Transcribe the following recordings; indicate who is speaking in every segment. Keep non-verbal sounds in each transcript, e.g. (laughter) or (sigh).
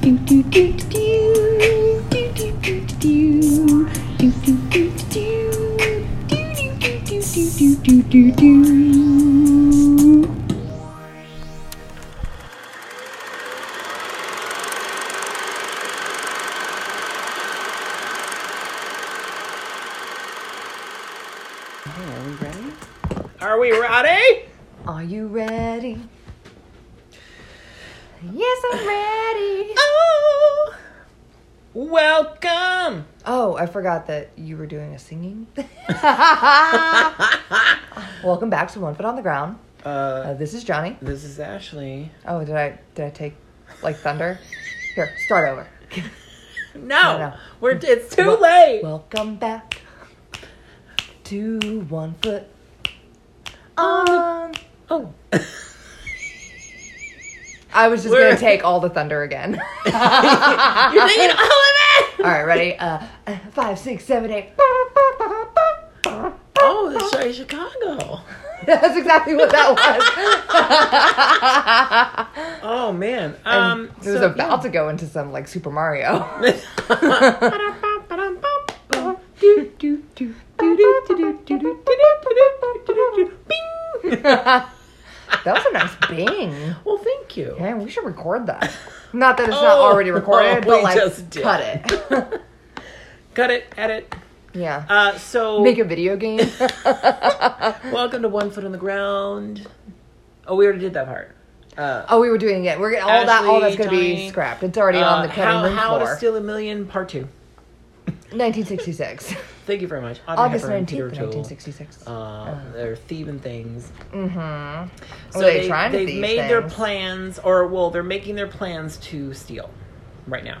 Speaker 1: Do do do do do do do do do do do do do do do do do do do do.
Speaker 2: Are we ready?
Speaker 3: Are we ready?
Speaker 2: Are you ready? Yes, I'm ready.
Speaker 3: Oh, welcome. (laughs)
Speaker 2: Oh, I forgot that you were doing a singing. Welcome back to One Foot on the Ground.
Speaker 3: Uh,
Speaker 2: Uh, this is Johnny.
Speaker 3: this is Ashley.
Speaker 2: Oh, did I did I take like thunder? Here, start over.
Speaker 3: No,
Speaker 2: no.
Speaker 3: we're it's too
Speaker 2: Wel-
Speaker 3: late.
Speaker 2: Welcome back to One Foot
Speaker 3: On the-
Speaker 2: on.
Speaker 3: oh, (laughs)
Speaker 2: I was just
Speaker 3: We're-
Speaker 2: gonna take all the thunder again.
Speaker 3: (laughs) you're thinking all of it.
Speaker 2: All right, ready? Uh, uh, five, six, seven, eight. (laughs)
Speaker 3: Oh, this show is Chicago.
Speaker 2: That's exactly what that was. (laughs)
Speaker 3: Oh man.
Speaker 2: um,
Speaker 3: Um,
Speaker 2: it was
Speaker 3: so,
Speaker 2: about to go into some like Super Mario. (laughs)
Speaker 3: Bing.
Speaker 2: that was a nice bing.
Speaker 3: (laughs) Well, thank you.
Speaker 2: Man, we should record that. Not that it's not
Speaker 3: Oh,
Speaker 2: already recorded,
Speaker 3: (laughs) we
Speaker 2: but like
Speaker 3: just did.
Speaker 2: cut it.
Speaker 3: (laughs) Cut it. Edit.
Speaker 2: yeah.
Speaker 3: Uh, so
Speaker 2: Make a video game. (laughs)
Speaker 3: Welcome to One Foot on the Ground. Oh, we already did that part. Uh,
Speaker 2: oh, we were doing it. We're getting all that. All that's
Speaker 3: Ashley,
Speaker 2: gonna
Speaker 3: Johnny,
Speaker 2: be scrapped. It's already on
Speaker 3: uh,
Speaker 2: the cutting
Speaker 3: how,
Speaker 2: room
Speaker 3: How
Speaker 2: floor.
Speaker 3: to Steal a Million, Part Two.
Speaker 2: 1966.
Speaker 3: Thank you very much. Audrey
Speaker 2: August
Speaker 3: Hepburn,
Speaker 2: 19th,
Speaker 3: Peter O'Toole.
Speaker 2: 1966.
Speaker 3: Uh, They're thieving things.
Speaker 2: Oh. mm-hmm.
Speaker 3: So
Speaker 2: they trying to
Speaker 3: they've
Speaker 2: thieve
Speaker 3: made their
Speaker 2: things?
Speaker 3: plans, or well, they're making their plans to steal right now.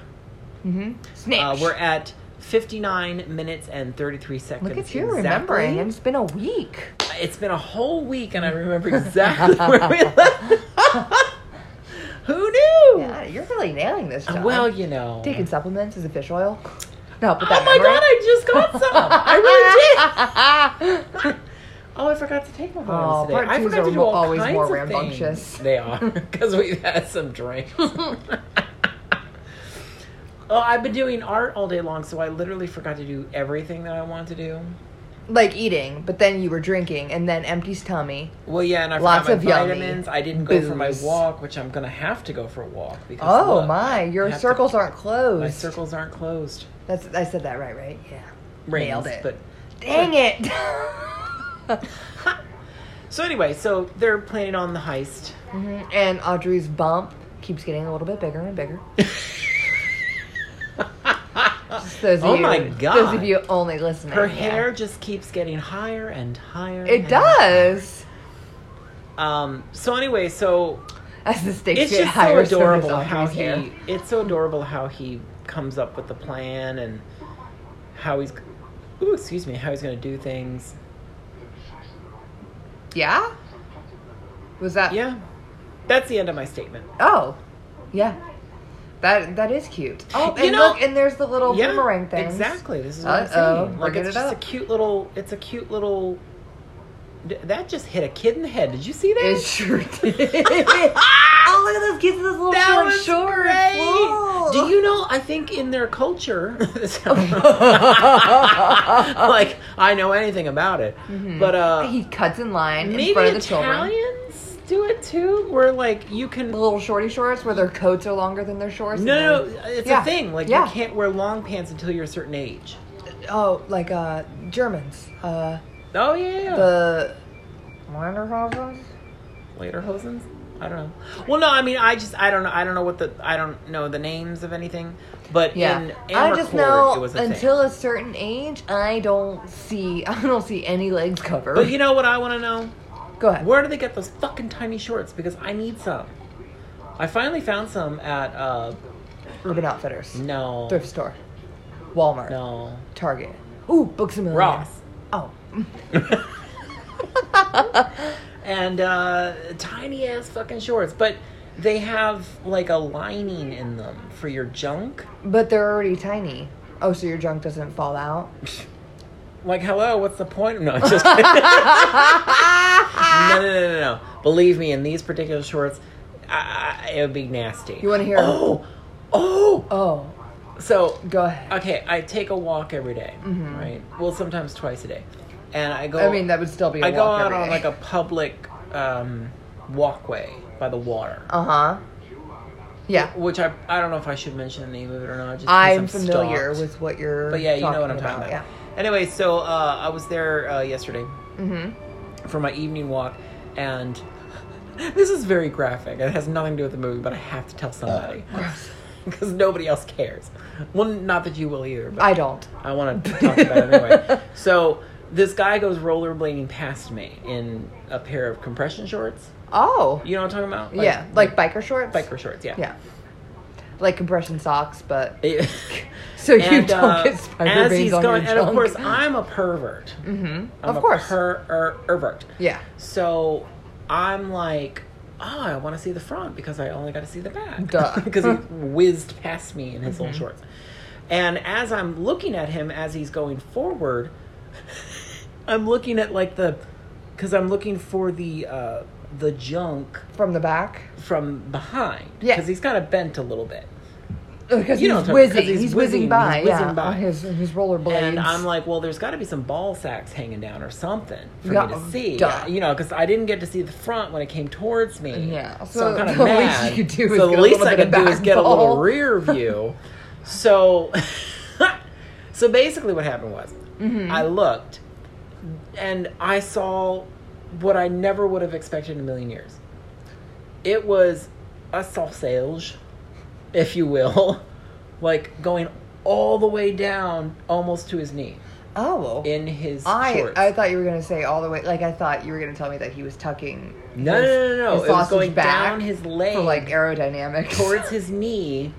Speaker 2: Mm-hmm. Snitch.
Speaker 3: Uh, we're at 59 minutes and 33 seconds.
Speaker 2: Look at you
Speaker 3: exactly.
Speaker 2: remembering. It's been a week.
Speaker 3: It's been a whole week, and I remember exactly (laughs) where we left. Who knew?
Speaker 2: Yeah, you're really nailing this job.
Speaker 3: Uh, Well, you know.
Speaker 2: taking supplements is a fish oil. No, but
Speaker 3: oh
Speaker 2: that
Speaker 3: my god, I just got some. I
Speaker 2: (laughs)
Speaker 3: really did.
Speaker 2: really (laughs) did.
Speaker 3: Oh, I forgot to take my vitamins
Speaker 2: Oh,
Speaker 3: today.
Speaker 2: part
Speaker 3: I
Speaker 2: twos
Speaker 3: forgot
Speaker 2: are
Speaker 3: to do all
Speaker 2: always
Speaker 3: kinds
Speaker 2: more
Speaker 3: of
Speaker 2: rambunctious.
Speaker 3: things. They are (laughs) because we've had some drinks. (laughs) oh, I've been doing art all day long, so I literally forgot to do everything that I want to do.
Speaker 2: like eating, but then you were drinking, and then empties tummy.
Speaker 3: Well, yeah, and I
Speaker 2: Lots
Speaker 3: forgot
Speaker 2: of
Speaker 3: my
Speaker 2: yummy
Speaker 3: vitamins. I didn't go for my
Speaker 2: booze.
Speaker 3: walk, which I'm gonna have to go for a walk because
Speaker 2: Oh
Speaker 3: look,
Speaker 2: my,
Speaker 3: I
Speaker 2: your
Speaker 3: have to-
Speaker 2: circles aren't closed.
Speaker 3: my circles aren't closed.
Speaker 2: That's I said that right, right? Yeah.
Speaker 3: Rings,
Speaker 2: Nailed it.
Speaker 3: But
Speaker 2: Dang it.
Speaker 3: so anyway, so they're planning on the heist.
Speaker 2: Mhm, (laughs) And Audrey's bump keeps getting a little bit bigger and
Speaker 3: (laughs)
Speaker 2: bigger. Just those of
Speaker 3: Oh
Speaker 2: you,
Speaker 3: my
Speaker 2: Those
Speaker 3: God.
Speaker 2: of you only listening.
Speaker 3: Her
Speaker 2: yeah.
Speaker 3: hair just keeps getting higher and higher.
Speaker 2: It
Speaker 3: and-
Speaker 2: does.
Speaker 3: Um. So anyway, so
Speaker 2: As the stakes
Speaker 3: it's
Speaker 2: get
Speaker 3: just so
Speaker 2: higher, so does
Speaker 3: adorable
Speaker 2: Audrey's
Speaker 3: how
Speaker 2: hair.
Speaker 3: he. It's so adorable how he comes up with the plan and how he's. Ooh, excuse me. How he's going to do things.
Speaker 2: Yeah. Was that?
Speaker 3: Yeah, that's the end of my statement.
Speaker 2: Oh, yeah. That that is cute. Oh,
Speaker 3: You
Speaker 2: and
Speaker 3: know-
Speaker 2: look, and there's the little
Speaker 3: yeah,
Speaker 2: boomerang thing.
Speaker 3: Exactly. This is what
Speaker 2: Uh-oh,
Speaker 3: I'm saying. Like
Speaker 2: bringing
Speaker 3: it's
Speaker 2: it
Speaker 3: just a
Speaker 2: up.
Speaker 3: cute little. It's a cute little. D- That just hit a kid in the head. Did you see that?
Speaker 2: It
Speaker 3: (laughs)
Speaker 2: sure did. oh, look at those kids with those little
Speaker 3: That
Speaker 2: short
Speaker 3: was
Speaker 2: shorts.
Speaker 3: great.
Speaker 2: Whoa.
Speaker 3: Do you know? I think in their culture, (laughs) like I know anything about it, but uh,
Speaker 2: Hmm. He cuts in line Mm-hmm. in
Speaker 3: maybe
Speaker 2: front of the
Speaker 3: Italians
Speaker 2: children.
Speaker 3: do it too. Where like you can
Speaker 2: The
Speaker 3: no,
Speaker 2: little shorty shorts where their coats are longer than their shorts. and
Speaker 3: no,
Speaker 2: then-
Speaker 3: it's
Speaker 2: Yeah.
Speaker 3: a thing. Like
Speaker 2: Yeah.
Speaker 3: you can't wear long pants until you're a certain age.
Speaker 2: Oh, like uh, Germans. Uh,
Speaker 3: Oh yeah,
Speaker 2: the Wanderhausen.
Speaker 3: later hosens. I don't know. Well, no, I mean, I just I don't know. I don't know what the I don't know the names of anything. But
Speaker 2: Yeah,
Speaker 3: in
Speaker 2: I just
Speaker 3: Amercord, it
Speaker 2: know
Speaker 3: was a thing.
Speaker 2: until a certain age, I don't see (laughs) I don't see any legs covered.
Speaker 3: But you know what I want to know?
Speaker 2: Go ahead.
Speaker 3: Where do they get those fucking tiny shorts? Because I need some. I finally found some at uh
Speaker 2: Urban Outfitters,
Speaker 3: no
Speaker 2: thrift store, Walmart,
Speaker 3: no
Speaker 2: Target. Ooh, Books a Million.
Speaker 3: Ross,
Speaker 2: Oh, (laughs)
Speaker 3: and uh, tiny ass fucking shorts. But they have like a lining in them for your junk.
Speaker 2: but they're already tiny. Oh, so your junk doesn't fall out.
Speaker 3: Like hello, what's the point? No, it's
Speaker 2: (laughs)
Speaker 3: just kidding. no, no, no, no, no. Believe me, in these particular shorts, I, I, it would be nasty.
Speaker 2: You wanna hear-
Speaker 3: Oh, Oh,
Speaker 2: Oh,
Speaker 3: so
Speaker 2: go ahead.
Speaker 3: okay. I take a walk every day, right? Well, sometimes twice a day, and I go.
Speaker 2: Mm-hmm. I mean, that would still be. a
Speaker 3: I go
Speaker 2: walk
Speaker 3: out
Speaker 2: every
Speaker 3: on
Speaker 2: day.
Speaker 3: like a public um, walkway by the water,
Speaker 2: Uh huh. Yeah,
Speaker 3: which I I don't know if I should mention the name of it or not. Just 'cause
Speaker 2: I'm familiar
Speaker 3: stalked.
Speaker 2: with what you're.
Speaker 3: But yeah, you know what I'm
Speaker 2: talking
Speaker 3: talking about.
Speaker 2: about.
Speaker 3: Anyway, so uh, I was there uh, yesterday
Speaker 2: Yeah. Mm-hmm.
Speaker 3: for my evening walk, and (laughs) this is very graphic. It has nothing to do with the movie, but I have to tell somebody
Speaker 2: Uh.
Speaker 3: (laughs)
Speaker 2: Mm-hmm.
Speaker 3: because nobody else cares. Well, not that you will either.
Speaker 2: (laughs)
Speaker 3: But
Speaker 2: I don't.
Speaker 3: I want to talk about it anyway. So this guy goes rollerblading past me in a pair of compression shorts.
Speaker 2: Oh.
Speaker 3: You know what I'm talking about?
Speaker 2: yeah, like biker shorts.
Speaker 3: biker shorts. Yeah. (laughs)
Speaker 2: Yeah. Like compression socks, but
Speaker 3: Yeah.
Speaker 2: so (laughs) you
Speaker 3: And,
Speaker 2: don't
Speaker 3: uh,
Speaker 2: get spider
Speaker 3: as
Speaker 2: veins
Speaker 3: he's
Speaker 2: on
Speaker 3: going,
Speaker 2: your
Speaker 3: and of
Speaker 2: junk.
Speaker 3: course I'm a pervert.
Speaker 2: Mhm.
Speaker 3: I'm
Speaker 2: Of
Speaker 3: a
Speaker 2: course.
Speaker 3: per- er- pervert.
Speaker 2: yeah.
Speaker 3: So I'm like, oh, I want to see the front because I only got to see the back. (laughs)
Speaker 2: Duh. Mm-hmm.
Speaker 3: Because he
Speaker 2: (laughs)
Speaker 3: whizzed past me in his little shorts. And as I'm looking at him as he's going forward, (laughs) I'm looking at like the, because I'm looking for the uh, the junk
Speaker 2: From the back.
Speaker 3: from behind.
Speaker 2: Yeah.
Speaker 3: Because he's kind of bent a little bit.
Speaker 2: Because
Speaker 3: You
Speaker 2: he's
Speaker 3: know what I'm talking- 'cause
Speaker 2: whizzing. He's, whizzing,
Speaker 3: he's whizzing, he's
Speaker 2: by. yeah.
Speaker 3: whizzing by.
Speaker 2: On his his rollerblades.
Speaker 3: And I'm like, well, there's got to be some ball sacks hanging down or something for
Speaker 2: Yeah,
Speaker 3: me to see.
Speaker 2: duh.
Speaker 3: You know, because I didn't get to see the front when it came towards me.
Speaker 2: Yeah,
Speaker 3: So,
Speaker 2: so
Speaker 3: I'm kind
Speaker 2: (laughs)
Speaker 3: of
Speaker 2: the
Speaker 3: mad.
Speaker 2: least you could do is
Speaker 3: so
Speaker 2: get a
Speaker 3: the least
Speaker 2: little
Speaker 3: I
Speaker 2: bit
Speaker 3: could
Speaker 2: of
Speaker 3: do is get a little
Speaker 2: backball. (laughs)
Speaker 3: rear view. so, (laughs) so basically, what happened was
Speaker 2: Mm-hmm.
Speaker 3: I looked and I saw what I never would have expected in a million years. It was a sausage, if you will, (laughs) like going all the way down almost to his knee
Speaker 2: oh.
Speaker 3: in his
Speaker 2: I,
Speaker 3: shorts.
Speaker 2: I thought you were gonna say all the way like I thought you were gonna tell me that he was tucking
Speaker 3: no,
Speaker 2: his,
Speaker 3: no, no, no.
Speaker 2: his
Speaker 3: It was
Speaker 2: sausage
Speaker 3: going
Speaker 2: back
Speaker 3: down his leg
Speaker 2: for like aerodynamics (laughs)
Speaker 3: towards his knee,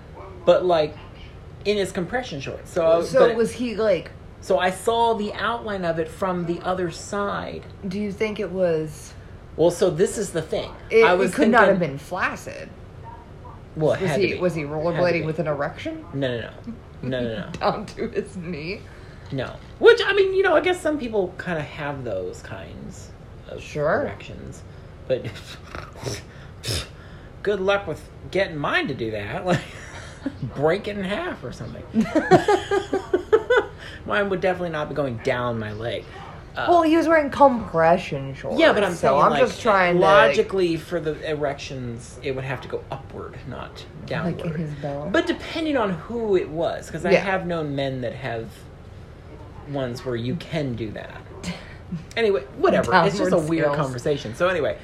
Speaker 3: but like in his compression shorts. So, I-
Speaker 2: so
Speaker 3: but-
Speaker 2: was he like
Speaker 3: so I saw the outline of it from the other side.
Speaker 2: do you think it was
Speaker 3: Well, so this is the thing.
Speaker 2: it,
Speaker 3: I was
Speaker 2: it could not have been
Speaker 3: thinking-
Speaker 2: flaccid
Speaker 3: Well,
Speaker 2: was
Speaker 3: it had to
Speaker 2: he
Speaker 3: be.
Speaker 2: was he
Speaker 3: Had to
Speaker 2: rollerblading
Speaker 3: be.
Speaker 2: with an erection (laughs)
Speaker 3: No, no, no, no, no, no,
Speaker 2: down to his knee
Speaker 3: no. Which I mean, you know, I guess some people kind of have those kinds of
Speaker 2: Sure.
Speaker 3: directions, but (laughs) good luck with getting mine to do that. (laughs) Like, break it in half or something. (laughs) mine would definitely not be going down my leg. Uh,
Speaker 2: well he was wearing compression shorts
Speaker 3: yeah, but I'm
Speaker 2: so
Speaker 3: saying,
Speaker 2: I'm
Speaker 3: like,
Speaker 2: just trying
Speaker 3: logically for the erections, it would have to go upward, not
Speaker 2: to like,
Speaker 3: downward.
Speaker 2: like in his belt
Speaker 3: But depending on who it was, because I
Speaker 2: Yeah.
Speaker 3: have known men that have ones where you can
Speaker 2: (laughs)
Speaker 3: do that. Anyway, whatever. it's just a
Speaker 2: Downward
Speaker 3: weird
Speaker 2: scales.
Speaker 3: conversation. So anyway,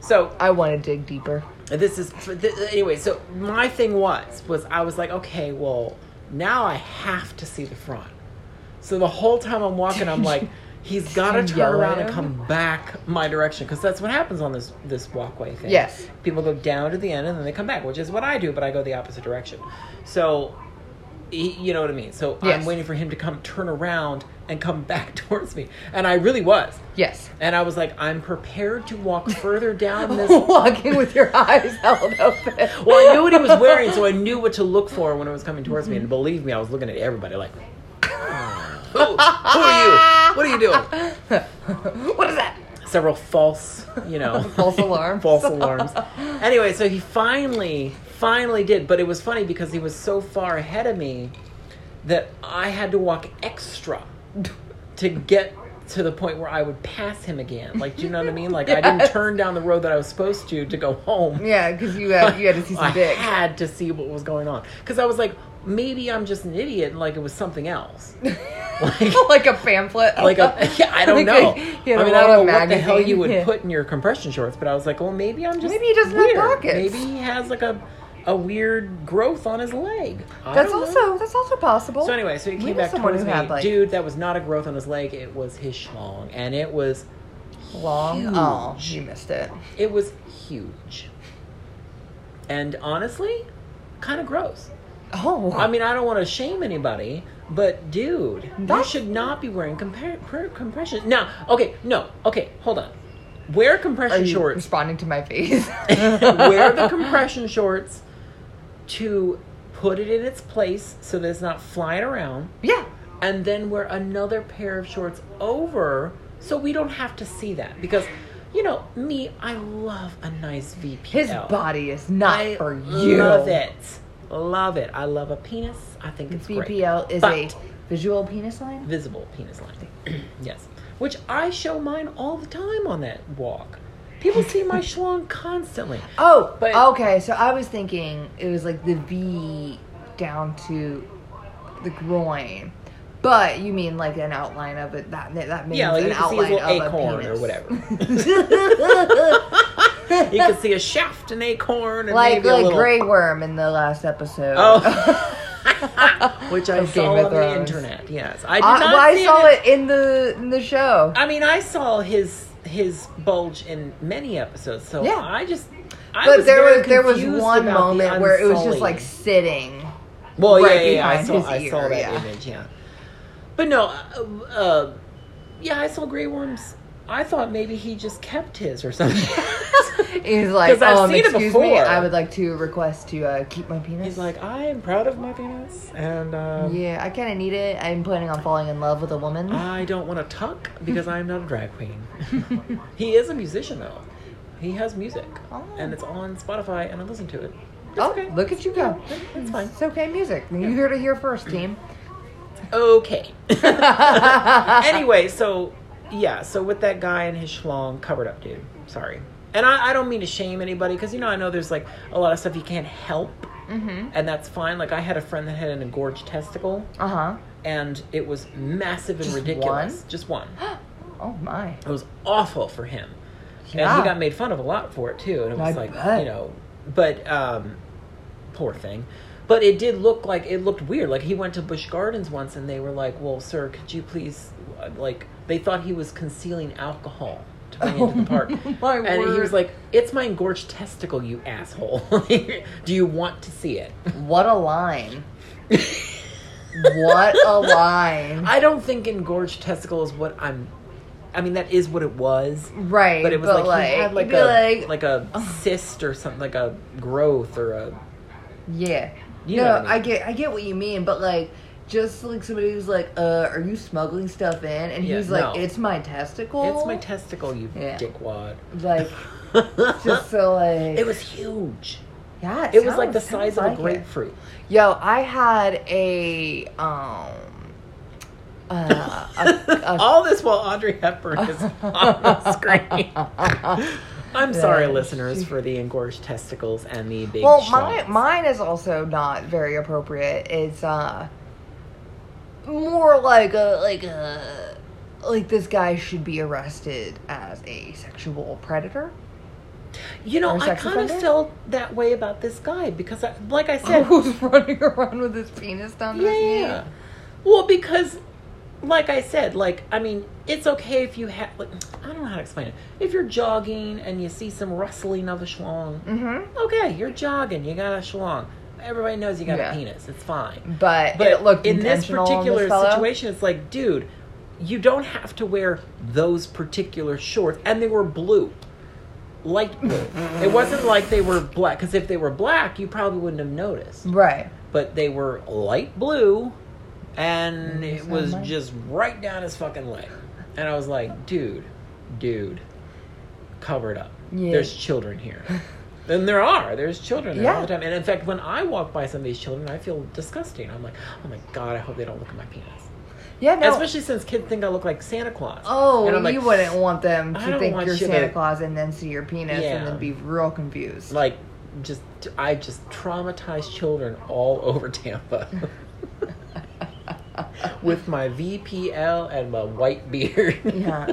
Speaker 3: so
Speaker 2: I want to dig deeper
Speaker 3: this is th- anyway. So my thing was was I was like, okay, well now I have to see the front. So the whole time I'm walking,
Speaker 2: (laughs)
Speaker 3: I'm like, he's got to
Speaker 2: You
Speaker 3: turn
Speaker 2: yell at
Speaker 3: around and
Speaker 2: him?
Speaker 3: come back my direction because that's what happens on this this walkway thing.
Speaker 2: Yes.
Speaker 3: people go down to the end and then they come back, which is what I do, but I go the opposite direction. So. he- You know what I mean. So
Speaker 2: Yes.
Speaker 3: I'm waiting for him to come turn around and come back (laughs) towards me, and I really was.
Speaker 2: yes
Speaker 3: And I was like, I'm prepared to walk further down this
Speaker 2: (laughs) walking with your eyes held open
Speaker 3: well, I knew what he was wearing, so I knew what to look for when it was coming towards me. And believe me, I was looking at everybody like, who, who are you? What are you doing?
Speaker 2: (laughs) what is that
Speaker 3: Several false, you know,
Speaker 2: (laughs) false alarm
Speaker 3: false alarms. Anyway, so he finally, finally did. But it was funny because he was so far ahead of me that I had to walk extra to get to the point where I would pass him again. Like, do you know what I mean? Like, I didn't
Speaker 2: Yes.
Speaker 3: turn down the road that I was supposed to to go home.
Speaker 2: yeah because you had you had to see
Speaker 3: I
Speaker 2: some dick
Speaker 3: had to see what was going on because I was like, maybe I'm just an idiot, and like it was something else. (laughs) Like,
Speaker 2: (laughs) like a pamphlet
Speaker 3: like a, (laughs) yeah, I
Speaker 2: Like,
Speaker 3: don't know.
Speaker 2: like, (laughs) he had
Speaker 3: I
Speaker 2: a
Speaker 3: mean, I
Speaker 2: roll
Speaker 3: don't
Speaker 2: of
Speaker 3: know what the hell you
Speaker 2: magazine.
Speaker 3: would
Speaker 2: Yeah.
Speaker 3: put in your compression shorts, but I was like, well, maybe I'm just
Speaker 2: Maybe he doesn't have
Speaker 3: weird.
Speaker 2: pockets.
Speaker 3: Maybe he has like a a weird growth on his leg.
Speaker 2: (laughs)
Speaker 3: I
Speaker 2: that's
Speaker 3: don't
Speaker 2: also
Speaker 3: know.
Speaker 2: that's also possible
Speaker 3: So anyway, so he
Speaker 2: We
Speaker 3: came
Speaker 2: know
Speaker 3: back
Speaker 2: someone
Speaker 3: towards
Speaker 2: who
Speaker 3: me,
Speaker 2: had, like-
Speaker 3: dude. That was not a growth on his leg; it was his schlong, and it was
Speaker 2: long
Speaker 3: Huge.
Speaker 2: oh you missed it
Speaker 3: It was huge. And honestly, kind of gross.
Speaker 2: oh
Speaker 3: I mean, I don't want to shame anybody, but dude, you
Speaker 2: That's-
Speaker 3: should not be wearing compar- per- compression. Now, okay, no, okay, hold on. Wear
Speaker 2: are
Speaker 3: compression
Speaker 2: you (laughs)
Speaker 3: shorts.
Speaker 2: responding to my
Speaker 3: (laughs)
Speaker 2: face
Speaker 3: Wear the compression shorts to put it in its place so that it's not flying around,
Speaker 2: yeah
Speaker 3: and then wear another pair of shorts over so we don't have to see that because. You know me, I love a nice VPL.
Speaker 2: his body is not
Speaker 3: I
Speaker 2: for you
Speaker 3: Love it. Love it. I love a penis. I think it's great.
Speaker 2: BPL is
Speaker 3: But-
Speaker 2: a visual penis line.
Speaker 3: visible penis line. (clears throat) yes. Which I show mine all the time on that walk. People
Speaker 2: (laughs)
Speaker 3: see my schlong constantly.
Speaker 2: Oh,
Speaker 3: But-
Speaker 2: okay. So I was thinking it was like the V down to the groin, but you mean like an outline of it. That that means
Speaker 3: Yeah, like
Speaker 2: an
Speaker 3: you can see his
Speaker 2: outline
Speaker 3: little
Speaker 2: of a
Speaker 3: acorn
Speaker 2: penis.
Speaker 3: or
Speaker 2: (laughs)
Speaker 3: whatever. (laughs) you can see a shaft, an acorn, and
Speaker 2: like
Speaker 3: maybe
Speaker 2: like
Speaker 3: a little.
Speaker 2: Grey Worm in the last episode. (laughs)
Speaker 3: Oh, (laughs) which I
Speaker 2: Of
Speaker 3: saw
Speaker 2: Game of
Speaker 3: on the
Speaker 2: Thrones.
Speaker 3: internet. Yes, I did
Speaker 2: I,
Speaker 3: not
Speaker 2: well, I
Speaker 3: see
Speaker 2: saw it in the in the show.
Speaker 3: I mean, I saw his his bulge in many episodes, so
Speaker 2: Yeah.
Speaker 3: I just. I
Speaker 2: but
Speaker 3: was
Speaker 2: there
Speaker 3: very
Speaker 2: was there was
Speaker 3: confused
Speaker 2: one
Speaker 3: about the
Speaker 2: moment where it was just like
Speaker 3: unsullied.
Speaker 2: sitting.
Speaker 3: Well,
Speaker 2: right
Speaker 3: yeah, yeah, yeah, I
Speaker 2: behind
Speaker 3: saw,
Speaker 2: his
Speaker 3: I saw
Speaker 2: ear,
Speaker 3: that
Speaker 2: yeah.
Speaker 3: image, yeah. But no, uh, uh, yeah, I saw Grey Worms. I thought maybe he just kept his or something. (laughs)
Speaker 2: He's like,
Speaker 3: 'Cause I've
Speaker 2: um,
Speaker 3: seen it
Speaker 2: excuse me,
Speaker 3: before."
Speaker 2: I would like to request to uh, keep my penis.
Speaker 3: He's like, I am proud of my penis, and um, Uh,
Speaker 2: yeah, I kind of need it. I'm planning on falling in love with a woman. (laughs)
Speaker 3: (laughs) I don't want to tuck because I am not a drag (laughs) queen. he is a musician though. He has music,
Speaker 2: Oh.
Speaker 3: and it's on Spotify, and I listen to it. It's
Speaker 2: oh,
Speaker 3: okay.
Speaker 2: look at you go!
Speaker 3: It's fine.
Speaker 2: It's okay, music. You heard it here first, team. (laughs)
Speaker 3: Okay. anyway, so yeah, so with that guy and his schlong covered up, dude. Sorry. And I, I don't mean to shame anybody because you know I know there's like a lot of stuff you can't help,
Speaker 2: Mm-hmm.
Speaker 3: and that's fine. Like I had a friend that had an engorged testicle,
Speaker 2: Uh huh.
Speaker 3: and it was massive and
Speaker 2: Just
Speaker 3: ridiculous.
Speaker 2: one?
Speaker 3: Just one.
Speaker 2: Oh my.
Speaker 3: It was awful for him, and
Speaker 2: Yeah.
Speaker 3: he got made fun of a lot for it too. And it
Speaker 2: I
Speaker 3: was like
Speaker 2: bet.
Speaker 3: you know, but um, poor thing. But it did look like it looked weird. Like he went to Busch Gardens once, and they were like, "Well, sir, could you please?" Like they thought he was concealing alcohol to bring
Speaker 2: (laughs)
Speaker 3: into the park,
Speaker 2: Oh My
Speaker 3: and he
Speaker 2: word.
Speaker 3: was like, "It's my engorged testicle, you asshole. (laughs) Do you want to see
Speaker 2: (laughs)
Speaker 3: it?"
Speaker 2: What a
Speaker 3: (laughs)
Speaker 2: line. what a line.
Speaker 3: I don't think engorged testicle is what I'm. I mean, that is what it was.
Speaker 2: right.
Speaker 3: But it was like, he had like
Speaker 2: you'd be
Speaker 3: a like, a
Speaker 2: (laughs)
Speaker 3: cyst or something, like a growth or a
Speaker 2: Yeah.
Speaker 3: You
Speaker 2: no,
Speaker 3: know what I
Speaker 2: I,
Speaker 3: mean.
Speaker 2: get I get what you mean, but like just like somebody who's like, uh, are you smuggling stuff in? And
Speaker 3: Yeah,
Speaker 2: he's like,
Speaker 3: no.
Speaker 2: It's my testicle.
Speaker 3: it's my testicle, you
Speaker 2: Oh. Yeah.
Speaker 3: dickwad.
Speaker 2: Like (laughs)
Speaker 3: (laughs)
Speaker 2: just so like
Speaker 3: it was huge.
Speaker 2: Yeah,
Speaker 3: It was like the
Speaker 2: sounds-
Speaker 3: size
Speaker 2: sounds
Speaker 3: of a
Speaker 2: like it.
Speaker 3: grapefruit.
Speaker 2: Yo, I had a um uh,
Speaker 3: (laughs)
Speaker 2: a, a
Speaker 3: All this while Audrey
Speaker 2: (laughs)
Speaker 3: Hepburn is on the screen. I'm sorry,
Speaker 2: Yeah,
Speaker 3: listeners,
Speaker 2: she-
Speaker 3: for the engorged testicles and the big.
Speaker 2: Well, mine,
Speaker 3: schlongs.
Speaker 2: mine is also not very appropriate. It's uh more like a like a like this guy should be arrested as a sexual predator.
Speaker 3: You know,
Speaker 2: Or
Speaker 3: I
Speaker 2: sex
Speaker 3: kind of
Speaker 2: offender?
Speaker 3: felt that way about this guy because, I, like I said,
Speaker 2: (laughs) Who's running around with his penis down to his knee?
Speaker 3: Yeah. Well, because, like I said, like I mean, it's okay if you have. Like, I don't know how to explain it. If you're jogging and you see some rustling of a schlong,
Speaker 2: Mm-hmm.
Speaker 3: okay, you're jogging. You got a schlong. Everybody knows you got
Speaker 2: Yeah.
Speaker 3: a penis. It's fine.
Speaker 2: But,
Speaker 3: But
Speaker 2: it looked
Speaker 3: in this
Speaker 2: intentional on
Speaker 3: particular
Speaker 2: fellow.
Speaker 3: situation, it's like, dude, you don't have to wear those particular shorts, and they were blue. Light blue. it wasn't like they were black, because if they were black, you probably wouldn't have noticed
Speaker 2: Right.
Speaker 3: but they were light blue and it
Speaker 2: so
Speaker 3: was
Speaker 2: nice.
Speaker 3: just right down his fucking leg and i was like dude dude cover it up
Speaker 2: Yeah.
Speaker 3: there's
Speaker 2: (laughs)
Speaker 3: children here and there are there's children there
Speaker 2: Yeah.
Speaker 3: all the time and in fact when i walk by some of these children i feel disgusting i'm like oh my god i hope they don't look at my penis
Speaker 2: Yeah, no.
Speaker 3: especially since kids think i look like santa claus
Speaker 2: Oh,
Speaker 3: and I'm
Speaker 2: you wouldn't want them
Speaker 3: I don't
Speaker 2: to think
Speaker 3: want
Speaker 2: you're
Speaker 3: you to-
Speaker 2: Santa Claus and then see your penis
Speaker 3: Yeah.
Speaker 2: and then be real confused.
Speaker 3: like just i just traumatize children all (laughs)
Speaker 2: (laughs)
Speaker 3: over tampa with my vpl and my white beard (laughs)
Speaker 2: Yeah.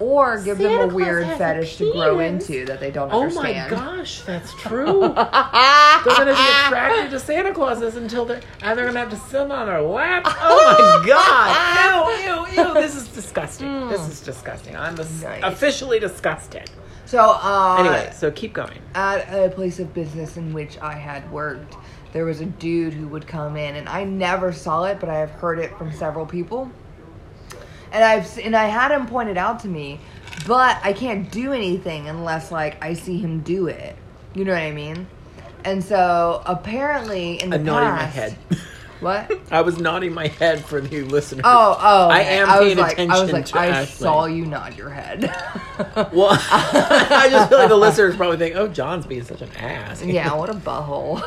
Speaker 2: Or give
Speaker 3: Santa
Speaker 2: them
Speaker 3: Claus
Speaker 2: a weird
Speaker 3: has a
Speaker 2: fetish to grow
Speaker 3: penis.
Speaker 2: into that they don't
Speaker 3: oh my
Speaker 2: understand.
Speaker 3: gosh that's true
Speaker 2: (laughs)
Speaker 3: they're gonna be (laughs) attracted to santa clauses until they're and they're gonna have to sit on
Speaker 2: (laughs)
Speaker 3: their lap oh my god ew ew ew this is disgusting this is disgusting i'm dis-
Speaker 2: Nice.
Speaker 3: officially disgusted
Speaker 2: So, uh,
Speaker 3: anyway so keep going
Speaker 2: at a place of business in which I had worked, there was a dude who would come in, and I never saw it, but I have heard it from several people. And I've s- and I had him pointed out to me, but I can't do anything unless like I see him do it. You know what I mean? And so apparently in the
Speaker 3: i'm nodding
Speaker 2: past, (laughs)
Speaker 3: my head
Speaker 2: What?
Speaker 3: I was nodding my head for the listeners.
Speaker 2: Oh, oh.
Speaker 3: I
Speaker 2: okay.
Speaker 3: am
Speaker 2: was
Speaker 3: paying
Speaker 2: like, I was
Speaker 3: attention
Speaker 2: like,
Speaker 3: to
Speaker 2: I
Speaker 3: Ashley.
Speaker 2: saw you nod your head. (laughs)
Speaker 3: Well, (laughs) I just feel like the listeners probably think, "Oh, John's being such an ass." (laughs)
Speaker 2: yeah, what a butthole.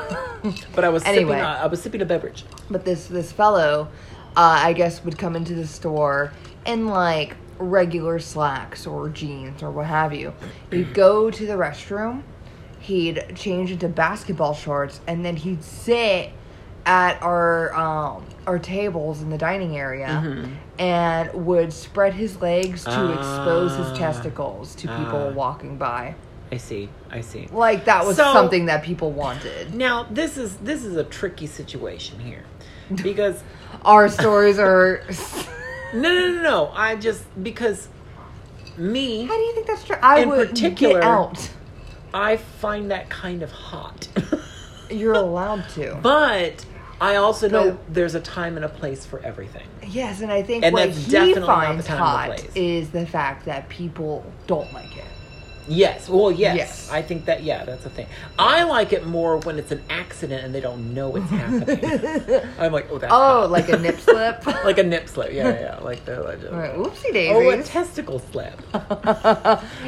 Speaker 2: (laughs)
Speaker 3: But I was
Speaker 2: Anyway.
Speaker 3: sipping. A, I was sipping a beverage.
Speaker 2: but this this fellow, uh, I guess, would come into the store in like regular slacks or jeans or what have you. He'd go to the restroom. He'd change into basketball shorts, and then he'd sit at our um, our tables in the dining area,
Speaker 3: Mm-hmm.
Speaker 2: and would spread his legs to expose
Speaker 3: Ah.
Speaker 2: his testicles to people
Speaker 3: Ah.
Speaker 2: walking by.
Speaker 3: I see. I see.
Speaker 2: Like that was
Speaker 3: So-
Speaker 2: something that people wanted.
Speaker 3: Now this is this is a tricky situation here, because (laughs)
Speaker 2: Our stories are.
Speaker 3: no, no, no, no. I just because me,
Speaker 2: How do you think that's true? I
Speaker 3: In
Speaker 2: would
Speaker 3: particular-
Speaker 2: get out.
Speaker 3: I find that kind of hot. (laughs)
Speaker 2: You're allowed to.
Speaker 3: but I also know
Speaker 2: But-
Speaker 3: there's a time and a place for everything.
Speaker 2: yes, and I think
Speaker 3: And
Speaker 2: what
Speaker 3: that's
Speaker 2: he
Speaker 3: definitely not
Speaker 2: finds
Speaker 3: the time and the
Speaker 2: hot
Speaker 3: place.
Speaker 2: is the fact that people don't like it.
Speaker 3: Yes. Well, yes.
Speaker 2: Yes.
Speaker 3: I think that yeah, that's a thing. I like it more when it's an accident and they don't
Speaker 2: (laughs)
Speaker 3: know it's happening. I'm like, oh, that's
Speaker 2: Oh,
Speaker 3: hot."
Speaker 2: like a
Speaker 3: (laughs)
Speaker 2: nip slip?
Speaker 3: like a nip slip. Yeah, yeah. yeah. Like the
Speaker 2: All right,
Speaker 3: legend.
Speaker 2: (laughs) Oopsie
Speaker 3: Oh, a
Speaker 2: daisies.
Speaker 3: testicle
Speaker 2: (laughs)
Speaker 3: slip.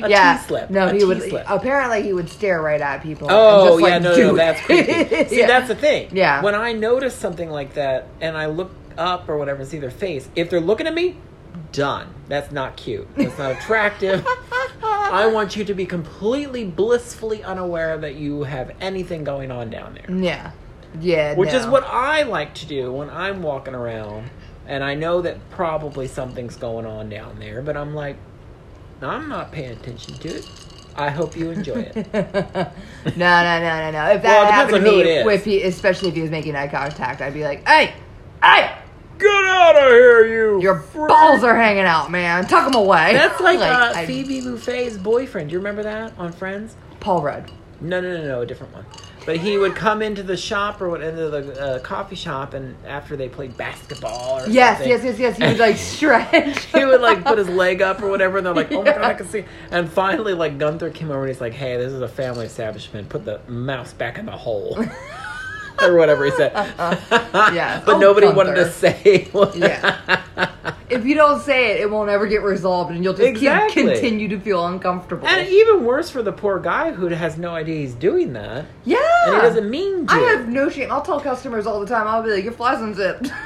Speaker 2: yeah.
Speaker 3: T-slip,
Speaker 2: No,
Speaker 3: a
Speaker 2: he would.
Speaker 3: T-slip.
Speaker 2: Apparently, he would stare right at people. and
Speaker 3: Oh
Speaker 2: just, like,
Speaker 3: yeah, no,
Speaker 2: do
Speaker 3: no, no,
Speaker 2: it. (laughs)
Speaker 3: that's creepy. See,
Speaker 2: Yeah.
Speaker 3: that's the thing.
Speaker 2: Yeah.
Speaker 3: When I notice something like that and I look up or whatever and see their face, if they're looking at me, done. That's not cute. That's not
Speaker 2: (laughs)
Speaker 3: attractive. I want you to be completely blissfully unaware that you have anything going on down there.
Speaker 2: Yeah. Yeah.
Speaker 3: Which
Speaker 2: no.
Speaker 3: is what I like to do when I'm walking around and I know that probably something's going on down there, but I'm like, I'm not paying attention to it. I hope you enjoy
Speaker 2: (laughs)
Speaker 3: it.
Speaker 2: No, no, no, no, no. If that
Speaker 3: Well, it depends
Speaker 2: happened to
Speaker 3: on who
Speaker 2: me,
Speaker 3: it is.
Speaker 2: if he, especially if he was making eye contact, I'd be like, "Hey, hey,
Speaker 3: (laughs) Get out of here, you!
Speaker 2: your
Speaker 3: freak."
Speaker 2: balls are hanging out, man. Tuck them away."
Speaker 3: That's like, uh,
Speaker 2: I-
Speaker 3: Phoebe Buffay's boyfriend. Do you remember that on Friends?
Speaker 2: Paul Rudd.
Speaker 3: No, no, no, no, a different one. But he would come into the shop or what, into the uh, coffee shop, and after they played basketball or
Speaker 2: Yes,
Speaker 3: something,
Speaker 2: yes, yes, yes. He would
Speaker 3: (laughs)
Speaker 2: like stretch.
Speaker 3: he would like put his leg up or whatever, and
Speaker 2: (laughs)
Speaker 3: they're like, "Oh my god, I can see!" And finally, like Gunther came over and he's like, "Hey, this is a family establishment. Put the mouse back in
Speaker 2: (laughs)
Speaker 3: the hole." Or whatever he said,
Speaker 2: Yes.
Speaker 3: (laughs) but
Speaker 2: Uh, Oh,
Speaker 3: nobody wanted to
Speaker 2: Gunther.
Speaker 3: say. (laughs) What
Speaker 2: Yeah. if you don't say it, it won't ever get resolved, and you'll just keep-
Speaker 3: Exactly.
Speaker 2: continue to feel uncomfortable.
Speaker 3: And even worse for the poor guy who has no idea he's doing that,
Speaker 2: yeah,
Speaker 3: and he doesn't mean to.
Speaker 2: I have no shame. I'll tell customers all the time. I'll be like, "Your fly's unzipped." (laughs)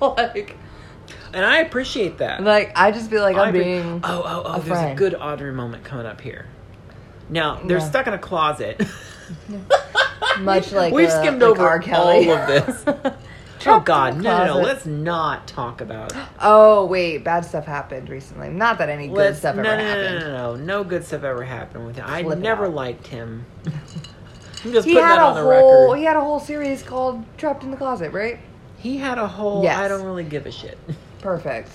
Speaker 2: like,
Speaker 3: And I appreciate that.
Speaker 2: like I just feel like
Speaker 3: I
Speaker 2: I'm
Speaker 3: appre- (laughs)
Speaker 2: being.
Speaker 3: oh, oh, oh,
Speaker 2: a
Speaker 3: there's a
Speaker 2: friend.
Speaker 3: good Audrey moment coming up here. Now, they're
Speaker 2: Yeah.
Speaker 3: stuck in a closet. (laughs)
Speaker 2: much like
Speaker 3: We've
Speaker 2: uh,
Speaker 3: skimmed
Speaker 2: like
Speaker 3: over
Speaker 2: R. Kelly.
Speaker 3: all
Speaker 2: (laughs)
Speaker 3: of this. oh,
Speaker 2: Trapped
Speaker 3: God.
Speaker 2: in a
Speaker 3: No, no, no.
Speaker 2: closet.
Speaker 3: Let's not
Speaker 2: (gasps)
Speaker 3: talk about it.
Speaker 2: Oh wait, bad stuff happened recently. Not that any good
Speaker 3: Let's,
Speaker 2: stuff
Speaker 3: no,
Speaker 2: ever
Speaker 3: no, no,
Speaker 2: happened.
Speaker 3: no, no, no. No good stuff ever happened with him. I
Speaker 2: Flip it
Speaker 3: never
Speaker 2: out. (laughs)
Speaker 3: liked him. I'm just
Speaker 2: He
Speaker 3: putting
Speaker 2: had
Speaker 3: that
Speaker 2: a
Speaker 3: on the
Speaker 2: whole
Speaker 3: record.
Speaker 2: he had a whole series called Trapped in the Closet, right?
Speaker 3: He had a whole,
Speaker 2: Yes.
Speaker 3: I don't really give a shit.
Speaker 2: Perfect.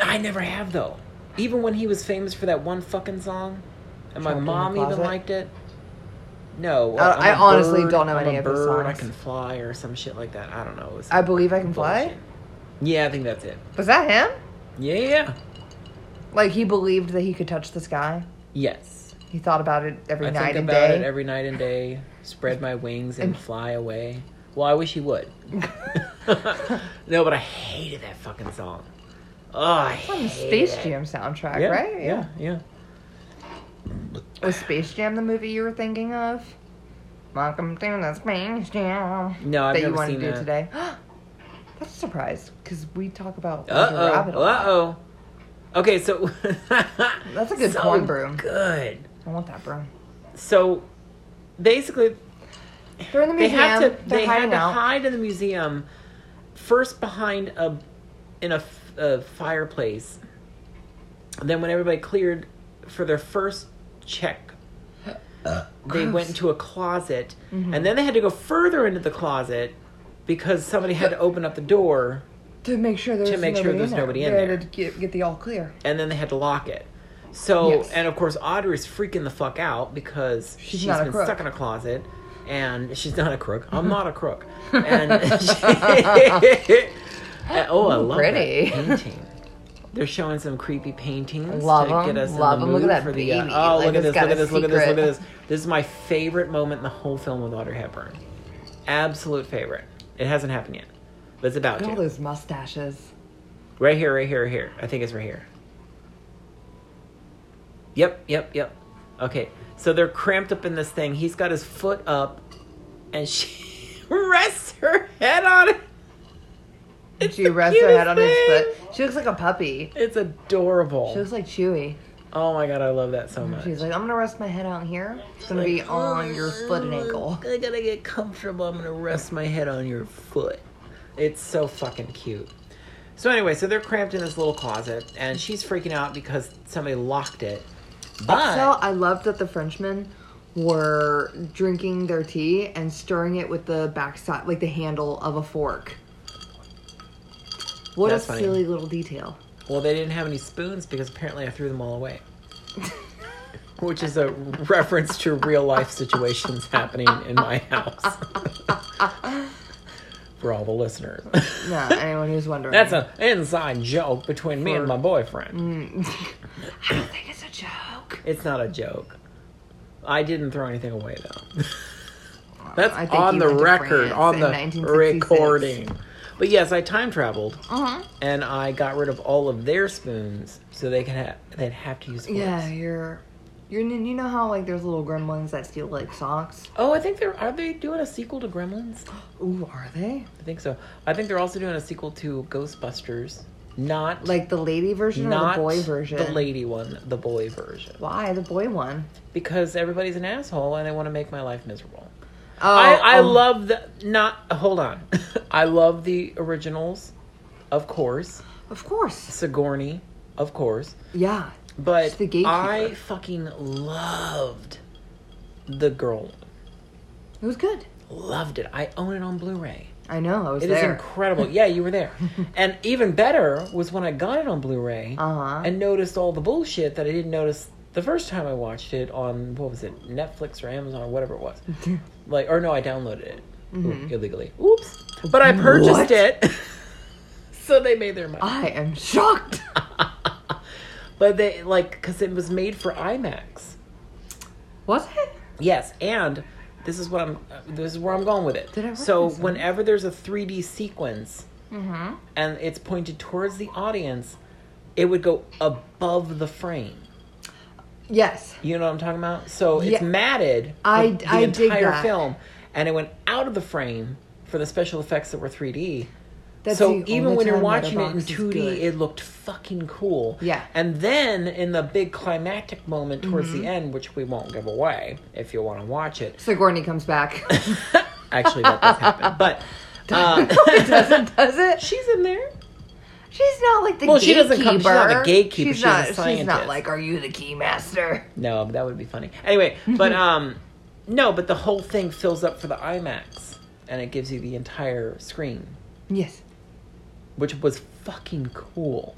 Speaker 3: I never have, though. Even when he was famous for that one fucking song, and my
Speaker 2: Trapped in the
Speaker 3: mom even
Speaker 2: Closet?
Speaker 3: liked it. No,
Speaker 2: Uh,
Speaker 3: I'm
Speaker 2: I
Speaker 3: a
Speaker 2: honestly
Speaker 3: bird,
Speaker 2: don't know
Speaker 3: I'm
Speaker 2: any
Speaker 3: a
Speaker 2: of his
Speaker 3: bird, I
Speaker 2: songs.
Speaker 3: can fly or some shit like that. I don't know. It was
Speaker 2: I believe I can fly.
Speaker 3: bullshit. Yeah, I think that's it.
Speaker 2: Was that him?
Speaker 3: Yeah, yeah, yeah.
Speaker 2: Like he believed that he could touch the sky.
Speaker 3: Yes.
Speaker 2: He thought about it every
Speaker 3: I
Speaker 2: night
Speaker 3: think
Speaker 2: and
Speaker 3: about
Speaker 2: day.
Speaker 3: it every night and day. Spread my wings and fly away. Well, I wish he
Speaker 2: (laughs)
Speaker 3: would. (laughs) no, but I hated that fucking song. Oh, I
Speaker 2: on the
Speaker 3: hate
Speaker 2: Space
Speaker 3: it.
Speaker 2: Jam soundtrack,
Speaker 3: Yeah,
Speaker 2: right?
Speaker 3: Yeah, yeah.
Speaker 2: Was Space Jam the movie you were thinking of? Welcome to the Space Jam.
Speaker 3: No, I've
Speaker 2: that you
Speaker 3: never
Speaker 2: want
Speaker 3: seen
Speaker 2: to do
Speaker 3: that.
Speaker 2: today. (gasps) That's a surprise because we talk about Roger
Speaker 3: Uh
Speaker 2: Rabbit a
Speaker 3: oh.
Speaker 2: lot.
Speaker 3: Uh oh. Okay, so (laughs)
Speaker 2: That's a good
Speaker 3: so
Speaker 2: corn broom.
Speaker 3: Good.
Speaker 2: I want that, bro.
Speaker 3: So basically,
Speaker 2: They're in the
Speaker 3: they
Speaker 2: museum.
Speaker 3: have to
Speaker 2: They're
Speaker 3: they had
Speaker 2: hiding
Speaker 3: to
Speaker 2: out.
Speaker 3: hide in the museum first behind a in a, f- a fireplace. And then when everybody cleared for their first
Speaker 2: (gasps)
Speaker 3: check, they went into a closet,
Speaker 2: Mm-hmm.
Speaker 3: and then they had to go further into the closet because somebody had to open up the door,
Speaker 2: to make sure there's
Speaker 3: make sure
Speaker 2: nobody
Speaker 3: there's
Speaker 2: in there.
Speaker 3: nobody in
Speaker 2: They're
Speaker 3: there.
Speaker 2: to get, get the all clear.
Speaker 3: and then they had to lock it. So
Speaker 2: Yes.
Speaker 3: and of course Audrey's freaking the fuck out because
Speaker 2: She's
Speaker 3: she's
Speaker 2: not a
Speaker 3: been
Speaker 2: crook.
Speaker 3: stuck in a closet and she's not a crook. I'm not
Speaker 2: (laughs)
Speaker 3: a crook. And (laughs) she- And- oh, I
Speaker 2: Ooh,
Speaker 3: love
Speaker 2: pretty.
Speaker 3: that painting. They're showing some creepy paintings
Speaker 2: Love
Speaker 3: to
Speaker 2: 'em,
Speaker 3: get us in
Speaker 2: love
Speaker 3: the
Speaker 2: 'em. Look at
Speaker 3: mood
Speaker 2: that
Speaker 3: for the uh,
Speaker 2: baby.
Speaker 3: oh,
Speaker 2: Like,
Speaker 3: look at
Speaker 2: it's
Speaker 3: this!
Speaker 2: got
Speaker 3: Look
Speaker 2: a
Speaker 3: at this! Look at this! Look at
Speaker 2: secret.
Speaker 3: this! This is my favorite moment in the whole film with Audrey Hepburn. Absolute favorite. It hasn't happened yet, but it's about
Speaker 2: Look at all
Speaker 3: to.
Speaker 2: those mustaches.
Speaker 3: Right here, right here, right here. I think it's right here. Yep, yep, yep. Okay, so they're cramped up in this thing. He's got his foot up, and she (laughs) rests her head on it.
Speaker 2: And
Speaker 3: It's
Speaker 2: she
Speaker 3: the
Speaker 2: rests her head on his
Speaker 3: cutest
Speaker 2: foot. She looks like a puppy.
Speaker 3: It's adorable.
Speaker 2: She looks like Chewy.
Speaker 3: oh my god, I love that so much.
Speaker 2: She's like, I'm gonna rest my head out here. It's gonna be on your foot and ankle.
Speaker 3: I gotta get comfortable. I'm gonna rest my head on your foot. It's so fucking cute. So anyway, so they're cramped in this little closet, and she's freaking out because somebody locked it. But
Speaker 2: So I loved that the Frenchmen were drinking their tea and stirring it with the backside, like the handle of a fork. What
Speaker 3: That's
Speaker 2: a
Speaker 3: funny.
Speaker 2: silly little detail.
Speaker 3: well, they didn't have any spoons because apparently I threw them all
Speaker 2: (laughs)
Speaker 3: away. Which is a reference to real life situations happening in my house.
Speaker 2: (laughs)
Speaker 3: For all the listeners. (laughs)
Speaker 2: No, anyone who's wondering.
Speaker 3: That's an inside joke between me and my boyfriend.
Speaker 2: I don't think it's a joke.
Speaker 3: It's not a joke. I didn't throw anything away
Speaker 2: (laughs)
Speaker 3: though. That's
Speaker 2: I think
Speaker 3: on
Speaker 2: he
Speaker 3: the
Speaker 2: went to
Speaker 3: record,
Speaker 2: France
Speaker 3: on
Speaker 2: in
Speaker 3: the
Speaker 2: 1966.
Speaker 3: recording. But yes, I time traveled
Speaker 2: Uh huh.
Speaker 3: and I got rid of all of their spoons so they could have they'd have to use forks.
Speaker 2: Yeah, you're, you're. You know how like there's little gremlins that steal like socks.
Speaker 3: Oh, I think they're are they doing a sequel to Gremlins?
Speaker 2: Ooh, are they?
Speaker 3: I think so. I think they're also doing a sequel to Ghostbusters. Not
Speaker 2: Like the lady version
Speaker 3: not
Speaker 2: or the boy version?
Speaker 3: The lady one, the boy version.
Speaker 2: Why the boy one?
Speaker 3: Because everybody's an asshole and they want to make my life miserable.
Speaker 2: Oh,
Speaker 3: I, I
Speaker 2: um,
Speaker 3: love the not hold on. (laughs) I love the originals, of course.
Speaker 2: Of course.
Speaker 3: Sigourney, of course.
Speaker 2: Yeah.
Speaker 3: But
Speaker 2: She's the gatekeeper.
Speaker 3: I fucking loved the girl.
Speaker 2: It was good.
Speaker 3: Loved it. I own it on Blu-ray.
Speaker 2: I know. I was
Speaker 3: It is
Speaker 2: there.
Speaker 3: incredible. Yeah, you
Speaker 2: (laughs)
Speaker 3: were there. and even better was when I got it on Blu-ray
Speaker 2: Uh-huh.
Speaker 3: and noticed all the bullshit that I didn't notice the first time I watched it on what was it, Netflix or Amazon or whatever
Speaker 2: (laughs)
Speaker 3: it was. like, or no, I downloaded it Ooh, illegally. Oops. But I purchased
Speaker 2: Mm-hmm. What?
Speaker 3: it. (laughs) so they made their
Speaker 2: (laughs)
Speaker 3: money.
Speaker 2: I am
Speaker 3: (laughs)
Speaker 2: shocked.
Speaker 3: But they like because it was made for IMAX.
Speaker 2: was it?
Speaker 3: Yes, and this is what I'm. uh, This is where I'm going with it.
Speaker 2: Did I
Speaker 3: so
Speaker 2: recognize that?
Speaker 3: whenever there's a 3D sequence,
Speaker 2: Mm-hmm.
Speaker 3: and it's pointed towards the audience, it would go above the frame.
Speaker 2: Yes.
Speaker 3: You know what I'm talking about? So it's
Speaker 2: Yeah.
Speaker 3: matted for
Speaker 2: I-
Speaker 3: the
Speaker 2: I dig
Speaker 3: entire
Speaker 2: that.
Speaker 3: film, and it went out of the frame for the special effects that were 3D.
Speaker 2: That's
Speaker 3: so
Speaker 2: the
Speaker 3: even
Speaker 2: only
Speaker 3: when you're
Speaker 2: time
Speaker 3: watching it
Speaker 2: Letterboxd
Speaker 3: in
Speaker 2: is
Speaker 3: 2D,
Speaker 2: good.
Speaker 3: it looked fucking cool.
Speaker 2: Yeah.
Speaker 3: And then in the big climactic moment towards
Speaker 2: Mm-hmm.
Speaker 3: the end, which we won't give away if you want to watch it,
Speaker 2: Sigourney comes back. (laughs)
Speaker 3: actually that does happen. But (laughs)
Speaker 2: (laughs)
Speaker 3: uh,
Speaker 2: it doesn't, does it?
Speaker 3: she's in there.
Speaker 2: She's not like the
Speaker 3: Well, she
Speaker 2: gatekeeper.
Speaker 3: doesn't come- she's not the gatekeeper,
Speaker 2: She's
Speaker 3: she's a
Speaker 2: not, she's
Speaker 3: scientist.
Speaker 2: not like, are you the key master?
Speaker 3: No, but that would be funny. Anyway,
Speaker 2: (laughs)
Speaker 3: but um, no, but the whole thing fills up for the IMAX, and it gives you the entire screen,
Speaker 2: Yes.
Speaker 3: which was fucking cool.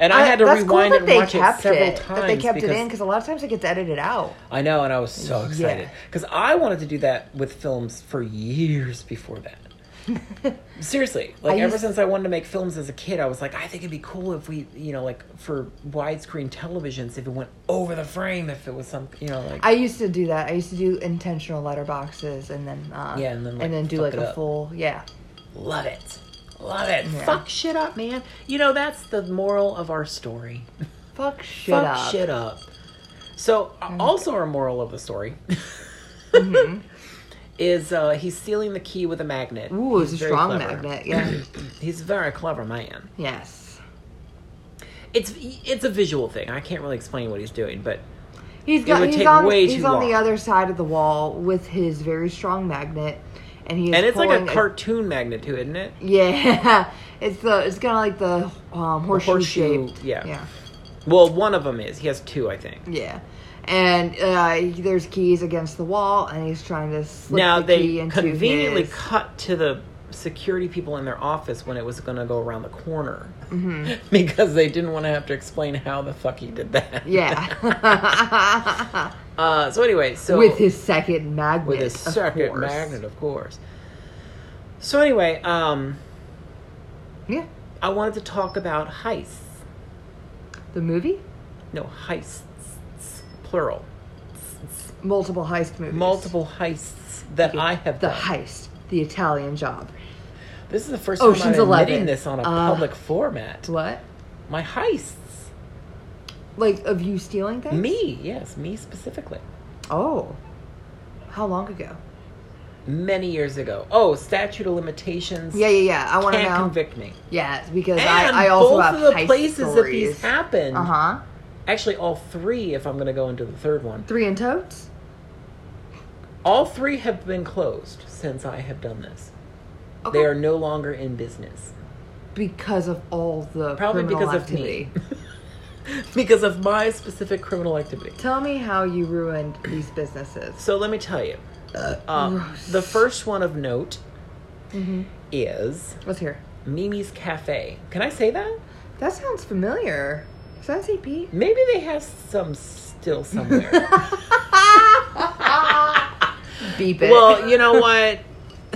Speaker 3: And I, had to
Speaker 2: that's
Speaker 3: rewind
Speaker 2: cool
Speaker 3: and
Speaker 2: that they
Speaker 3: watch it
Speaker 2: kept
Speaker 3: several
Speaker 2: it,
Speaker 3: times
Speaker 2: That they kept
Speaker 3: because
Speaker 2: it in because a lot of times it gets edited out.
Speaker 3: I know, and I was so excited because I wanted to do that with films for years before that.
Speaker 2: (laughs)
Speaker 3: Seriously, like
Speaker 2: I
Speaker 3: ever
Speaker 2: used-
Speaker 3: since I wanted to make films as a kid, I was like, I think it'd be cool if we, you know, like for widescreen televisions, if it went over the frame, if it was some, you know, like
Speaker 2: I used to do that. I used to do intentional letterboxes and then uh,
Speaker 3: Yeah, and then, like,
Speaker 2: do
Speaker 3: fuck
Speaker 2: like
Speaker 3: it
Speaker 2: a
Speaker 3: up.
Speaker 2: full yeah.
Speaker 3: love it, love it,
Speaker 2: Yeah.
Speaker 3: fuck shit up, man. You know, that's the moral of our story.
Speaker 2: Fuck shit
Speaker 3: fuck
Speaker 2: up. Mm.
Speaker 3: shit up. So, uh, also our moral of the story (laughs)
Speaker 2: Mm-hmm.
Speaker 3: is uh, he's sealing the key with a magnet.
Speaker 2: Ooh, it's a
Speaker 3: He's very
Speaker 2: strong
Speaker 3: clever.
Speaker 2: magnet. Yeah.
Speaker 3: (clears throat) He's a very clever man.
Speaker 2: yes.
Speaker 3: It's it's a visual thing. I can't really explain what he's doing, but
Speaker 2: He's got.
Speaker 3: would
Speaker 2: He's
Speaker 3: take
Speaker 2: on.
Speaker 3: way
Speaker 2: he's
Speaker 3: too
Speaker 2: on
Speaker 3: long.
Speaker 2: the other side of the wall with his very strong magnet, and he is
Speaker 3: and it's like a
Speaker 2: pulling
Speaker 3: cartoon magnet too, isn't it?
Speaker 2: (laughs) yeah, it's the. It's kind of like the um, horseshoe,
Speaker 3: horseshoe,
Speaker 2: shaped.
Speaker 3: yeah.
Speaker 2: Yeah.
Speaker 3: Well, one of them is. He has two, I think.
Speaker 2: Yeah. And uh, there's keys against the wall, and he's trying to slip
Speaker 3: now
Speaker 2: the key
Speaker 3: they
Speaker 2: into
Speaker 3: conveniently
Speaker 2: his-
Speaker 3: cut to the security people in their office when it was going to go around the corner
Speaker 2: Mm-hmm.
Speaker 3: (laughs) because they didn't want to have to explain how the fuck he did that.
Speaker 2: yeah,
Speaker 3: Uh, so anyway, (laughs) so
Speaker 2: with his second magnet.
Speaker 3: with his
Speaker 2: of
Speaker 3: second
Speaker 2: course.
Speaker 3: magnet, of course. So anyway, um,
Speaker 2: Yeah.
Speaker 3: I wanted to talk about heists.
Speaker 2: The movie,
Speaker 3: No, heists, plural.
Speaker 2: multiple heist movies.
Speaker 3: Multiple heists that I have
Speaker 2: The
Speaker 3: done.
Speaker 2: heist, the Italian job.
Speaker 3: This is the first
Speaker 2: Ocean's
Speaker 3: time I'm admitting
Speaker 2: 11.
Speaker 3: this on a
Speaker 2: Uh,
Speaker 3: public format.
Speaker 2: What?
Speaker 3: My heists.
Speaker 2: Like of you stealing things?
Speaker 3: Me, yes, me specifically.
Speaker 2: Oh. How long ago?
Speaker 3: Many years ago. Oh, statute of limitations.
Speaker 2: Yeah, yeah, yeah. I want to
Speaker 3: Can't
Speaker 2: know.
Speaker 3: convict me.
Speaker 2: yes, because
Speaker 3: And
Speaker 2: I, I also
Speaker 3: both
Speaker 2: have
Speaker 3: of the
Speaker 2: heist
Speaker 3: places that
Speaker 2: stories.
Speaker 3: these happened.
Speaker 2: Uh huh.
Speaker 3: Actually, all three. If I'm going to go into the third one,
Speaker 2: Three in totes.
Speaker 3: all three have been closed since I have done this.
Speaker 2: Okay.
Speaker 3: They are no longer in business.
Speaker 2: because of all the
Speaker 3: Probably
Speaker 2: criminal
Speaker 3: because
Speaker 2: activity.
Speaker 3: of me. (laughs) because of my specific criminal activity.
Speaker 2: Tell me how you ruined these businesses.
Speaker 3: So let me tell you. Um, the first one of note
Speaker 2: Mm-hmm.
Speaker 3: is
Speaker 2: Let's hear.
Speaker 3: Mimi's Cafe. Can I say that?
Speaker 2: That sounds familiar. Is that
Speaker 3: (laughs)
Speaker 2: CP?
Speaker 3: Maybe they have some still somewhere.
Speaker 2: (laughs) Beep it.
Speaker 3: well, you know what?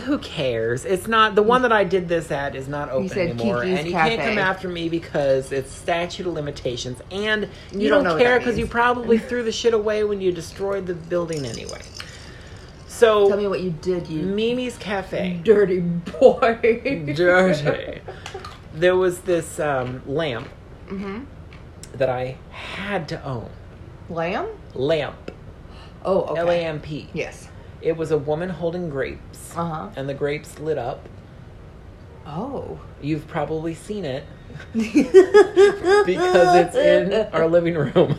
Speaker 3: Who cares? It's not the one that I did this at is not open
Speaker 2: said
Speaker 3: anymore,
Speaker 2: Kiki's
Speaker 3: and you can't
Speaker 2: Cafe.
Speaker 3: come after me because it's statute of limitations, and you,
Speaker 2: You don't
Speaker 3: don't,
Speaker 2: know what
Speaker 3: care
Speaker 2: that
Speaker 3: because you
Speaker 2: means.
Speaker 3: probably threw the shit away when you destroyed the building anyway. So
Speaker 2: Tell me what you did, you
Speaker 3: Mimi's
Speaker 2: (laughs)
Speaker 3: Cafe.
Speaker 2: dirty boy.
Speaker 3: Dirty. there was this um, lamp
Speaker 2: hmm
Speaker 3: that I had to own.
Speaker 2: Lamb?
Speaker 3: Lamp.
Speaker 2: Oh, okay.
Speaker 3: L A M P.
Speaker 2: Yes.
Speaker 3: It was a woman holding grapes,
Speaker 2: Uh-huh.
Speaker 3: and the grapes lit up.
Speaker 2: Oh.
Speaker 3: You've probably seen it because
Speaker 2: because (laughs)
Speaker 3: it's in our living room.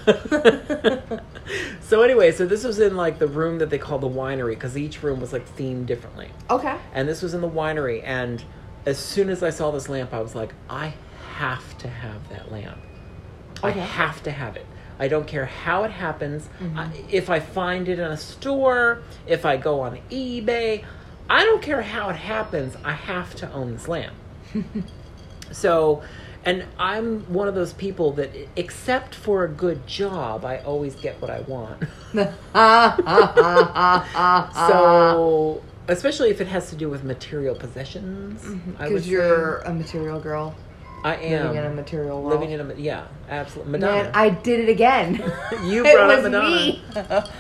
Speaker 3: (laughs) so anyway, so this was in like the room that they call the winery because each room was like themed differently.
Speaker 2: Okay.
Speaker 3: And this was in the winery and as soon as I saw this lamp, I was like, I have to have that lamp. I
Speaker 2: Okay.
Speaker 3: have to have it. I don't care how it happens. I, if I find it in a store, if I go on eBay, I don't care how it happens. I have to own this lamp. so, and I'm one of those people that, except for a good job, I always get what
Speaker 2: (laughs)
Speaker 3: I want. so, especially if it has to do with material possessions, I would
Speaker 2: Because
Speaker 3: say
Speaker 2: Mm-hmm. you're a material girl
Speaker 3: I am
Speaker 2: living in a material world.
Speaker 3: living in a yeah, absolutely.
Speaker 2: Man,
Speaker 3: Madonna.
Speaker 2: I did it again.
Speaker 3: (laughs) You
Speaker 2: it
Speaker 3: brought
Speaker 2: was
Speaker 3: up Madonna.
Speaker 2: me. (laughs)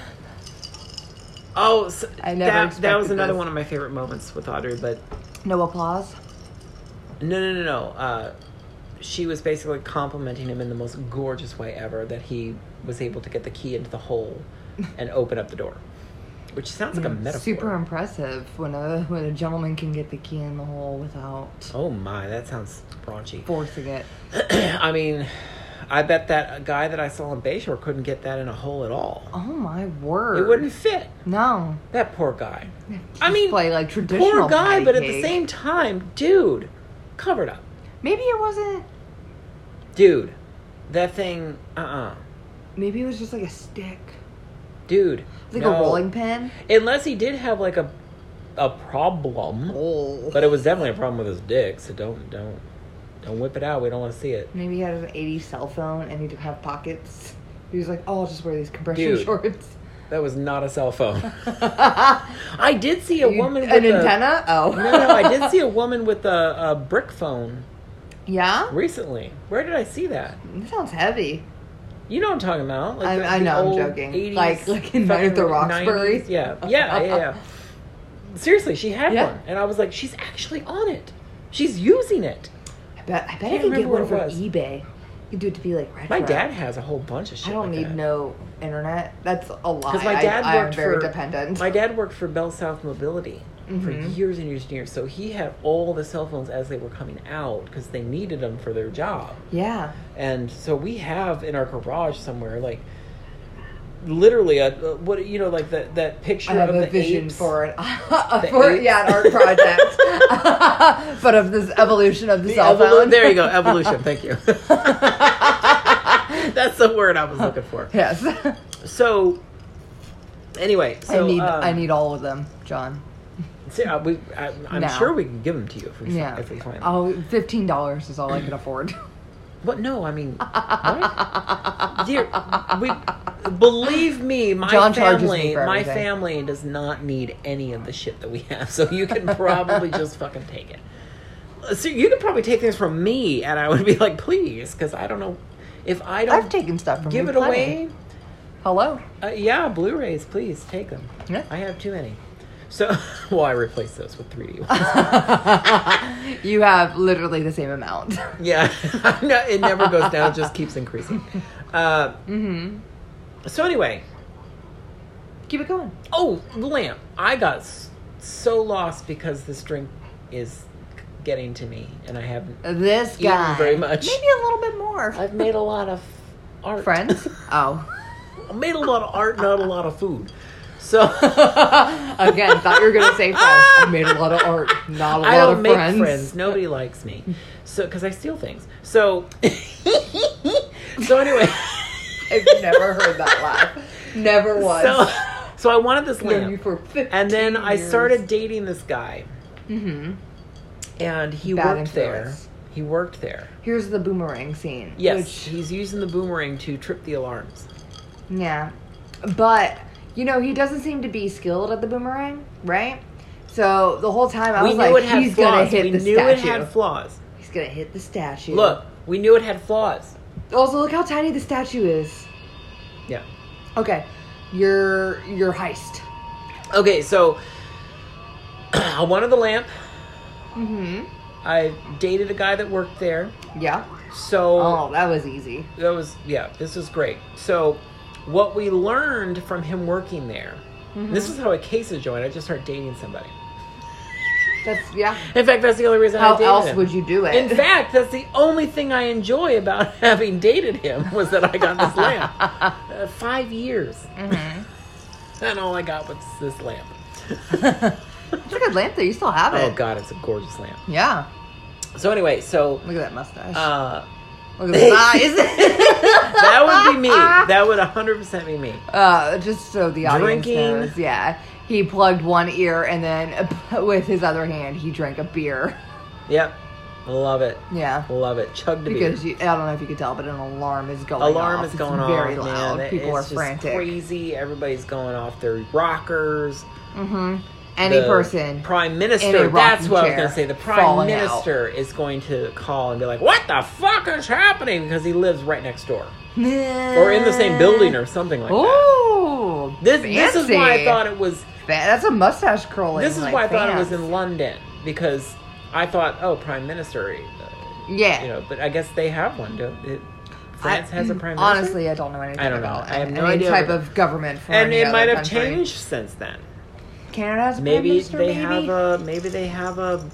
Speaker 3: Oh, so
Speaker 2: I never
Speaker 3: that, that was
Speaker 2: expected
Speaker 3: another
Speaker 2: this.
Speaker 3: one of my favorite moments with Audrey, but
Speaker 2: No applause.
Speaker 3: no, no, no, no. Uh, she was basically complimenting him in the most gorgeous way ever that he was able to get the key into
Speaker 2: (laughs)
Speaker 3: the hole and open up the door, which sounds like a metaphor.
Speaker 2: Mm, Super impressive when a when a gentleman can get the key in the hole without
Speaker 3: oh my, that sounds raunchy. (clears throat)
Speaker 2: forcing it.
Speaker 3: I mean, I bet that guy that I saw in Bayshore couldn't get that in a hole at all.
Speaker 2: Oh my word!
Speaker 3: It wouldn't fit.
Speaker 2: No,
Speaker 3: That poor guy. I mean,
Speaker 2: play like traditional.
Speaker 3: poor guy,
Speaker 2: patty
Speaker 3: but at the
Speaker 2: cake.
Speaker 3: same time, dude, covered up.
Speaker 2: maybe it wasn't.
Speaker 3: Dude, that thing, uh uh
Speaker 2: Maybe it was just like a stick,
Speaker 3: Dude.
Speaker 2: It's like
Speaker 3: no.
Speaker 2: a rolling pin.
Speaker 3: Unless he did have like a a problem.
Speaker 2: Oh,
Speaker 3: But it was definitely a problem with his dick, so don't don't don't whip it out. We don't want to see it.
Speaker 2: maybe he had an '80s cell phone and he didn't have pockets. He was like, "Oh, I'll just wear these compression
Speaker 3: Dude.
Speaker 2: shorts." (laughs)
Speaker 3: That was not (laughs) a cell phone. (laughs)
Speaker 2: a
Speaker 3: I did see a woman with
Speaker 2: an
Speaker 3: a-
Speaker 2: antenna. Oh,
Speaker 3: No, no, I did see a woman with a, a brick phone
Speaker 2: (laughs) Yeah,
Speaker 3: recently. Where did I see that?
Speaker 2: that sounds heavy.
Speaker 3: You know what I'm talking about.
Speaker 2: I-
Speaker 3: the-
Speaker 2: I
Speaker 3: the
Speaker 2: know, I'm
Speaker 3: old
Speaker 2: joking.
Speaker 3: 80s
Speaker 2: Like- like in Night at the
Speaker 3: fucking
Speaker 2: Roxbury.
Speaker 3: 90s. Yeah, yeah, yeah. yeah. Seriously, she had
Speaker 2: Yeah.
Speaker 3: one, and I was like, she's actually on it. She's using it.
Speaker 2: I bet I bet
Speaker 3: Can't
Speaker 2: I can get
Speaker 3: remember
Speaker 2: one
Speaker 3: what
Speaker 2: from
Speaker 3: it was.
Speaker 2: eBay. You could do it to be like retro.
Speaker 3: My dad has a whole bunch of shit.
Speaker 2: I don't
Speaker 3: like
Speaker 2: need
Speaker 3: that.
Speaker 2: no internet. That's a lot.
Speaker 3: my dad
Speaker 2: I,
Speaker 3: worked
Speaker 2: I'm very
Speaker 3: for-
Speaker 2: dependent.
Speaker 3: My dad worked for Bell South Mobility for
Speaker 2: Mhm.
Speaker 3: years and years and years, so he had all the cell phones as they were coming out because they needed them for their job.
Speaker 2: yeah.
Speaker 3: and so we have in our garage somewhere like literally a a- what you know like that that picture
Speaker 2: I have
Speaker 3: of
Speaker 2: a
Speaker 3: the
Speaker 2: vision
Speaker 3: apes. (laughs)
Speaker 2: for an (laughs)
Speaker 3: The
Speaker 2: for
Speaker 3: apes.
Speaker 2: yeah an art project, (laughs) but of this evolution of the,
Speaker 3: The
Speaker 2: cell
Speaker 3: evolu-
Speaker 2: phone.
Speaker 3: there you go evolution thank you that's the word i was looking for
Speaker 2: (laughs) yes, (laughs)
Speaker 3: so anyway so
Speaker 2: I need
Speaker 3: um,
Speaker 2: I need all of them, John.
Speaker 3: so, uh, we, I, i'm
Speaker 2: Now.
Speaker 3: sure we can give them to you if we, fi-
Speaker 2: Yeah.
Speaker 3: if we find them
Speaker 2: Oh, fifteen dollars is all
Speaker 3: (clears throat)
Speaker 2: I can
Speaker 3: (laughs)
Speaker 2: afford.
Speaker 3: but no i mean what? Dear, we, believe me my
Speaker 2: John charges me
Speaker 3: family
Speaker 2: for
Speaker 3: my
Speaker 2: everything.
Speaker 3: family does not need any of the shit that we have so you can
Speaker 2: (laughs)
Speaker 3: probably just fucking take it so you could probably take things from me and i would be like please because i don't know if i don't
Speaker 2: I've taken stuff from
Speaker 3: give
Speaker 2: you
Speaker 3: it
Speaker 2: plenty.
Speaker 3: away
Speaker 2: Hello.
Speaker 3: uh, yeah blu-rays please take them
Speaker 2: Yeah.
Speaker 3: i have too many So, (laughs) well, I replaced those with 3D ones.
Speaker 2: (laughs) you have literally the same amount. (laughs)
Speaker 3: yeah, (laughs) No, it never goes down; it just keeps increasing. Uh,
Speaker 2: hmm
Speaker 3: so anyway,
Speaker 2: Keep it going.
Speaker 3: oh, the lamp! I got s- so lost because this drink is getting to me, and I haven't.
Speaker 2: This
Speaker 3: Eaten
Speaker 2: guy.
Speaker 3: very much.
Speaker 2: Maybe a little bit more.
Speaker 3: I've made a lot of art.
Speaker 2: Friends? Oh.
Speaker 3: (laughs) I made a lot of art, not a lot of food. So (laughs)
Speaker 2: Again, thought you were gonna say friends. I made a lot of art, not a lot
Speaker 3: I don't
Speaker 2: of
Speaker 3: make
Speaker 2: friends.
Speaker 3: friends. Nobody likes me. So because I steal things. So (laughs)
Speaker 2: (laughs)
Speaker 3: so anyway.
Speaker 2: I've never heard that laugh. Never was.
Speaker 3: (laughs) So, so I wanted this
Speaker 2: Known you
Speaker 3: lamp,
Speaker 2: for 15
Speaker 3: and then I
Speaker 2: years.
Speaker 3: started dating this guy,
Speaker 2: Mhm.
Speaker 3: and he
Speaker 2: Bad
Speaker 3: worked
Speaker 2: influence.
Speaker 3: there. He worked there.
Speaker 2: Here's the boomerang scene.
Speaker 3: Yes,
Speaker 2: Which,
Speaker 3: he's using the boomerang to trip the alarms.
Speaker 2: yeah. But you know he doesn't seem to be skilled at the boomerang, right? So the whole time I
Speaker 3: we
Speaker 2: was
Speaker 3: knew
Speaker 2: like,
Speaker 3: it had
Speaker 2: he's
Speaker 3: flaws.
Speaker 2: gonna hit
Speaker 3: we
Speaker 2: the
Speaker 3: knew
Speaker 2: statue.
Speaker 3: it had flaws.
Speaker 2: he's gonna hit the statue.
Speaker 3: Look, we knew it had flaws.
Speaker 2: Also, look how tiny the statue is.
Speaker 3: Yeah.
Speaker 2: Okay, your your heist.
Speaker 3: Okay, so (clears throat) I wanted the lamp.
Speaker 2: Mm-hmm.
Speaker 3: I dated a guy that worked there.
Speaker 2: Yeah.
Speaker 3: So
Speaker 2: Oh, that was easy.
Speaker 3: that was yeah, this was great. So what we learned from him working there,
Speaker 2: Mm-hmm.
Speaker 3: this is how a case is joined. I just started dating somebody.
Speaker 2: That's yeah.
Speaker 3: In fact, that's the only reason I
Speaker 2: How
Speaker 3: dated
Speaker 2: else
Speaker 3: him.
Speaker 2: would you do it?
Speaker 3: In fact, that's the only thing I enjoy about (laughs) having dated him was that I got
Speaker 2: (laughs)
Speaker 3: this lamp. Uh, five years,
Speaker 2: Mm-hmm.
Speaker 3: (laughs) and all I got was this
Speaker 2: (laughs)
Speaker 3: lamp.
Speaker 2: it's a good lamp though. You still have it.
Speaker 3: Oh God, it's a gorgeous lamp.
Speaker 2: Yeah.
Speaker 3: So anyway, so
Speaker 2: Look at that mustache. (laughs)
Speaker 3: uh, (laughs)
Speaker 2: Look at that. eyes.
Speaker 3: that would be me. That would 100% be me.
Speaker 2: (laughs) Uh, just so the audience
Speaker 3: Drinking.
Speaker 2: knows, yeah. He plugged one ear and then (laughs) uh, with his other hand he drank a beer. (laughs)
Speaker 3: Yep. Love it.
Speaker 2: Yeah.
Speaker 3: Love it. Chug the beer.
Speaker 2: Because you, I don't know if you could tell, but an alarm is going
Speaker 3: Alarm
Speaker 2: off.
Speaker 3: is going
Speaker 2: it's
Speaker 3: off.
Speaker 2: very
Speaker 3: man.
Speaker 2: loud.
Speaker 3: It-
Speaker 2: People
Speaker 3: it's
Speaker 2: are
Speaker 3: just
Speaker 2: frantic.
Speaker 3: crazy. Everybody's going off their rockers.
Speaker 2: hmm Any
Speaker 3: The
Speaker 2: person.
Speaker 3: Prime
Speaker 2: in a
Speaker 3: Minister. That's
Speaker 2: rocking
Speaker 3: what I was
Speaker 2: chair
Speaker 3: going to say. The Prime
Speaker 2: falling
Speaker 3: Minister is going to call and be like, what the fuck is happening? Because he lives right next door. Or in the same building or something like that.
Speaker 2: Ooh,
Speaker 3: This, this is why I
Speaker 2: fancy.
Speaker 3: thought it was
Speaker 2: Fa- that's a mustache curling.
Speaker 3: this is
Speaker 2: like,
Speaker 3: why I thought it was
Speaker 2: fans.
Speaker 3: in London because I thought, oh, prime minister, uh,
Speaker 2: Yeah.
Speaker 3: you know. But I guess they have one. Don't, it, France
Speaker 2: I- mm,
Speaker 3: has a prime minister.
Speaker 2: Honestly, I don't know anything
Speaker 3: I don't know.
Speaker 2: about
Speaker 3: I have no
Speaker 2: any
Speaker 3: idea
Speaker 2: type
Speaker 3: about-
Speaker 2: of government. From
Speaker 3: and
Speaker 2: any
Speaker 3: it
Speaker 2: other
Speaker 3: might have
Speaker 2: country.
Speaker 3: changed since then.
Speaker 2: Canada has a prime
Speaker 3: Maybe
Speaker 2: minister,
Speaker 3: they
Speaker 2: maybe?
Speaker 3: have a maybe they have a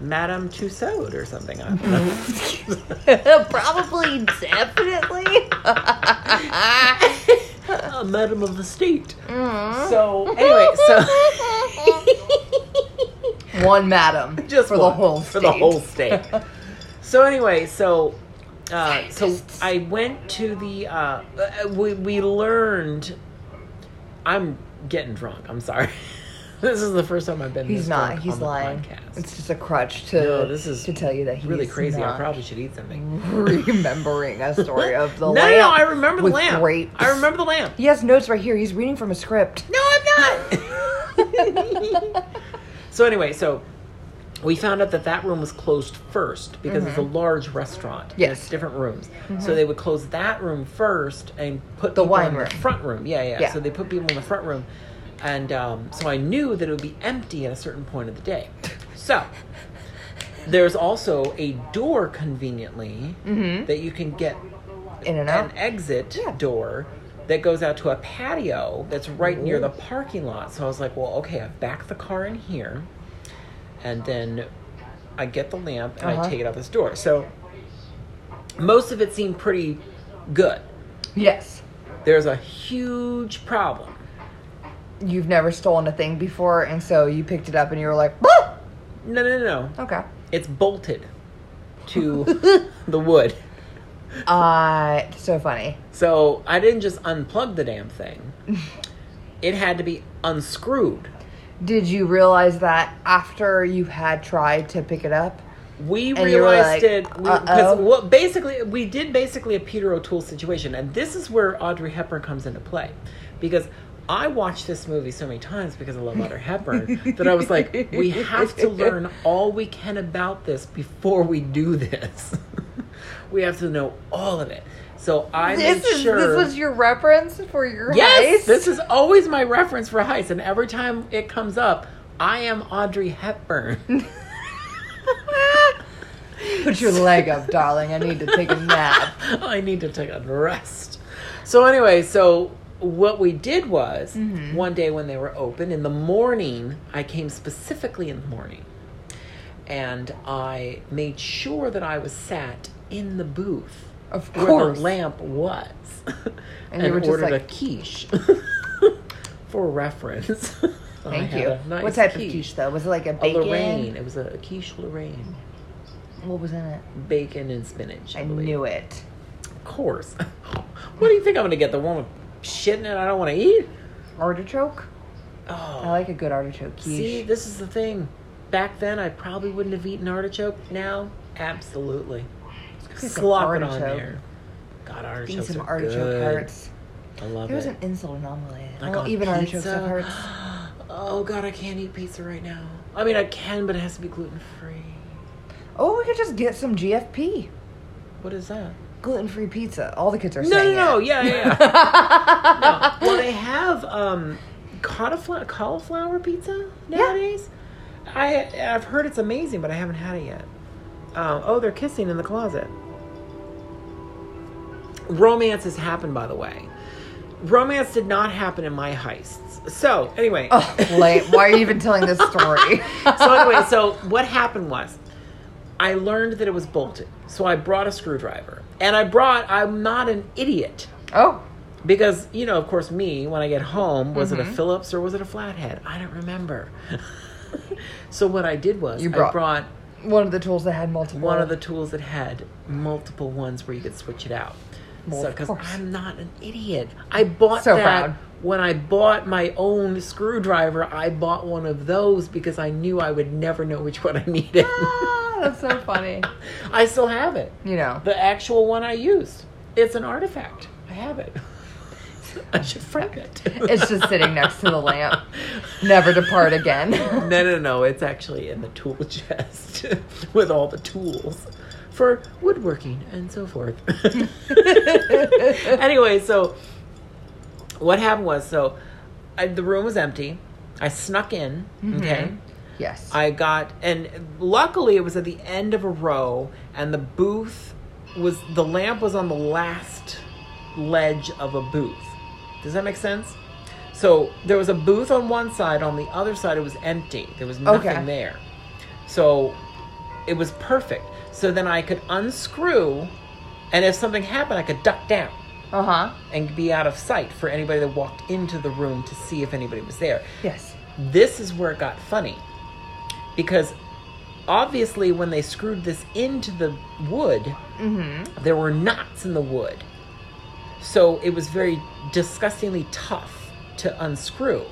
Speaker 3: Madame Tussaud or something. I don't
Speaker 2: (laughs)
Speaker 3: know.
Speaker 2: (laughs)
Speaker 3: (laughs)
Speaker 2: Probably, definitely.
Speaker 3: a Madame of the State.
Speaker 2: Mhm.
Speaker 3: So (laughs) anyway, so
Speaker 2: (laughs) one madam,
Speaker 3: (laughs) just
Speaker 2: for the
Speaker 3: one,
Speaker 2: whole
Speaker 3: for the
Speaker 2: state.
Speaker 3: whole state. so anyway, so uh, so
Speaker 2: Scientists.
Speaker 3: I went to the uh, uh, we we learned. I'm getting drunk. I'm sorry. (laughs) this is the first time I've been.
Speaker 2: He's
Speaker 3: this
Speaker 2: not.
Speaker 3: drunk
Speaker 2: He's
Speaker 3: on the
Speaker 2: lying.
Speaker 3: podcast.
Speaker 2: It's just a crutch to
Speaker 3: No, this is
Speaker 2: to tell you that he's
Speaker 3: really crazy.
Speaker 2: Not
Speaker 3: I probably should eat something.
Speaker 2: (laughs) remembering a story of the
Speaker 3: (laughs) no,
Speaker 2: lamp.
Speaker 3: no, no. I remember the
Speaker 2: with
Speaker 3: lamp.
Speaker 2: grapes.
Speaker 3: I remember the lamp.
Speaker 2: He has notes right here. He's reading from a script.
Speaker 3: No, I'm not. (laughs) so anyway, so we found out that that room was closed first because it's a large restaurant.
Speaker 2: Mm-hmm. Yes.
Speaker 3: and
Speaker 2: Mm-hmm.
Speaker 3: it's different rooms. So they would close that room first and put
Speaker 2: The
Speaker 3: people
Speaker 2: wine
Speaker 3: in
Speaker 2: room.
Speaker 3: the front room. Yeah, yeah,
Speaker 2: Yeah.
Speaker 3: So they put people in the front room, and um, so I knew that it would be empty at a certain point of the day. So. There's also a door conveniently
Speaker 2: Mm-hmm.
Speaker 3: that you can get
Speaker 2: In and out.
Speaker 3: an exit
Speaker 2: Oh. Yeah.
Speaker 3: door that goes out to a patio that's right near the parking lot. So I was like, well, okay, I back the car in here, and then I get the lamp and I
Speaker 2: Uh-huh.
Speaker 3: take it out this door. So most of it seemed pretty good.
Speaker 2: Yes.
Speaker 3: There's a huge problem.
Speaker 2: You've never stolen a thing before, and so you picked it up and you were like, Whoa!
Speaker 3: No, no, no, no.
Speaker 2: okay.
Speaker 3: It's bolted
Speaker 2: (laughs)
Speaker 3: to the wood.
Speaker 2: Uh, so funny.
Speaker 3: So I didn't just unplug the
Speaker 2: (laughs)
Speaker 3: damn thing. It had to be unscrewed.
Speaker 2: Did you realize that after you had tried to pick it up?
Speaker 3: We
Speaker 2: And you were like,
Speaker 3: realized it
Speaker 2: "Uh-oh."
Speaker 3: because what basically we did basically a Peter O'Toole situation, and this is where Audrey Hepburn comes into play, because I watched this movie so many times because I love
Speaker 2: (laughs)
Speaker 3: Audrey Hepburn that I was like, we have to learn all we (laughs) can about this before we do this. we have to know all of it, So I
Speaker 2: This
Speaker 3: made
Speaker 2: is
Speaker 3: sure.
Speaker 2: this was your reference for your
Speaker 3: yes,
Speaker 2: heist?
Speaker 3: this is always my reference for heist, and every time it comes up, I am Audrey Hepburn.
Speaker 2: (laughs) Put your leg up, darling. I need to take a
Speaker 3: (laughs)
Speaker 2: nap.
Speaker 3: I need to take a rest. So anyway, so what we did was
Speaker 2: Mm-hmm.
Speaker 3: one day when they were open in the morning, I came specifically in the morning, and I made sure that I was sat in the booth
Speaker 2: Of
Speaker 3: where
Speaker 2: course.
Speaker 3: the lamp was,
Speaker 2: (laughs) And
Speaker 3: and,
Speaker 2: you were just
Speaker 3: ordered
Speaker 2: like-
Speaker 3: a quiche (laughs) for reference. (laughs) Oh, I
Speaker 2: Thank
Speaker 3: had
Speaker 2: you.
Speaker 3: a nice
Speaker 2: what type of quiche though? Was it like a
Speaker 3: A
Speaker 2: bacon?
Speaker 3: Lorraine. It was a quiche Lorraine,
Speaker 2: What was in it?
Speaker 3: bacon and spinach.
Speaker 2: I
Speaker 3: believe.
Speaker 2: knew it.
Speaker 3: Of course. (laughs) what do you think I'm gonna get? The one with shit in it I don't want to eat?
Speaker 2: Artichoke.
Speaker 3: Oh,
Speaker 2: I like a good artichoke quiche.
Speaker 3: see, this is the thing. Back then, I probably wouldn't have eaten artichoke. Now, absolutely.
Speaker 2: some
Speaker 3: Slop it on
Speaker 2: artichoke.
Speaker 3: there. God,
Speaker 2: Eating
Speaker 3: artichokes
Speaker 2: some
Speaker 3: are
Speaker 2: artichoke
Speaker 3: good.
Speaker 2: hearts.
Speaker 3: I love
Speaker 2: There was an
Speaker 3: it.
Speaker 2: insult in omelet.
Speaker 3: Like
Speaker 2: well,
Speaker 3: on
Speaker 2: even artichokes
Speaker 3: pizza.
Speaker 2: have hearts.
Speaker 3: (gasps) Oh God, I can't eat pizza right now. I mean, I can, but it has to be gluten free.
Speaker 2: Oh, we could just get some GFP,
Speaker 3: What is that?
Speaker 2: gluten-free pizza. All the kids are
Speaker 3: No, no,
Speaker 2: saying
Speaker 3: no.
Speaker 2: it. (laughs)
Speaker 3: Yeah, yeah. yeah. No. Well, they have um, cauliflower, cauliflower pizza nowadays. I I've heard it's amazing, but I haven't had it yet. Um, oh, they're kissing in the closet. Romance has happened, by the way. Romance did not happen in my heists. So anyway,
Speaker 2: Oh,
Speaker 3: (laughs)
Speaker 2: late. Why are you even telling this story? (laughs)
Speaker 3: so anyway, so what happened was, I learned that it was bolted. So I brought a screwdriver, and I brought. I'm not an idiot.
Speaker 2: oh,
Speaker 3: Because, you know, of course, me, when I get home, was
Speaker 2: Mm-hmm.
Speaker 3: it a Phillips or was it a flathead? I don't remember. (laughs) so, what I did was,
Speaker 2: You brought-
Speaker 3: I brought
Speaker 2: one of the tools that had multiple.
Speaker 3: one of the tools that had multiple ones where you could switch it out.
Speaker 2: Well,
Speaker 3: so,
Speaker 2: of
Speaker 3: because
Speaker 2: course.
Speaker 3: I'm not an idiot. I bought
Speaker 2: So
Speaker 3: that.
Speaker 2: proud.
Speaker 3: When I bought my own screwdriver, I bought one of those because I knew I would never know which one I
Speaker 2: (laughs)
Speaker 3: needed.
Speaker 2: Ah, that's so funny.
Speaker 3: I still have it.
Speaker 2: You know,
Speaker 3: The actual one I used. It's an artifact. I have it. (laughs) I should frame it.
Speaker 2: it's just sitting next to the lamp. Never depart again.
Speaker 3: (laughs) No, no, no. It's actually in the tool (laughs) chest with all the tools for woodworking and so forth. (laughs) anyway, so what happened was so I, the room was empty. I snuck in. Okay.
Speaker 2: yes.
Speaker 3: I got, and luckily it was at the end of a row, and the booth was, the lamp was on the last ledge of a booth. Does that make sense? So there was a booth on one side, on the other side it was empty. There was nothing
Speaker 2: Okay.
Speaker 3: there. So it was perfect. So then I could unscrew, and if something happened, I could duck down
Speaker 2: Uh huh.
Speaker 3: and be out of sight for anybody that walked into the room to see if anybody was there
Speaker 2: Yes.
Speaker 3: this is where it got funny because obviously when they screwed this into the wood
Speaker 2: Mm-hmm.
Speaker 3: there were knots in the wood so it was very disgustingly tough to unscrew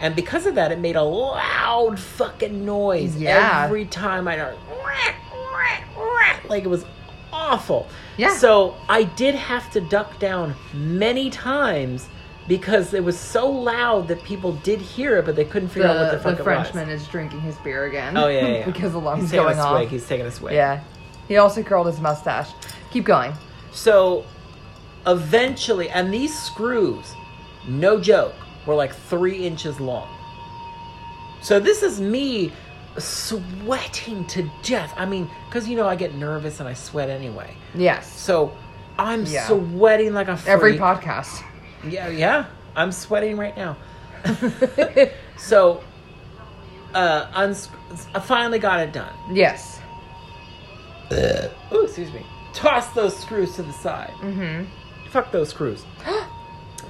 Speaker 3: and because of that it made a loud fucking noise
Speaker 2: Yeah.
Speaker 3: every time i heard "Whack, whack, whack," like it was awful
Speaker 2: Yeah.
Speaker 3: so i did have to duck down many times because it was so loud that people did hear it but they couldn't figure out what the
Speaker 2: The,
Speaker 3: fuck
Speaker 2: the
Speaker 3: it
Speaker 2: Frenchman
Speaker 3: was
Speaker 2: is drinking his beer again.
Speaker 3: oh yeah, yeah,
Speaker 2: (laughs)
Speaker 3: yeah.
Speaker 2: because the
Speaker 3: he's
Speaker 2: alarm's
Speaker 3: taking
Speaker 2: going
Speaker 3: a
Speaker 2: off.
Speaker 3: swig he's taking a swig
Speaker 2: Yeah. He also curled his mustache. Keep going.
Speaker 3: So eventually, and these screws, no joke, were like three inches long. So this is me sweating to death. I mean, because you know, I get nervous and I sweat anyway.
Speaker 2: Yes.
Speaker 3: So I'm
Speaker 2: Yeah.
Speaker 3: sweating like a freak.
Speaker 2: Every podcast.
Speaker 3: Yeah, yeah. I'm sweating
Speaker 2: (laughs)
Speaker 3: right now. so uh, uns- I finally got it done.
Speaker 2: yes.
Speaker 3: Ooh, excuse me. Toss those screws to the side. Mm-hmm. Fuck those
Speaker 2: (gasps)
Speaker 3: screws.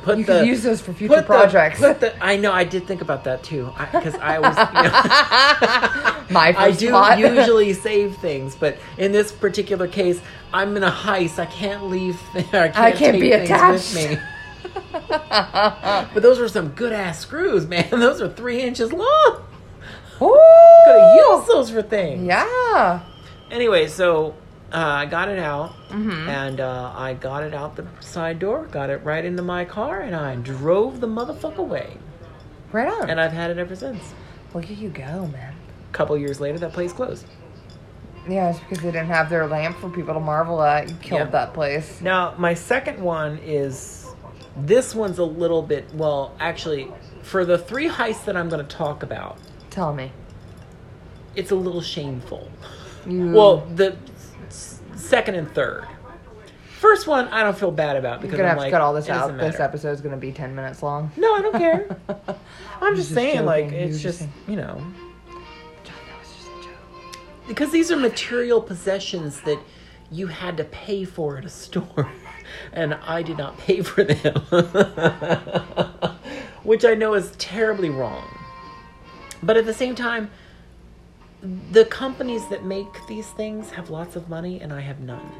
Speaker 3: Put
Speaker 2: You could use those for future
Speaker 3: put the-
Speaker 2: projects.
Speaker 3: put the- I know. I did think about that too, because I, was.
Speaker 2: (laughs) My
Speaker 3: I
Speaker 2: first (laughs)
Speaker 3: do
Speaker 2: spot.
Speaker 3: usually save things, but in this particular case, I'm in a heist. I can't leave. (laughs) I can't,
Speaker 2: I can't
Speaker 3: take
Speaker 2: be
Speaker 3: things
Speaker 2: attached. (laughs)
Speaker 3: With me. but those were some good ass screws, man. (laughs) Those are three inches long. Could have used those for things.
Speaker 2: Yeah.
Speaker 3: Anyway, so uh, I got it out,
Speaker 2: Mm-hmm.
Speaker 3: and uh, I got it out the side door, got it right into my car, and I drove the motherfucker away.
Speaker 2: Right on.
Speaker 3: And I've had it ever since.
Speaker 2: Look at you go, man.
Speaker 3: A couple years later, that place closed.
Speaker 2: Yeah, it's because they didn't have their lamp for people to marvel at. You killed
Speaker 3: Yeah.
Speaker 2: that place.
Speaker 3: Now, my second one is this one's a little bit, well, actually, for the three heists that I'm going to talk about,
Speaker 2: Tell me.
Speaker 3: it's a little shameful.
Speaker 2: You,
Speaker 3: Well, the s- second and third. First one, I don't feel bad about
Speaker 2: you're
Speaker 3: because
Speaker 2: gonna
Speaker 3: I'm
Speaker 2: have to
Speaker 3: like,
Speaker 2: cut all this
Speaker 3: it doesn't
Speaker 2: out. This
Speaker 3: matter.
Speaker 2: episode's gonna be ten minutes long. (laughs)
Speaker 3: No, I don't care. I'm just,
Speaker 2: just
Speaker 3: saying, like,
Speaker 2: joking. You
Speaker 3: it's
Speaker 2: were just
Speaker 3: just, you know,
Speaker 2: John, that was just a joke.
Speaker 3: because these are material possessions that you had to pay for at a store, (laughs) and I did not pay for them, (laughs) which I know is terribly wrong. But at the same time, the companies that make these things have lots of money, and I have none.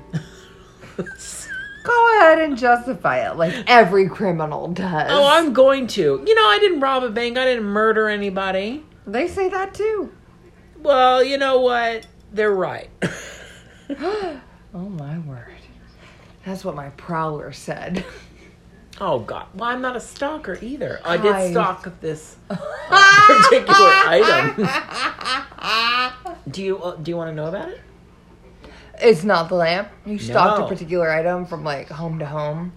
Speaker 3: (laughs)
Speaker 2: Go ahead and justify it, like every criminal does.
Speaker 3: Oh, I'm going to. You know, I didn't rob a bank. I didn't murder anybody.
Speaker 2: They say that too.
Speaker 3: Well, you know what? They're right. (laughs)
Speaker 2: Oh my word. That's what my prowler
Speaker 3: (laughs)
Speaker 2: said. (laughs)
Speaker 3: oh God. Well, I'm not a stalker either. I did
Speaker 2: Christ.
Speaker 3: stalk (laughs) this uh, (laughs) particular item. do you uh, do you want to know about it?
Speaker 2: (laughs) It's not the lamp. You stalked
Speaker 3: No.
Speaker 2: a particular item from like home to home.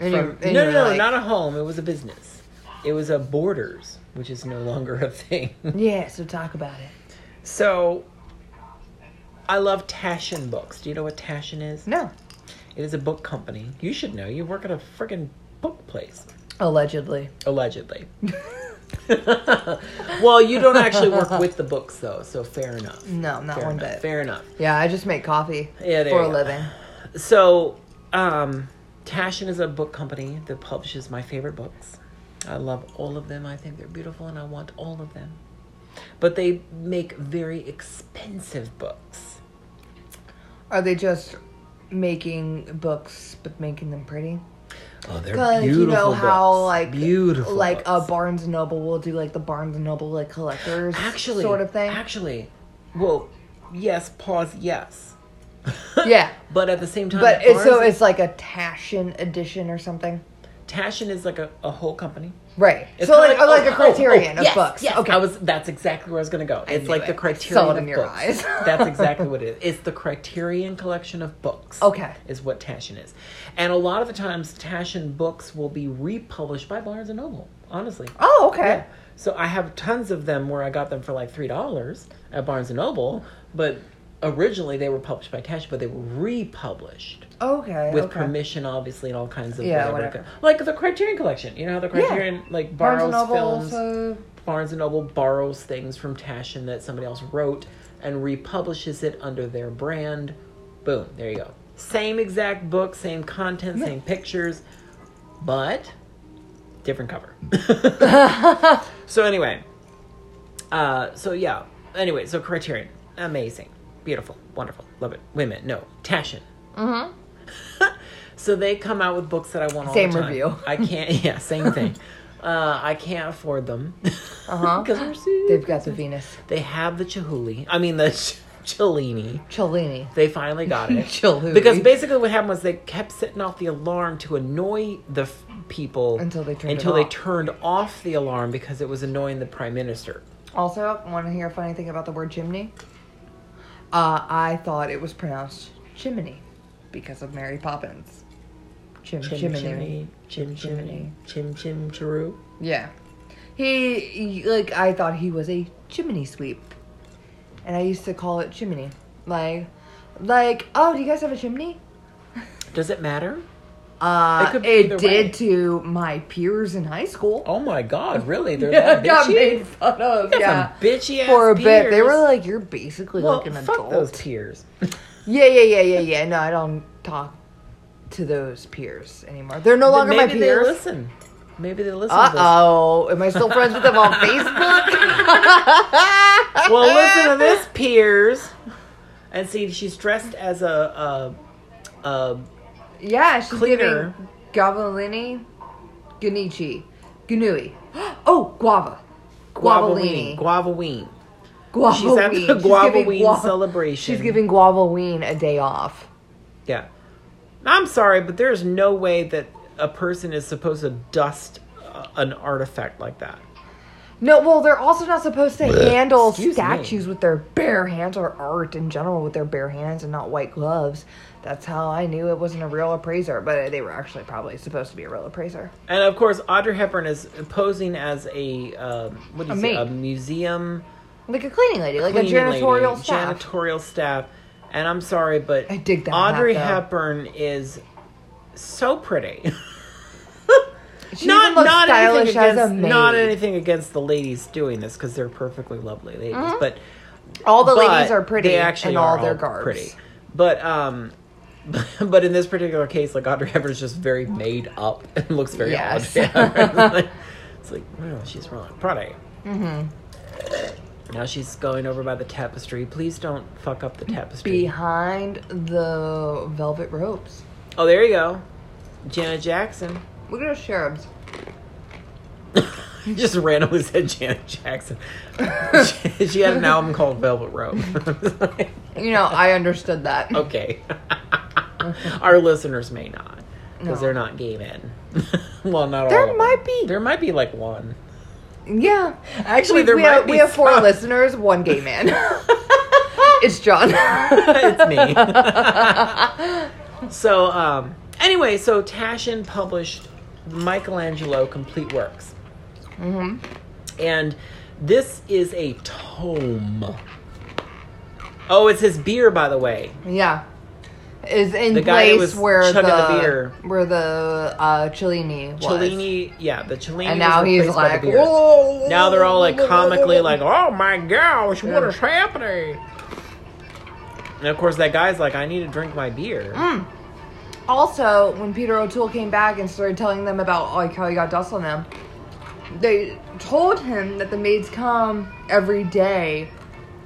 Speaker 2: And
Speaker 3: From-
Speaker 2: you're- and
Speaker 3: no, no,
Speaker 2: you're
Speaker 3: no.
Speaker 2: like,
Speaker 3: Not a home. It was a business. It was a Borders, which is no longer a thing. (laughs)
Speaker 2: Yeah, so talk about it.
Speaker 3: so. I love Tashin books. Do you know what Tashin is?
Speaker 2: No.
Speaker 3: It is a book company. You should know. You work at a freaking book place. (laughs)
Speaker 2: Allegedly.
Speaker 3: Allegedly. well, you don't actually work with the books, though, so fair enough.
Speaker 2: No, not
Speaker 3: fair
Speaker 2: one
Speaker 3: enough.
Speaker 2: bit.
Speaker 3: Fair enough.
Speaker 2: Yeah, I just make coffee
Speaker 3: Yeah, there
Speaker 2: for
Speaker 3: you
Speaker 2: a
Speaker 3: go.
Speaker 2: living.
Speaker 3: So, um, Tashin is a book company that publishes my favorite books. I love all of them. I think they're beautiful, and I want all of them. But they make very expensive books.
Speaker 2: Are they just making books but making them pretty?
Speaker 3: Oh, they're
Speaker 2: Cause
Speaker 3: beautiful.
Speaker 2: you know how
Speaker 3: books.
Speaker 2: like
Speaker 3: beautiful,
Speaker 2: like a
Speaker 3: books.
Speaker 2: Barnes and Noble will do like the Barnes and Noble like collectors
Speaker 3: actually
Speaker 2: sort of thing.
Speaker 3: Actually, well, yes. Pause. Yes.
Speaker 2: (laughs) yeah,
Speaker 3: But at the same time,
Speaker 2: but it's, so
Speaker 3: Barnes-
Speaker 2: it's like a Tashin edition or something,
Speaker 3: Tashin is like a, a whole company.
Speaker 2: right?
Speaker 3: It's
Speaker 2: so like
Speaker 3: kinda
Speaker 2: or like
Speaker 3: oh,
Speaker 2: a
Speaker 3: oh, oh,
Speaker 2: criterion of
Speaker 3: yes,
Speaker 2: books.
Speaker 3: Yes,
Speaker 2: Okay,
Speaker 3: I was. That's exactly where I was going to go. It's
Speaker 2: knew
Speaker 3: like
Speaker 2: it. I
Speaker 3: the
Speaker 2: saw
Speaker 3: criterion
Speaker 2: it in
Speaker 3: of
Speaker 2: your
Speaker 3: books.
Speaker 2: eyes.
Speaker 3: (laughs) that's exactly
Speaker 2: (laughs)
Speaker 3: what it is. It's the criterion collection of books.
Speaker 2: Okay.
Speaker 3: is what Tashin is, and a lot of the times Tashin books will be republished by Barnes and Noble. Honestly.
Speaker 2: oh okay.
Speaker 3: Yeah. So I have tons of them where I got them for like three dollars at Barnes and Noble, but originally they were published by Tashin, but they were republished
Speaker 2: Okay.
Speaker 3: with
Speaker 2: okay.
Speaker 3: permission, obviously, and all kinds of
Speaker 2: Yeah,
Speaker 3: whatever.
Speaker 2: whatever.
Speaker 3: Like the Criterion Collection. You know how the Criterion like
Speaker 2: Barnes
Speaker 3: borrows
Speaker 2: and Noble
Speaker 3: films.
Speaker 2: also-
Speaker 3: Barnes and Noble borrows things from Tashin that somebody else wrote and republishes it under their brand. Boom, there you go. Same exact book, same content, same pictures, but different cover. so anyway, uh, so yeah. Anyway, so Criterion, amazing, beautiful, wonderful, love it. Women, no, Tashin. (laughs) so they come out with books that I want all
Speaker 2: Mm-hmm. Same
Speaker 3: the time.
Speaker 2: review.
Speaker 3: I can't. Yeah,
Speaker 2: (laughs)
Speaker 3: same thing. uh, I can't afford them because (laughs)
Speaker 2: Uh-huh.
Speaker 3: they're so-
Speaker 2: They've got the Venus
Speaker 3: They have the Chihuly. I mean the ch- Cellini.
Speaker 2: Cellini.
Speaker 3: They finally (laughs) got it.
Speaker 2: Chihuly.
Speaker 3: Because basically what happened was they kept setting off the alarm to annoy the f- people
Speaker 2: Until they turned it
Speaker 3: until they
Speaker 2: off.
Speaker 3: turned off the alarm because it was annoying the prime minister.
Speaker 2: Also, want to hear a funny thing about the word chimney? Uh, I thought it was pronounced chimney because of Mary Poppins. Chim, chimney.
Speaker 3: chim chimney, chim chim chiru.
Speaker 2: Yeah. He, he- like, I thought he was a chimney sweep. And I used to call it chimney. Like, like, oh, do you guys have a chimney?
Speaker 3: Does it matter?
Speaker 2: Uh,
Speaker 3: It
Speaker 2: it
Speaker 3: could be either
Speaker 2: did
Speaker 3: way.
Speaker 2: to my peers in high school.
Speaker 3: Oh my god, really? (laughs) They're
Speaker 2: Yeah,
Speaker 3: that
Speaker 2: got
Speaker 3: bitchy?
Speaker 2: made fun of.
Speaker 3: Got
Speaker 2: yeah.
Speaker 3: some bitchy ass
Speaker 2: For a bit, they were
Speaker 3: peers.
Speaker 2: like, "You're basically
Speaker 3: well,
Speaker 2: like an
Speaker 3: fuck
Speaker 2: adult."
Speaker 3: those (laughs) peers.
Speaker 2: (laughs) Yeah, yeah, yeah, yeah, yeah. No, I don't talk to those peers anymore. They're no longer my
Speaker 3: Maybe they
Speaker 2: peers.
Speaker 3: listen. Maybe they listen
Speaker 2: Uh
Speaker 3: to this.
Speaker 2: oh. Am I still friends with
Speaker 3: (laughs)
Speaker 2: them on Facebook?
Speaker 3: well, listen to this, peers. And see, she's dressed as a, a, a
Speaker 2: (laughs) Yeah, she's
Speaker 3: Cleaner.
Speaker 2: giving Gavolini, Gunichi, Gunui. (gasps) Oh, guava. Guavolini.
Speaker 3: guavaween. Guavaween.
Speaker 2: Guava
Speaker 3: She's at the guavaween celebration.
Speaker 2: She's giving guavaween a day off.
Speaker 3: Yeah. I'm sorry, but there's no way that a person is supposed to dust uh, an artifact like that.
Speaker 2: No, well, they're also not supposed to
Speaker 3: Blech.
Speaker 2: handle
Speaker 3: Excuse me.
Speaker 2: statues with their bare hands or art in general with their bare hands and not white gloves. That's how I knew it wasn't a real appraiser, but they were actually probably supposed to be a real appraiser.
Speaker 3: And of course, Audrey Hepburn is posing as a um, what do you
Speaker 2: A
Speaker 3: say,
Speaker 2: maid.
Speaker 3: a museum
Speaker 2: Like a cleaning lady, like a
Speaker 3: cleaning
Speaker 2: janitorial
Speaker 3: lady,
Speaker 2: staff.
Speaker 3: Janitorial staff. And I'm sorry, but
Speaker 2: I dig that hat,
Speaker 3: Audrey
Speaker 2: though.
Speaker 3: Hepburn is so (laughs) pretty.
Speaker 2: She even looks stylish as a
Speaker 3: against, not
Speaker 2: maid.
Speaker 3: anything against the ladies doing this because they're perfectly lovely ladies,
Speaker 2: Mm-hmm.
Speaker 3: but
Speaker 2: all the
Speaker 3: but
Speaker 2: ladies are pretty
Speaker 3: They actually
Speaker 2: in
Speaker 3: are
Speaker 2: all their
Speaker 3: all
Speaker 2: garbs.
Speaker 3: Pretty, but um, (laughs) but in this particular case, like Audrey Hepburn is just very made up (laughs) and looks very
Speaker 2: Yes.
Speaker 3: odd. (laughs) it's like, it's like, well, she's wrong. Product. Mm-hmm. Now she's going over by the tapestry. Please don't fuck up the tapestry.
Speaker 2: Behind the velvet ropes.
Speaker 3: oh, there you go, Janet Jackson. (laughs)
Speaker 2: Look at those cherubs.
Speaker 3: just randomly said Janet
Speaker 2: (laughs)
Speaker 3: Jackson. (laughs) she, she had an album called
Speaker 2: (laughs)
Speaker 3: Velvet Rope. (laughs)
Speaker 2: You know, I understood that.
Speaker 3: okay. (laughs) Our listeners may not because
Speaker 2: No.
Speaker 3: they're not gay men. (laughs) well, not all.
Speaker 2: There
Speaker 3: of them.
Speaker 2: might be-
Speaker 3: There might be like one. (laughs)
Speaker 2: Yeah.
Speaker 3: Actually,
Speaker 2: we,
Speaker 3: there
Speaker 2: we
Speaker 3: might
Speaker 2: have,
Speaker 3: be
Speaker 2: we have four
Speaker 3: some.
Speaker 2: listeners, one gay
Speaker 3: (laughs)
Speaker 2: man. it's John. (laughs)
Speaker 3: it's me. so, um, anyway, so Tashin published Michelangelo complete works,
Speaker 2: hmm
Speaker 3: and this is a tome. Oh, it's his beer, by the way.
Speaker 2: Yeah. Is in
Speaker 3: The guy that
Speaker 2: place
Speaker 3: was
Speaker 2: where the,
Speaker 3: chugging the beer.
Speaker 2: where the uh, Cellini was.
Speaker 3: Cellini, yeah, the Cellini.
Speaker 2: And now
Speaker 3: was
Speaker 2: he's
Speaker 3: replaced by the
Speaker 2: like,
Speaker 3: beer.
Speaker 2: "Whoa."
Speaker 3: Now they're all like comically like, "Oh my gosh, what
Speaker 2: Yeah.
Speaker 3: is happening?" And of course, that guy's like, "I need to drink my beer."
Speaker 2: Mm. Also, when Peter O'Toole came back and started telling them about like how he got dust on them, they told him that the maids come every day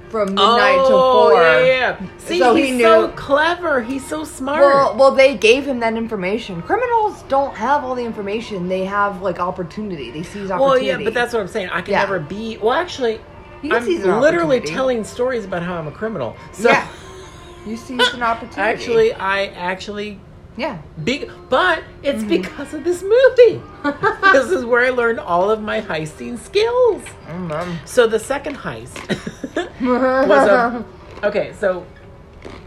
Speaker 2: from midnight
Speaker 3: Oh,
Speaker 2: to four.
Speaker 3: yeah, yeah. See,
Speaker 2: So he
Speaker 3: he's so
Speaker 2: knew-
Speaker 3: clever. He's so smart.
Speaker 2: Well, well, they gave him that information. Criminals don't have all the information; they have like opportunity. They seize opportunity.
Speaker 3: Well, yeah, but that's what I'm saying. I can
Speaker 2: Yeah.
Speaker 3: never be. Well, actually,
Speaker 2: You can
Speaker 3: I'm
Speaker 2: seize an
Speaker 3: literally
Speaker 2: opportunity.
Speaker 3: telling stories about how I'm a criminal. So
Speaker 2: yeah. (laughs) You seize an opportunity.
Speaker 3: (laughs) actually, I actually
Speaker 2: yeah.
Speaker 3: Big, but it's because of this movie. (laughs) this is where I learned all of my heisting skills. So the second heist (laughs) was a, okay. So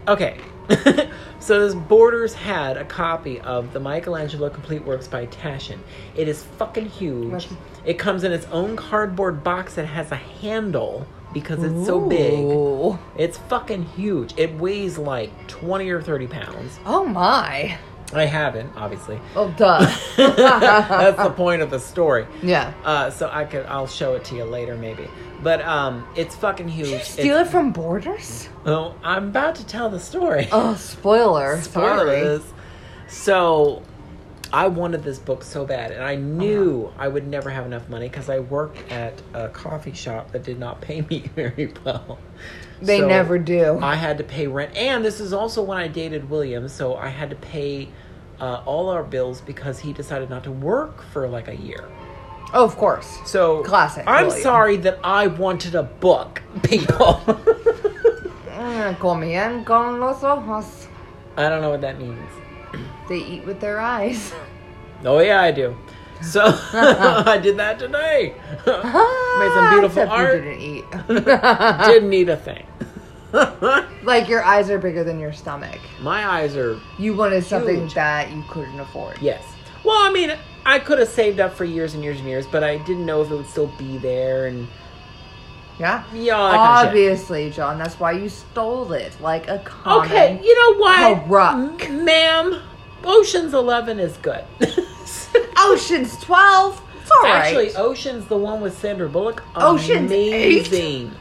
Speaker 3: okay, (laughs) so this Borders had a copy of the Michelangelo Complete Works by Tashin. It is fucking huge.
Speaker 2: That's-
Speaker 3: It comes in its own cardboard box that has a handle because it's so big.
Speaker 2: Ooh.
Speaker 3: It's fucking huge. It weighs like twenty or thirty pounds.
Speaker 2: Oh my!
Speaker 3: I haven't, obviously.
Speaker 2: Oh
Speaker 3: (laughs)
Speaker 2: duh.
Speaker 3: That's the point of the story.
Speaker 2: yeah.
Speaker 3: Uh, so I could, I'll show it to you later, maybe. But um, it's fucking huge.
Speaker 2: Did you steal it from Borders?
Speaker 3: Oh, I'm about to tell the story.
Speaker 2: Oh, spoiler. Sorry.
Speaker 3: (laughs) Spoilers. So I wanted this book so bad, and I knew I would never have enough money because I worked at a coffee shop that did not pay (laughs) me very well.
Speaker 2: They
Speaker 3: So
Speaker 2: never do.
Speaker 3: I had to pay rent, and this is also when I dated William, so I had to pay uh, all our bills because he decided not to work for like a year.
Speaker 2: oh, of course.
Speaker 3: So
Speaker 2: Classic
Speaker 3: I'm
Speaker 2: William.
Speaker 3: sorry that I wanted a book, people. (laughs)
Speaker 2: Mm, comían con los ojos.
Speaker 3: I don't know what that means.
Speaker 2: They eat with their eyes.
Speaker 3: Oh yeah, I do. So (laughs) I did that today. (laughs) Made
Speaker 2: (laughs)
Speaker 3: some beautiful
Speaker 2: Except
Speaker 3: art. (laughs)
Speaker 2: You didn't eat.
Speaker 3: Didn't need a thing.
Speaker 2: (laughs)
Speaker 3: (laughs)
Speaker 2: like your eyes are bigger than your stomach.
Speaker 3: My eyes are
Speaker 2: You wanted something
Speaker 3: Huge.
Speaker 2: that you couldn't afford.
Speaker 3: yes. Well, I mean, I could have saved up for years and years and years, but I didn't know if it would still be there and
Speaker 2: Yeah.
Speaker 3: yeah, all that kind of shit.
Speaker 2: Obviously, John. That's why you stole it like a common.
Speaker 3: Okay, you know what,
Speaker 2: Corrupt.
Speaker 3: M- ma'am? Ocean's Eleven is good. (laughs)
Speaker 2: Ocean's Twelve. It's all right.
Speaker 3: Actually, oh. Ocean's the one with Sandra Bullock.
Speaker 2: Ocean's Eight?
Speaker 3: amazing,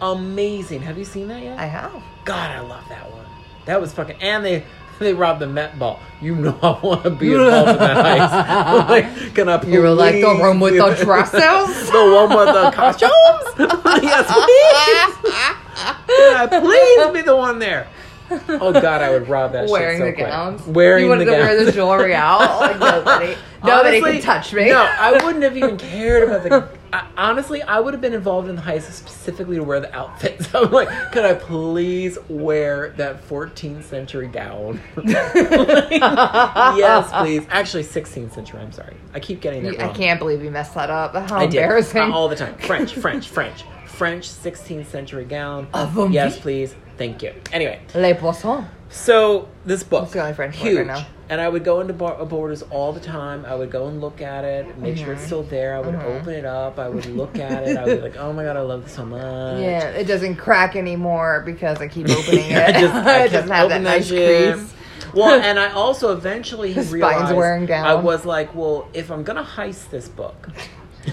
Speaker 3: amazing. Have you seen that yet?
Speaker 2: I have.
Speaker 3: God, I love that one. That was fucking. And they (laughs) they robbed the Met Ball. You know I want to be involved in
Speaker 2: (laughs)
Speaker 3: that heist. (laughs) like, can I
Speaker 2: You were like, the
Speaker 3: please
Speaker 2: room with (laughs)
Speaker 3: be-
Speaker 2: the dresses?
Speaker 3: (laughs) the one with the
Speaker 2: (laughs)
Speaker 3: costumes. (laughs) yes, please. Can I please be the one there? Oh God, I would rob
Speaker 2: (laughs)
Speaker 3: that
Speaker 2: Wearing the
Speaker 3: shit so quick.
Speaker 2: gowns.
Speaker 3: Wearing
Speaker 2: you wanted
Speaker 3: the
Speaker 2: to (laughs)
Speaker 3: gowns.
Speaker 2: wear the jewelry out like nobody. Nobody can touch me.
Speaker 3: No,
Speaker 2: (laughs)
Speaker 3: I wouldn't have even cared about the. I, honestly, I would have been involved in the heist specifically to wear the outfits. (laughs) I'm like, could I please wear that 14th century gown? (laughs) yes, please. Actually, 16th century. I'm sorry. I keep getting that
Speaker 2: You- I
Speaker 3: wrong.
Speaker 2: can't believe you messed that up. How
Speaker 3: I did.
Speaker 2: embarrassing.
Speaker 3: Uh, all the time. French, French, French, French. 16th century gown.
Speaker 2: Avant
Speaker 3: yes,
Speaker 2: vie.
Speaker 3: please. Thank you. Anyway,
Speaker 2: (laughs) Les poissons.
Speaker 3: so this book,
Speaker 2: It's the only French word right
Speaker 3: huge.
Speaker 2: now.
Speaker 3: And I would go into bar- Borders all the time. I would go and look at it, make sure
Speaker 2: Mhm.
Speaker 3: it's still there. I would open it up. I would look at it. I would be like, "Oh my god, I love this so much."
Speaker 2: Yeah, it doesn't crack anymore because I (laughs) keep opening it.
Speaker 3: (laughs) I just I
Speaker 2: it
Speaker 3: kept
Speaker 2: doesn't have that
Speaker 3: opening
Speaker 2: nice
Speaker 3: shit.
Speaker 2: crease. (laughs)
Speaker 3: Well, and I also eventually
Speaker 2: His spine's
Speaker 3: realized
Speaker 2: wearing down.
Speaker 3: I was like, "Well, if I'm gonna heist this
Speaker 2: (laughs)
Speaker 3: book,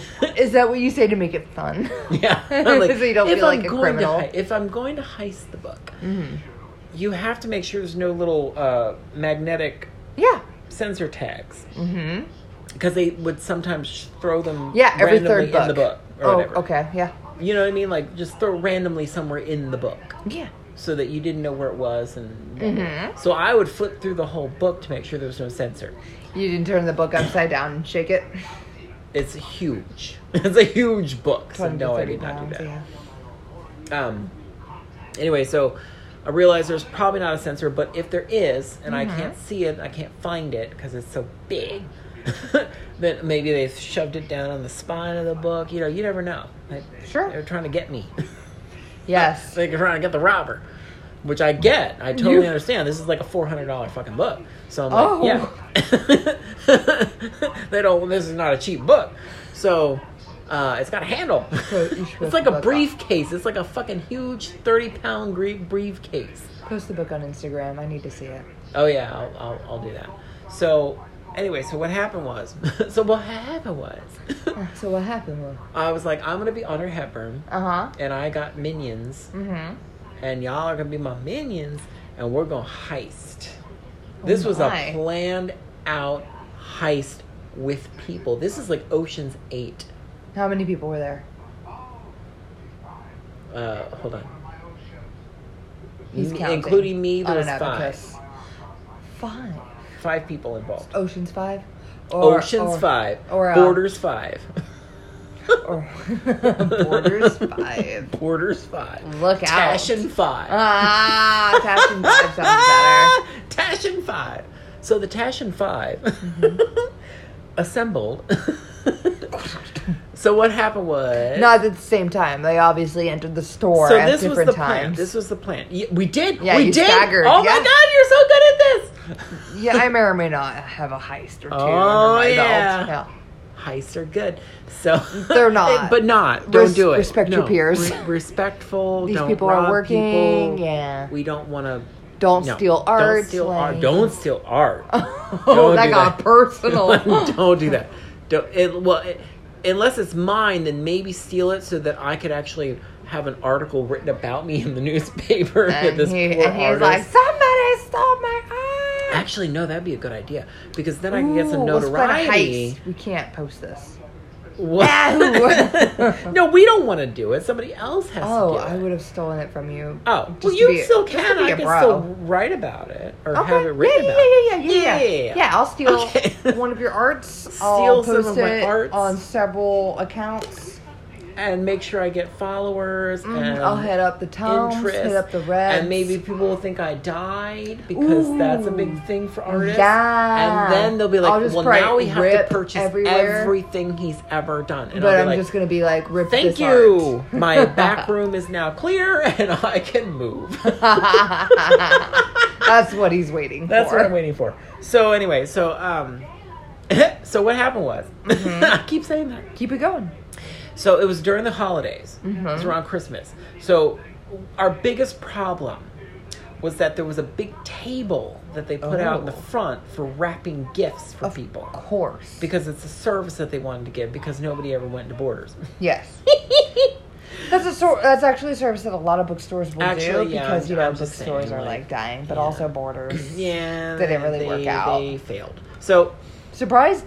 Speaker 3: (laughs)
Speaker 2: Is that what you say to make it fun?
Speaker 3: Yeah.
Speaker 2: So you don't
Speaker 3: if
Speaker 2: feel like
Speaker 3: I'm
Speaker 2: a
Speaker 3: going to
Speaker 2: criminal. Mm-hmm.
Speaker 3: hei- if I'm going to heist the book, you have to make sure there's no little uh, magnetic
Speaker 2: yeah.
Speaker 3: sensor tags
Speaker 2: hmm
Speaker 3: because they would sometimes throw them
Speaker 2: Yeah, every
Speaker 3: Mm-hmm. randomly
Speaker 2: third book.
Speaker 3: in the book or
Speaker 2: oh,
Speaker 3: whatever.
Speaker 2: okay. Yeah.
Speaker 3: You know what I mean? Like just throw randomly somewhere in the book
Speaker 2: Yeah.
Speaker 3: so that you didn't know where it was and
Speaker 2: Mhm.
Speaker 3: so I would flip through the whole book to make sure there was no sensor.
Speaker 2: You didn't turn the book upside down and shake
Speaker 3: (laughs)
Speaker 2: it.
Speaker 3: It's huge. (laughs) It's a huge book. So
Speaker 2: 20 to
Speaker 3: no, I
Speaker 2: 30
Speaker 3: did not do
Speaker 2: pounds,
Speaker 3: that. (laughs)
Speaker 2: yeah.
Speaker 3: Um, anyway, so I realized there's probably not a sensor, but if there is, and I can't see it, I can't find it because it's so big, (laughs) then maybe they shoved it down on the spine of the book. You know, you never know. Like,
Speaker 2: Sure.
Speaker 3: They're trying to get me. (laughs)
Speaker 2: Yes.
Speaker 3: they're trying to get the robber, which I get. I totally
Speaker 2: You-
Speaker 3: understand. This is like a $400 fucking book. So I'm
Speaker 2: Oh.
Speaker 3: like, yeah. (laughs) they don't, this is not a cheap book. So. Uh, it's got a handle.
Speaker 2: So you should
Speaker 3: (laughs) it's like a
Speaker 2: look up.
Speaker 3: briefcase. It's like a fucking huge thirty-pound gre- briefcase.
Speaker 2: Post the book on Instagram. I need to see it.
Speaker 3: Oh yeah, I'll, I'll, I'll do that. So anyway, so what happened was, (laughs) so what happened was, (laughs)
Speaker 2: So what happened was.
Speaker 3: I was like, I'm gonna be Honor Hepburn,
Speaker 2: Uh huh.
Speaker 3: and I got minions,
Speaker 2: Mm-hmm.
Speaker 3: and y'all are gonna be my minions, and we're gonna heist. This was
Speaker 2: Oh my.
Speaker 3: a planned out heist with people. This is like Ocean's Eight.
Speaker 2: How many people were there?
Speaker 3: Uh, hold on,
Speaker 2: He's
Speaker 3: Me-
Speaker 2: counting.
Speaker 3: including me. There
Speaker 2: On
Speaker 3: was
Speaker 2: an
Speaker 3: five,
Speaker 2: abacus. Five.
Speaker 3: five people involved.
Speaker 2: Ocean's Five.
Speaker 3: Oceans
Speaker 2: or-
Speaker 3: Five,
Speaker 2: or, uh,
Speaker 3: Borders Five, (laughs)
Speaker 2: Or (laughs) Borders Five.
Speaker 3: Borders Five,
Speaker 2: Look Mm. out.
Speaker 3: Tashin Five.
Speaker 2: Ah, Tashin Five sounds better.
Speaker 3: (laughs) Tashin Five. So the Tashin (laughs) 5
Speaker 2: Mm-hmm.
Speaker 3: assembled. (laughs) so what happened was
Speaker 2: Not at the same time. They obviously entered the store
Speaker 3: so
Speaker 2: at
Speaker 3: this was
Speaker 2: different
Speaker 3: the plan.
Speaker 2: times.
Speaker 3: This was the plan. Yeah, we did.
Speaker 2: Yeah,
Speaker 3: we
Speaker 2: you
Speaker 3: did.
Speaker 2: staggered.
Speaker 3: Oh
Speaker 2: Yeah.
Speaker 3: my God, you're so good at this.
Speaker 2: yeah, I may or may not have a heist or two.
Speaker 3: Oh,
Speaker 2: under my
Speaker 3: yeah.
Speaker 2: Belt. yeah.
Speaker 3: heists are good. So (laughs)
Speaker 2: They're not.
Speaker 3: but not. Don't
Speaker 2: Res-
Speaker 3: do it.
Speaker 2: respect your peers.
Speaker 3: Re- respectful.
Speaker 2: These
Speaker 3: don't
Speaker 2: people are
Speaker 3: rob
Speaker 2: working,
Speaker 3: people.
Speaker 2: yeah.
Speaker 3: We don't want to.
Speaker 2: Don't steal art.
Speaker 3: Don't steal art.
Speaker 2: like-
Speaker 3: Don't steal art.
Speaker 2: (laughs) Oh, that
Speaker 3: do
Speaker 2: got
Speaker 3: that.
Speaker 2: personal.
Speaker 3: (laughs) don't do that. Don't. It, well, it, unless it's mine, then maybe steal it so that I could actually have an article written about me in the (laughs) newspaper. that
Speaker 2: (laughs) and
Speaker 3: this
Speaker 2: he,
Speaker 3: poor
Speaker 2: and he's
Speaker 3: artist.
Speaker 2: like, somebody stole my art.
Speaker 3: Actually, no, that'd be a good idea because then I can get some
Speaker 2: Ooh, let's plan a
Speaker 3: notoriety. (laughs)
Speaker 2: heist. We can't post this.
Speaker 3: What? (laughs) no, we don't want to do it. Somebody else has
Speaker 2: Oh,
Speaker 3: to do it.
Speaker 2: I would have stolen it from you.
Speaker 3: Oh,
Speaker 2: Just
Speaker 3: well,
Speaker 2: to
Speaker 3: you
Speaker 2: be-
Speaker 3: still
Speaker 2: just to
Speaker 3: can.
Speaker 2: be
Speaker 3: I
Speaker 2: a
Speaker 3: can
Speaker 2: bro.
Speaker 3: still write about it or
Speaker 2: Okay.
Speaker 3: have it written
Speaker 2: yeah,
Speaker 3: about.
Speaker 2: yeah, yeah, yeah, yeah, yeah, yeah. I'll steal
Speaker 3: Okay. (laughs)
Speaker 2: one of your arts.
Speaker 3: Steal
Speaker 2: I'll
Speaker 3: some of
Speaker 2: post
Speaker 3: my
Speaker 2: it
Speaker 3: arts.
Speaker 2: on several accounts.
Speaker 3: and make sure I get followers and
Speaker 2: Mm-hmm. I'll hit up the tones,
Speaker 3: interest,
Speaker 2: hit Um, up the reds.
Speaker 3: and maybe people will think I died because that's a big thing for artists.
Speaker 2: Yeah.
Speaker 3: and then they'll be
Speaker 2: I'll
Speaker 3: like,
Speaker 2: just
Speaker 3: "Well,
Speaker 2: write
Speaker 3: now we have to
Speaker 2: rip
Speaker 3: purchase
Speaker 2: everywhere."
Speaker 3: everything he's ever done." And
Speaker 2: But
Speaker 3: I'll be
Speaker 2: I'm
Speaker 3: like,
Speaker 2: just gonna be like, rip
Speaker 3: "Thank
Speaker 2: this
Speaker 3: you.
Speaker 2: art.
Speaker 3: (laughs)
Speaker 2: (laughs)
Speaker 3: My back room is now clear, (laughs) and I can move."
Speaker 2: (laughs)
Speaker 3: (laughs)
Speaker 2: That's what he's waiting
Speaker 3: That's
Speaker 2: for.
Speaker 3: what I'm waiting for. So anyway, so um, (laughs) so what happened was, (laughs)
Speaker 2: Mm-hmm.
Speaker 3: I keep saying that.
Speaker 2: Keep it going.
Speaker 3: So it was during the holidays. It
Speaker 2: Mm-hmm.
Speaker 3: was around Christmas. So our biggest problem was that there was a big table that they put out in the
Speaker 2: Oh.
Speaker 3: front for wrapping gifts for people
Speaker 2: Of course.
Speaker 3: because it's a service that they wanted to give because nobody ever went
Speaker 2: (laughs)
Speaker 3: to Borders. (laughs)
Speaker 2: Yes. That's a sor- That's actually a service that a lot of bookstores will
Speaker 3: Actually,
Speaker 2: do
Speaker 3: yeah,
Speaker 2: because you
Speaker 3: I'm
Speaker 2: know
Speaker 3: just
Speaker 2: bookstores
Speaker 3: saying,
Speaker 2: are
Speaker 3: like,
Speaker 2: like dying, but
Speaker 3: yeah.
Speaker 2: also Borders.
Speaker 3: (clears throat) yeah,
Speaker 2: They didn't really work out.
Speaker 3: They failed. So
Speaker 2: Surprised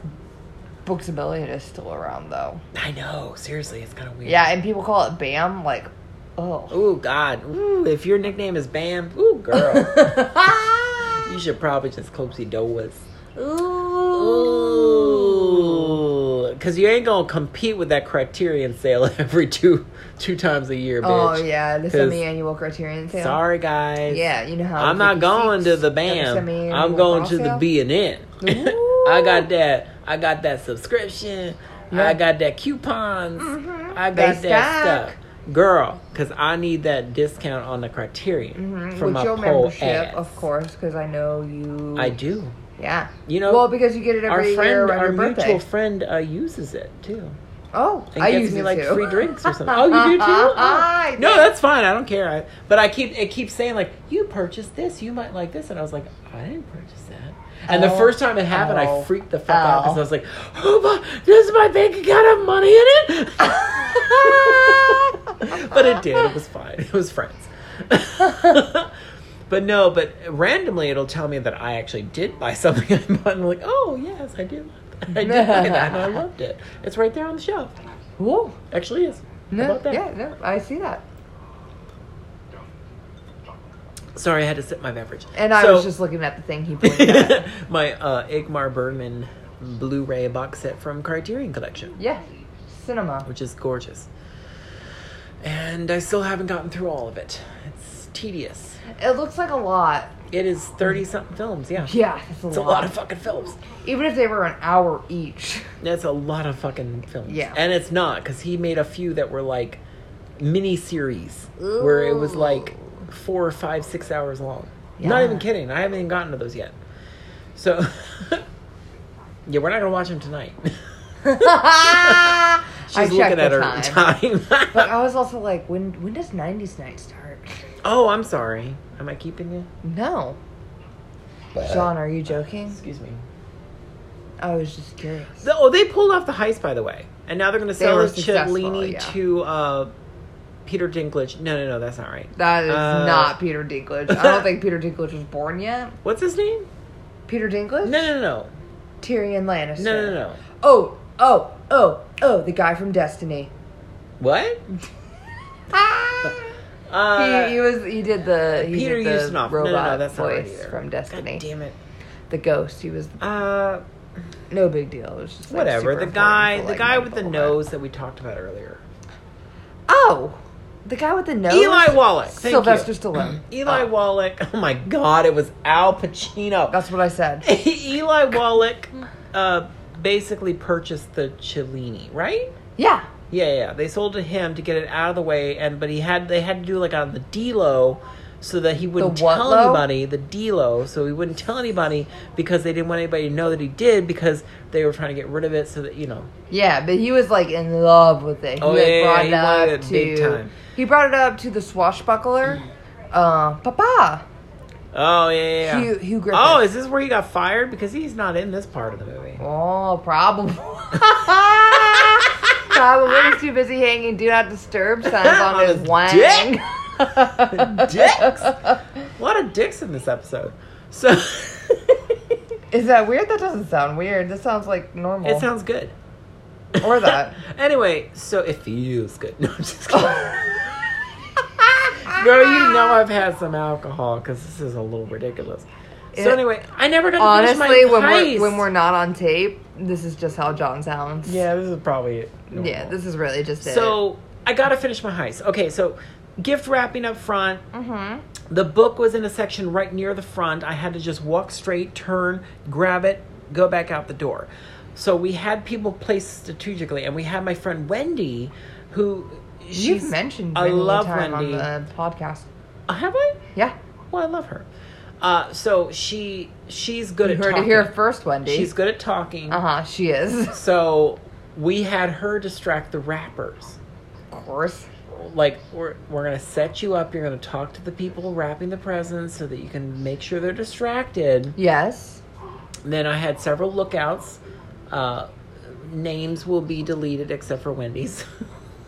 Speaker 2: Books a Billion is still around though.
Speaker 3: I know, seriously, it's kind of weird.
Speaker 2: Yeah, and people call it BAM. Like,
Speaker 3: (laughs)
Speaker 2: oh.
Speaker 3: Oh God. Ooh, if your nickname is Bam, ooh
Speaker 2: (laughs)
Speaker 3: girl,
Speaker 2: Oh,
Speaker 3: you should probably just cozy dough with.
Speaker 2: Ooh.
Speaker 3: because you ain't gonna compete with that Criterion sale (laughs) every two two times a year,
Speaker 2: Oh
Speaker 3: bitch.
Speaker 2: yeah, the
Speaker 3: 'Cause-
Speaker 2: semi-annual Criterion sale.
Speaker 3: Sorry, guys.
Speaker 2: Yeah, you know how
Speaker 3: I'm not
Speaker 2: 50
Speaker 3: going to
Speaker 2: seats
Speaker 3: the
Speaker 2: at
Speaker 3: BAM.
Speaker 2: semi-annual
Speaker 3: I'm going
Speaker 2: bra
Speaker 3: to the
Speaker 2: sale.
Speaker 3: B and N. (laughs)
Speaker 2: Ooh.
Speaker 3: I got that. I got that subscription.
Speaker 2: Yeah.
Speaker 3: I got that coupons.
Speaker 2: Mhm.
Speaker 3: I
Speaker 2: They
Speaker 3: got that
Speaker 2: stack.
Speaker 3: stuff, girl. Because I need that discount on the Criterion
Speaker 2: Mhm,
Speaker 3: for
Speaker 2: With
Speaker 3: my
Speaker 2: your
Speaker 3: poor
Speaker 2: membership,
Speaker 3: ass.
Speaker 2: of course, because I know you.
Speaker 3: I do.
Speaker 2: Yeah.
Speaker 3: You know,
Speaker 2: well, because you get it
Speaker 3: our
Speaker 2: every year
Speaker 3: friend,
Speaker 2: around
Speaker 3: our
Speaker 2: your
Speaker 3: mutual
Speaker 2: birthday.
Speaker 3: friend, uh, uses it too.
Speaker 2: oh,
Speaker 3: And
Speaker 2: I
Speaker 3: gets
Speaker 2: use
Speaker 3: me
Speaker 2: it
Speaker 3: like
Speaker 2: too.
Speaker 3: free drinks or
Speaker 2: (laughs)
Speaker 3: something. Oh, you do too? Oh.
Speaker 2: I
Speaker 3: No,
Speaker 2: do.
Speaker 3: that's fine. I don't care. I, but I keep it keeps saying like you purchased this, you might like this, and I was like, I didn't purchase that. And
Speaker 2: Oh.
Speaker 3: the first time it happened,
Speaker 2: Oh.
Speaker 3: I freaked the fuck out because
Speaker 2: Oh.
Speaker 3: I was like, oh my, does my bank account have money in it? (laughs) but it did. It was fine. It was friends. (laughs) but no, but randomly it'll tell me that I actually did buy something (laughs) I bought, and I'm like, oh yes, I did. like that. I did buy that, and I loved it. It's right there on the shelf.
Speaker 2: Whoa.
Speaker 3: Actually, is. How
Speaker 2: No,
Speaker 3: about that?
Speaker 2: yeah, no, I see that.
Speaker 3: Sorry, I had to sip my beverage.
Speaker 2: And I
Speaker 3: So- (laughs)
Speaker 2: was just looking at the thing he pointed at.
Speaker 3: my uh, Igmar Bergman Blu-ray box set from Criterion Collection,
Speaker 2: yeah, cinema.
Speaker 3: which is gorgeous. And I still haven't gotten through all of it. It's tedious.
Speaker 2: It looks like a lot.
Speaker 3: It is thirty something films. Yeah,
Speaker 2: Yeah, it's a,
Speaker 3: it's a
Speaker 2: lot.
Speaker 3: lot of fucking films.
Speaker 2: Even if they were an hour each. (laughs)
Speaker 3: That's a lot of fucking films.
Speaker 2: Yeah.
Speaker 3: and it's not because he made a few that were like mini series where it was like four or five, six hours long. Not
Speaker 2: Yeah.
Speaker 3: even kidding. I haven't even gotten to those yet. So, (laughs) yeah, we're not gonna watch them tonight. (laughs)
Speaker 2: I
Speaker 3: She's
Speaker 2: checked
Speaker 3: looking at
Speaker 2: the
Speaker 3: her
Speaker 2: time.
Speaker 3: (laughs) time.
Speaker 2: But um, I was also like, when when does '90s night start? (laughs)
Speaker 3: oh, I'm sorry. Am I keeping you?
Speaker 2: No. John, are you joking?
Speaker 3: Excuse me.
Speaker 2: I was just curious.
Speaker 3: The- oh, they pulled off the heist, by the way, and now they're going to
Speaker 2: They
Speaker 3: sell
Speaker 2: were
Speaker 3: the
Speaker 2: successful,
Speaker 3: Cellini
Speaker 2: yeah.
Speaker 3: to uh, Peter Dinklage. No, no, no, that's not right.
Speaker 2: That is
Speaker 3: Uh,
Speaker 2: not Peter Dinklage. I don't think Peter Dinklage was born yet.
Speaker 3: What's his name?
Speaker 2: Peter Dinklage?
Speaker 3: No, no, no,
Speaker 2: Tyrion Lannister.
Speaker 3: no, no, no, no.
Speaker 2: Oh, oh, oh, oh, the guy from Destiny.
Speaker 3: What?
Speaker 2: Ah!
Speaker 3: Uh,
Speaker 2: he, he was he did the he
Speaker 3: Peter
Speaker 2: did the
Speaker 3: Ustinov. No, no,
Speaker 2: robot
Speaker 3: no, that's not right
Speaker 2: voice
Speaker 3: either.
Speaker 2: from Destiny.
Speaker 3: God damn it.
Speaker 2: The ghost. He was
Speaker 3: Uh,
Speaker 2: no big deal. It was just like,
Speaker 3: whatever.
Speaker 2: super
Speaker 3: The guy,
Speaker 2: important for,
Speaker 3: the
Speaker 2: like, my
Speaker 3: guy with the
Speaker 2: little
Speaker 3: nose that we talked about earlier.
Speaker 2: bit. Oh, the guy with the nose.
Speaker 3: Eli Wallach. Thank you.
Speaker 2: Sylvester Stallone.
Speaker 3: (clears throat) Eli
Speaker 2: Oh,
Speaker 3: Wallach. (laughs) Oh my God! It was Al Pacino.
Speaker 2: That's what I
Speaker 3: (clears throat)
Speaker 2: said.
Speaker 3: (laughs) Eli Wallach uh, basically purchased the Cellini, right?
Speaker 2: Yeah.
Speaker 3: Yeah, yeah. They sold to him to get it out of the way, and but he had they had to do like on the D-Lo so that he wouldn't
Speaker 2: what
Speaker 3: tell
Speaker 2: low?
Speaker 3: anybody the D-Lo, so he wouldn't tell anybody because they didn't want anybody to know that he did because they were trying to get rid of it so that you know.
Speaker 2: Yeah, but he was like in love with it. He
Speaker 3: Oh,
Speaker 2: like,
Speaker 3: yeah, yeah,
Speaker 2: brought
Speaker 3: he wanted
Speaker 2: it up
Speaker 3: it
Speaker 2: to
Speaker 3: big time. Mm.
Speaker 2: he brought it up to the swashbuckler, uh, Papa
Speaker 3: Oh yeah, yeah. yeah.
Speaker 2: Hugh Hugh Griffin.
Speaker 3: Oh, is this where he got fired? Because he's not in this part of the movie.
Speaker 2: oh probably. (laughs) probably he's too busy hanging "Do Not Disturb" signs on,
Speaker 3: (laughs) On
Speaker 2: his
Speaker 3: his
Speaker 2: wang. (laughs)
Speaker 3: dick. Dicks. A lot of dicks in this episode. So (laughs)
Speaker 2: Is that weird? That doesn't sound weird. That sounds like normal.
Speaker 3: it sounds good.
Speaker 2: or that.
Speaker 3: (laughs) Anyway, so it feels good. (laughs) No, I'm
Speaker 2: (laughs)
Speaker 3: just kidding. Girl, you know I've had some alcohol because this is a little ridiculous.
Speaker 2: It-
Speaker 3: so anyway, I never got to
Speaker 2: Honestly,
Speaker 3: finish my
Speaker 2: when
Speaker 3: heist.
Speaker 2: we're when we're not on tape, this is just how John sounds.
Speaker 3: yeah, this is probably it. normal.
Speaker 2: Yeah, this is really just it.
Speaker 3: so I gotta finish my heist. Okay, so gift wrapping up front.
Speaker 2: Mhm.
Speaker 3: The book was in a section right near the front. I had to just walk straight, turn, grab it, go back out the door. So we had people placed strategically, and we had my friend Wendy, who she's
Speaker 2: You've mentioned
Speaker 3: I
Speaker 2: many
Speaker 3: love
Speaker 2: time
Speaker 3: Wendy.
Speaker 2: on the podcast.
Speaker 3: Uh, Have I?
Speaker 2: Yeah.
Speaker 3: Well, I love her. Uh, so she she's good
Speaker 2: You
Speaker 3: at
Speaker 2: heard
Speaker 3: talking.
Speaker 2: it here first, Wendy.
Speaker 3: She's good at talking.
Speaker 2: Uh huh. She is.
Speaker 3: (laughs)
Speaker 2: Of
Speaker 3: So we had her distract the rappers.
Speaker 2: course.
Speaker 3: Like we're we're gonna set you up. You're gonna talk to the people wrapping the presents so that you can make sure they're distracted.
Speaker 2: Yes. (laughs)
Speaker 3: Then I had several lookouts. Uh, names will be deleted except for Wendy's.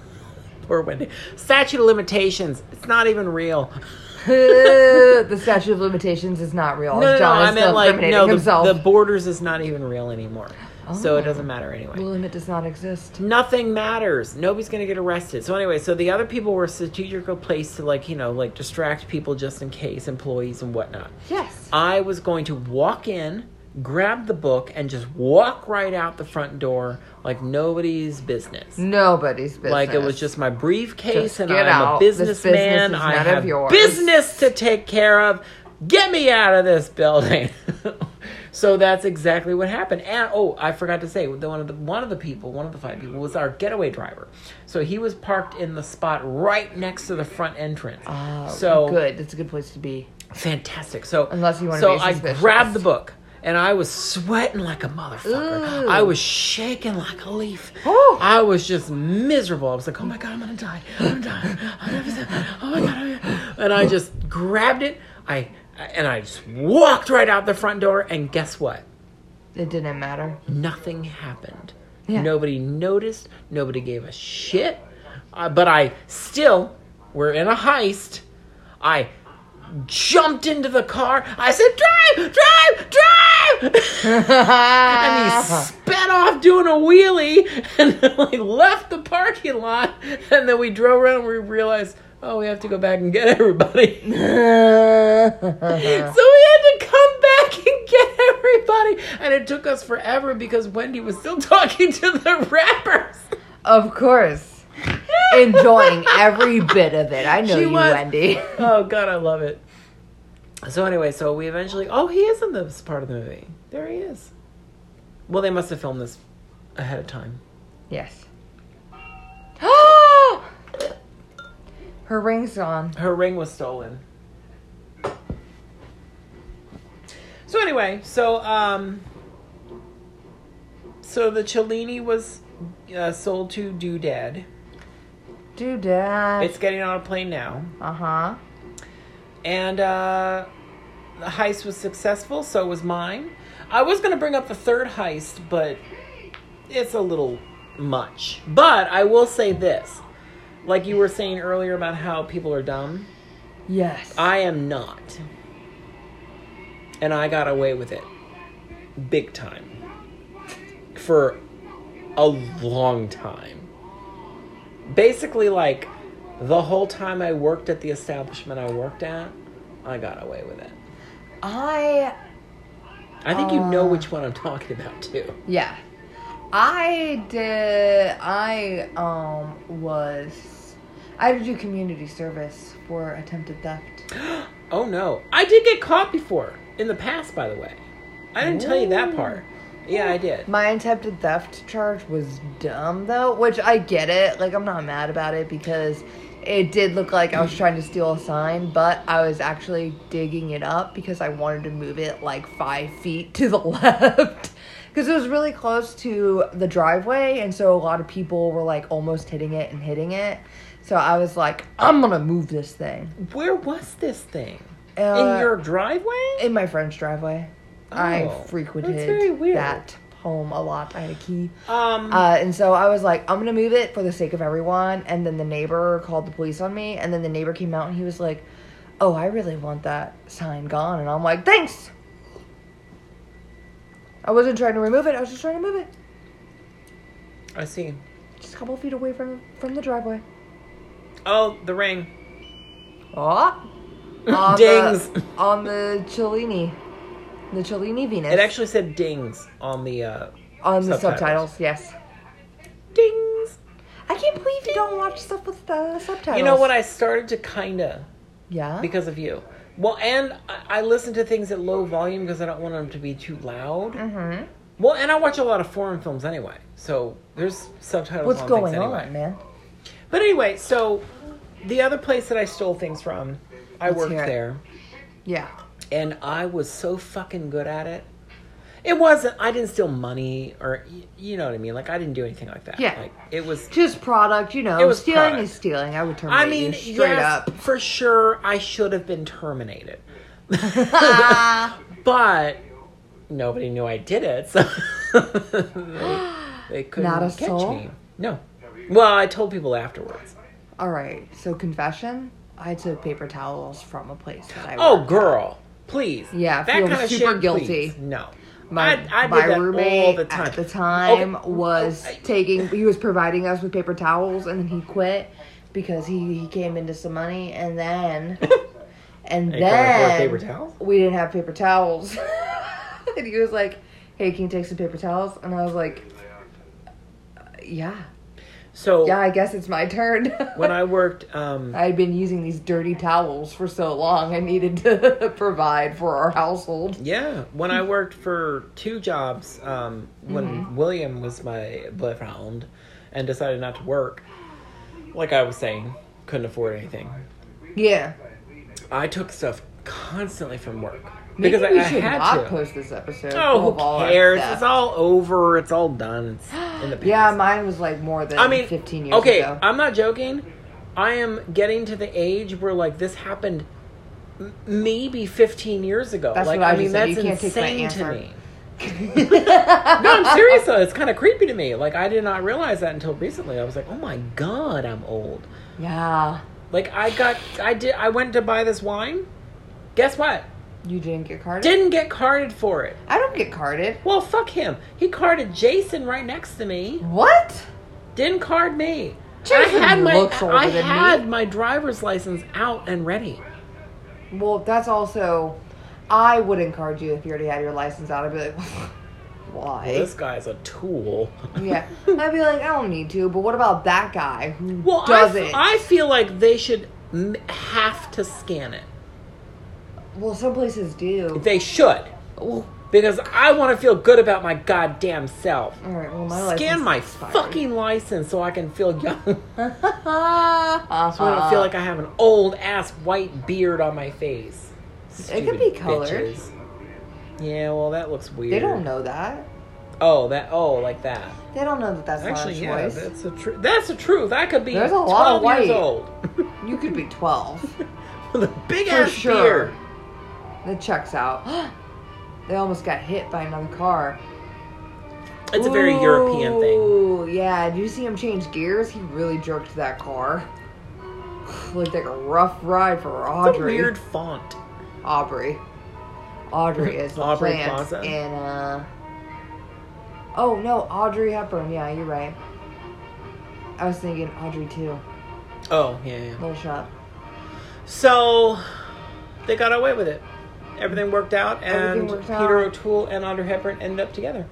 Speaker 3: (laughs) Poor Wendy. Statute of limitations. It's not even real. (laughs)
Speaker 2: the statute of limitations is not real.
Speaker 3: No, no, no,
Speaker 2: John is
Speaker 3: I meant
Speaker 2: still
Speaker 3: like
Speaker 2: incriminating
Speaker 3: no.
Speaker 2: himself.
Speaker 3: The, the borders is not even real anymore, so it
Speaker 2: Oh.
Speaker 3: doesn't matter anyway.
Speaker 2: the limit does not exist.
Speaker 3: Nothing matters. Nobody's gonna get arrested. So anyway, so the other people were strategically placed to like you know like distract people just in case employees and whatnot.
Speaker 2: Yes.
Speaker 3: I was going to walk in, grab the book, and just walk right out the front door like nobody's business.
Speaker 2: Nobody's business.
Speaker 3: Like it was just my briefcase,
Speaker 2: Just
Speaker 3: and
Speaker 2: get
Speaker 3: I'm a
Speaker 2: out. This
Speaker 3: businessman.
Speaker 2: business is
Speaker 3: I
Speaker 2: none of
Speaker 3: have
Speaker 2: yours.
Speaker 3: business to take care of. Get me out of this building. (laughs) so that's exactly what happened. And oh, I forgot to say, the, one of the one of the people, one of the five people, was our getaway driver. So he was parked in the spot right next to the front entrance.
Speaker 2: Oh,
Speaker 3: so
Speaker 2: good. That's a good place to be.
Speaker 3: fantastic. So
Speaker 2: Unless you wanna
Speaker 3: so
Speaker 2: be a
Speaker 3: I
Speaker 2: suspicious.
Speaker 3: grabbed the book and I was sweating like a motherfucker.
Speaker 2: Ooh.
Speaker 3: I was shaking like a leaf.
Speaker 2: Whew.
Speaker 3: I was just miserable. I was like, oh my god, I'm gonna die. I'm gonna die. I'm gonna die. Oh my god. I'm gonna-" And I just grabbed it. I and I just walked right out the front door. And guess what?
Speaker 2: It didn't matter.
Speaker 3: nothing happened.
Speaker 2: Yeah.
Speaker 3: Nobody noticed. Nobody gave a shit. Uh, but I still, we're in a heist. I jumped into the car. I said, drive,
Speaker 2: (laughs)
Speaker 3: drive, (laughs) drive. and he sped off doing a wheelie. And (laughs) then we left the parking lot. And then we drove around and we realized, oh, we have to go back and get everybody.
Speaker 2: Uh-huh.
Speaker 3: so we had to come back (laughs) and get everybody, and it took us forever because Wendy was still (laughs) talking to the rappers. (laughs)
Speaker 2: of course. Enjoying every bit of it. I know
Speaker 3: She
Speaker 2: you,
Speaker 3: was-
Speaker 2: Wendy. (laughs)
Speaker 3: Oh God, I love it. So anyway, so we eventually. Oh, he is in this part of the movie. There he is. Well, they must have filmed this ahead of time.
Speaker 2: Yes. (gasps) Her ring's gone.
Speaker 3: Her ring was stolen. So anyway, so um, so the Cellini was uh, sold to Doodad.
Speaker 2: Do that.
Speaker 3: It's getting on a plane now.
Speaker 2: Uh huh.
Speaker 3: and uh, the heist was successful. So was mine. I was going to bring up the third heist, but it's a little much. But I will say this: like you were saying earlier about how people are dumb,
Speaker 2: Yes.
Speaker 3: I am not, and I got away with it big time for a long time. Basically, like the whole time I worked at the establishment I worked at, I got away with it.
Speaker 2: I
Speaker 3: I think you know
Speaker 2: Uh.
Speaker 3: which one I'm talking about too.
Speaker 2: Yeah. I did I um was I had to do community service for attempted theft.
Speaker 3: Oh no, I did get caught before in the past, by the way. I didn't tell you that part. Yeah, I did.
Speaker 2: My attempted theft charge was dumb though, which I get it. Like I'm not mad about it because it did look like I was trying to steal a sign, but I was actually digging it up because I wanted to move it like five feet to the (laughs) left. Because it was really close to the driveway, and so a lot of people were like almost hitting it and hitting it. So I was like, I'm gonna move this thing.
Speaker 3: Where was this thing?
Speaker 2: Uh,
Speaker 3: in your driveway?
Speaker 2: in my friend's driveway.
Speaker 3: Oh,
Speaker 2: I frequented
Speaker 3: that's very weird.
Speaker 2: that home a lot. I had a key.
Speaker 3: um,
Speaker 2: Uh, and so I was like, I'm gonna move it for the sake of everyone. And then the neighbor called the police on me. And then the neighbor came out and he was like, Oh, I really want that sign gone. And I'm like, Thanks. I wasn't trying to remove it. I was just trying to move it,
Speaker 3: I see.
Speaker 2: just a couple feet away from from the driveway.
Speaker 3: Oh, the ring.
Speaker 2: Oh,
Speaker 3: (laughs)
Speaker 2: on
Speaker 3: Dings.
Speaker 2: the, on the Cellini, the Cellini Venus.
Speaker 3: It actually said dings on the uh,
Speaker 2: on the
Speaker 3: subtitles.
Speaker 2: subtitles. Yes,
Speaker 3: dings.
Speaker 2: I can't believe you don't watch stuff with the subtitles.
Speaker 3: You know what? I started to kinda
Speaker 2: Yeah.
Speaker 3: because of you. Well, and I, I listen to things at low volume because I don't want them to be too loud.
Speaker 2: mm-hmm.
Speaker 3: Well, and I watch a lot of foreign films anyway, so there's subtitles.
Speaker 2: What's
Speaker 3: on
Speaker 2: going
Speaker 3: things anyway.
Speaker 2: on, man?
Speaker 3: But anyway, so the other place that I stole things from, I
Speaker 2: Let's
Speaker 3: worked
Speaker 2: hear it.
Speaker 3: there,
Speaker 2: Yeah.
Speaker 3: and I was so fucking good at it. It wasn't. I didn't steal money, or y- you know what I mean. Like I didn't do anything like that.
Speaker 2: Yeah.
Speaker 3: Like it was
Speaker 2: Just product, you know.
Speaker 3: It was
Speaker 2: stealing
Speaker 3: product.
Speaker 2: is stealing. I would terminate
Speaker 3: I mean,
Speaker 2: you straight
Speaker 3: yes,
Speaker 2: up.
Speaker 3: for sure, I should have been terminated. Uh.
Speaker 2: Ah,
Speaker 3: but nobody knew I did it, so (laughs) they, they couldn't
Speaker 2: Not a
Speaker 3: catch
Speaker 2: soul?
Speaker 3: me. No. Well, I told people afterwards.
Speaker 2: all right. So confession. I took paper towels from a place that I.
Speaker 3: Oh,
Speaker 2: worked.
Speaker 3: girl, please.
Speaker 2: Yeah, I
Speaker 3: that
Speaker 2: feel
Speaker 3: kind of
Speaker 2: super
Speaker 3: shit,
Speaker 2: guilty.
Speaker 3: please. No.
Speaker 2: My,
Speaker 3: I, I
Speaker 2: my
Speaker 3: did that
Speaker 2: roommate
Speaker 3: all the time.
Speaker 2: at the time
Speaker 3: Okay. Oh,
Speaker 2: was
Speaker 3: I-
Speaker 2: taking. He was providing us with paper towels, and then he quit because he he came into some money, and then and
Speaker 3: And you couldn't afford
Speaker 2: then
Speaker 3: paper towels?
Speaker 2: we didn't have paper towels. (laughs) and he was like, "Hey, can you take some paper towels?" And I was like, "Uh, "Yeah,
Speaker 3: (laughs) So
Speaker 2: yeah, I guess it's my turn."
Speaker 3: when I worked, um,
Speaker 2: I had been using these dirty towels for so long, I needed to (laughs) provide for our household.
Speaker 3: yeah, when
Speaker 2: Hmm.
Speaker 3: I worked for two jobs, um, when
Speaker 2: Mm-hmm.
Speaker 3: William was my boyfriend and decided not to work, like I was saying, couldn't afford anything.
Speaker 2: Yeah,
Speaker 3: I took stuff constantly from work
Speaker 2: Maybe
Speaker 3: because I,
Speaker 2: we
Speaker 3: I
Speaker 2: should
Speaker 3: had
Speaker 2: not
Speaker 3: to.
Speaker 2: post this episode.
Speaker 3: Oh,
Speaker 2: of all
Speaker 3: who
Speaker 2: our
Speaker 3: cares?
Speaker 2: stuff.
Speaker 3: It's all over. It's all done. It's in the
Speaker 2: (gasps)
Speaker 3: past.
Speaker 2: yeah, mine was like more than
Speaker 3: I mean,
Speaker 2: fifteen years
Speaker 3: okay,
Speaker 2: (laughs)
Speaker 3: uh,
Speaker 2: ago.
Speaker 3: I'm not joking. I am getting to the age where like this happened m- maybe 15 years ago.
Speaker 2: That's
Speaker 3: like
Speaker 2: what I was
Speaker 3: mean,
Speaker 2: gonna
Speaker 3: that's
Speaker 2: say. You can't take my
Speaker 3: insane to
Speaker 2: answer.
Speaker 3: me. no,
Speaker 2: (laughs)
Speaker 3: I'm serious though. It's kind of creepy to me. Like I did not realize that until recently. I was like, oh my god, I'm old.
Speaker 2: yeah,
Speaker 3: Like I got, I did, I went to buy this wine. Guess what?
Speaker 2: you didn't get carded.
Speaker 3: Didn't get carded for it.
Speaker 2: I don't get carded.
Speaker 3: Well, fuck him. He carded Jason right next to me.
Speaker 2: What?
Speaker 3: Didn't card me.
Speaker 2: Jason
Speaker 3: I had my
Speaker 2: looks older
Speaker 3: I
Speaker 2: than me.
Speaker 3: had my driver's license out and ready.
Speaker 2: Well, that's also. I would encourage you if you already had your license out. I'd be like, (laughs) why?
Speaker 3: This guy's a tool.
Speaker 2: yeah, I'd be like, I don't need to. But what about that guy who
Speaker 3: (laughs) Well, I, f-
Speaker 2: doesn't?
Speaker 3: I feel like they should m- have to scan it.
Speaker 2: well, some places do.
Speaker 3: They should
Speaker 2: Well,
Speaker 3: because I want to feel good about my goddamn self.
Speaker 2: all right. Well, my license
Speaker 3: Scan my
Speaker 2: expired. (laughs)
Speaker 3: fucking license so I can feel young. (laughs) so
Speaker 2: so
Speaker 3: I don't feel like I have an old ass white beard on my face.
Speaker 2: It could
Speaker 3: Stupid
Speaker 2: be colored.
Speaker 3: bitches. Yeah, well, that looks weird.
Speaker 2: they don't know that.
Speaker 3: Oh, that. Oh, like that.
Speaker 2: They don't know that that's
Speaker 3: Actually,
Speaker 2: not a
Speaker 3: yeah,
Speaker 2: choice.
Speaker 3: that's the truth. That's the truth. I could be
Speaker 2: There's a
Speaker 3: 12
Speaker 2: lot of
Speaker 3: years
Speaker 2: white.
Speaker 3: old
Speaker 2: (laughs) You could be twelve.
Speaker 3: (laughs) with a big
Speaker 2: For
Speaker 3: ass
Speaker 2: sure.
Speaker 3: beard.
Speaker 2: That checks out. (gasps) they almost got hit by another car.
Speaker 3: It's a very European thing.
Speaker 2: Ooh, yeah. Did you see him change gears? He really jerked that car. (sighs) Looked like a rough ride for
Speaker 3: It's a
Speaker 2: Audrey.
Speaker 3: weird font.
Speaker 2: Aubrey. Audrey is the
Speaker 3: (laughs) Aubrey
Speaker 2: plant
Speaker 3: Plaza?
Speaker 2: in uh Oh no, Audrey Hepburn, yeah, you're right. I was thinking Audrey too.
Speaker 3: Oh yeah, yeah.
Speaker 2: Little shop.
Speaker 3: So they got away with it. Everything worked out, and
Speaker 2: Everything worked out.
Speaker 3: Peter O'Toole and Audrey Hepburn ended up together.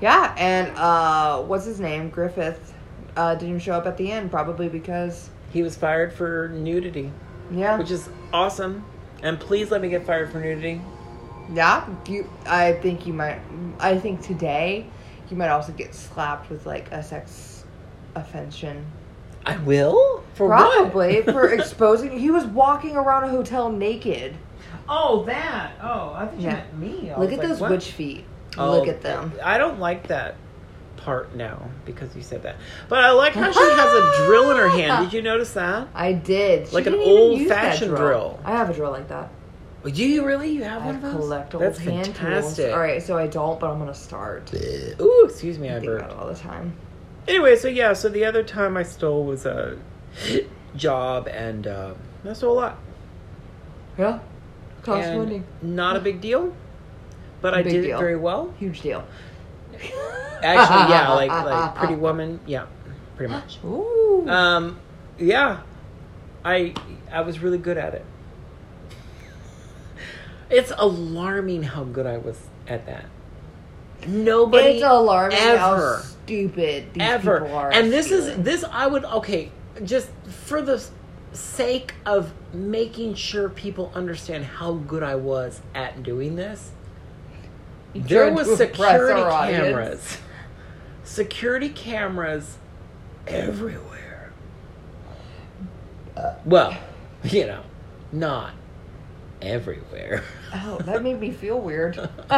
Speaker 2: Yeah, and uh what's his name? Griffith uh didn't show up at the end probably because
Speaker 3: He was fired for nudity,
Speaker 2: yeah.
Speaker 3: which is awesome. And please let me get fired for nudity.
Speaker 2: yeah, you I think you might I think today you might also get slapped with like a sex offension
Speaker 3: I will for what?
Speaker 2: Probably
Speaker 3: (laughs)
Speaker 2: for exposing. He was walking around a hotel naked.
Speaker 3: oh, that. Oh, I thought you
Speaker 2: Yeah.
Speaker 3: meant me. I
Speaker 2: Look
Speaker 3: was
Speaker 2: at
Speaker 3: like,
Speaker 2: those
Speaker 3: what?
Speaker 2: witch feet.
Speaker 3: Oh,
Speaker 2: Look at them.
Speaker 3: I don't like that part now because you said that. But I like how she has a drill in her hand. Did you notice that?
Speaker 2: I did. She
Speaker 3: Like an
Speaker 2: didn't even
Speaker 3: old
Speaker 2: use that
Speaker 3: fashioned drill.
Speaker 2: I have a drill like that.
Speaker 3: Oh, Do you really? You have
Speaker 2: I
Speaker 3: one of those?
Speaker 2: collect old
Speaker 3: That's
Speaker 2: hand
Speaker 3: fantastic.
Speaker 2: tools. All right, so I don't, but I'm gonna start.
Speaker 3: Ooh, excuse me, I
Speaker 2: I think about
Speaker 3: burped.
Speaker 2: it all the time.
Speaker 3: Anyway, so yeah, so the other time I stole was a job, and uh, I stole a lot.
Speaker 2: Yeah, cost
Speaker 3: And
Speaker 2: money.
Speaker 3: Not a big deal, but I
Speaker 2: Big
Speaker 3: did
Speaker 2: deal.
Speaker 3: it very well.
Speaker 2: Huge deal.
Speaker 3: Actually,
Speaker 2: (laughs)
Speaker 3: yeah, like like Pretty Woman, yeah, pretty much.
Speaker 2: Ooh.
Speaker 3: Um, yeah, I I was really good at it. It's alarming how good I was at that. Nobody
Speaker 2: it's alarming how
Speaker 3: ever,
Speaker 2: stupid these
Speaker 3: ever,
Speaker 2: people are. at
Speaker 3: and this is
Speaker 2: stealing.
Speaker 3: this I would okay just for the s- sake of making sure people understand how good I was at doing this.
Speaker 2: You
Speaker 3: There
Speaker 2: tried
Speaker 3: was
Speaker 2: to impress our
Speaker 3: security
Speaker 2: audience.
Speaker 3: cameras. Security cameras everywhere. Uh, Well, (laughs) you know, not everywhere. (laughs)
Speaker 2: Oh, that made me feel weird. (laughs)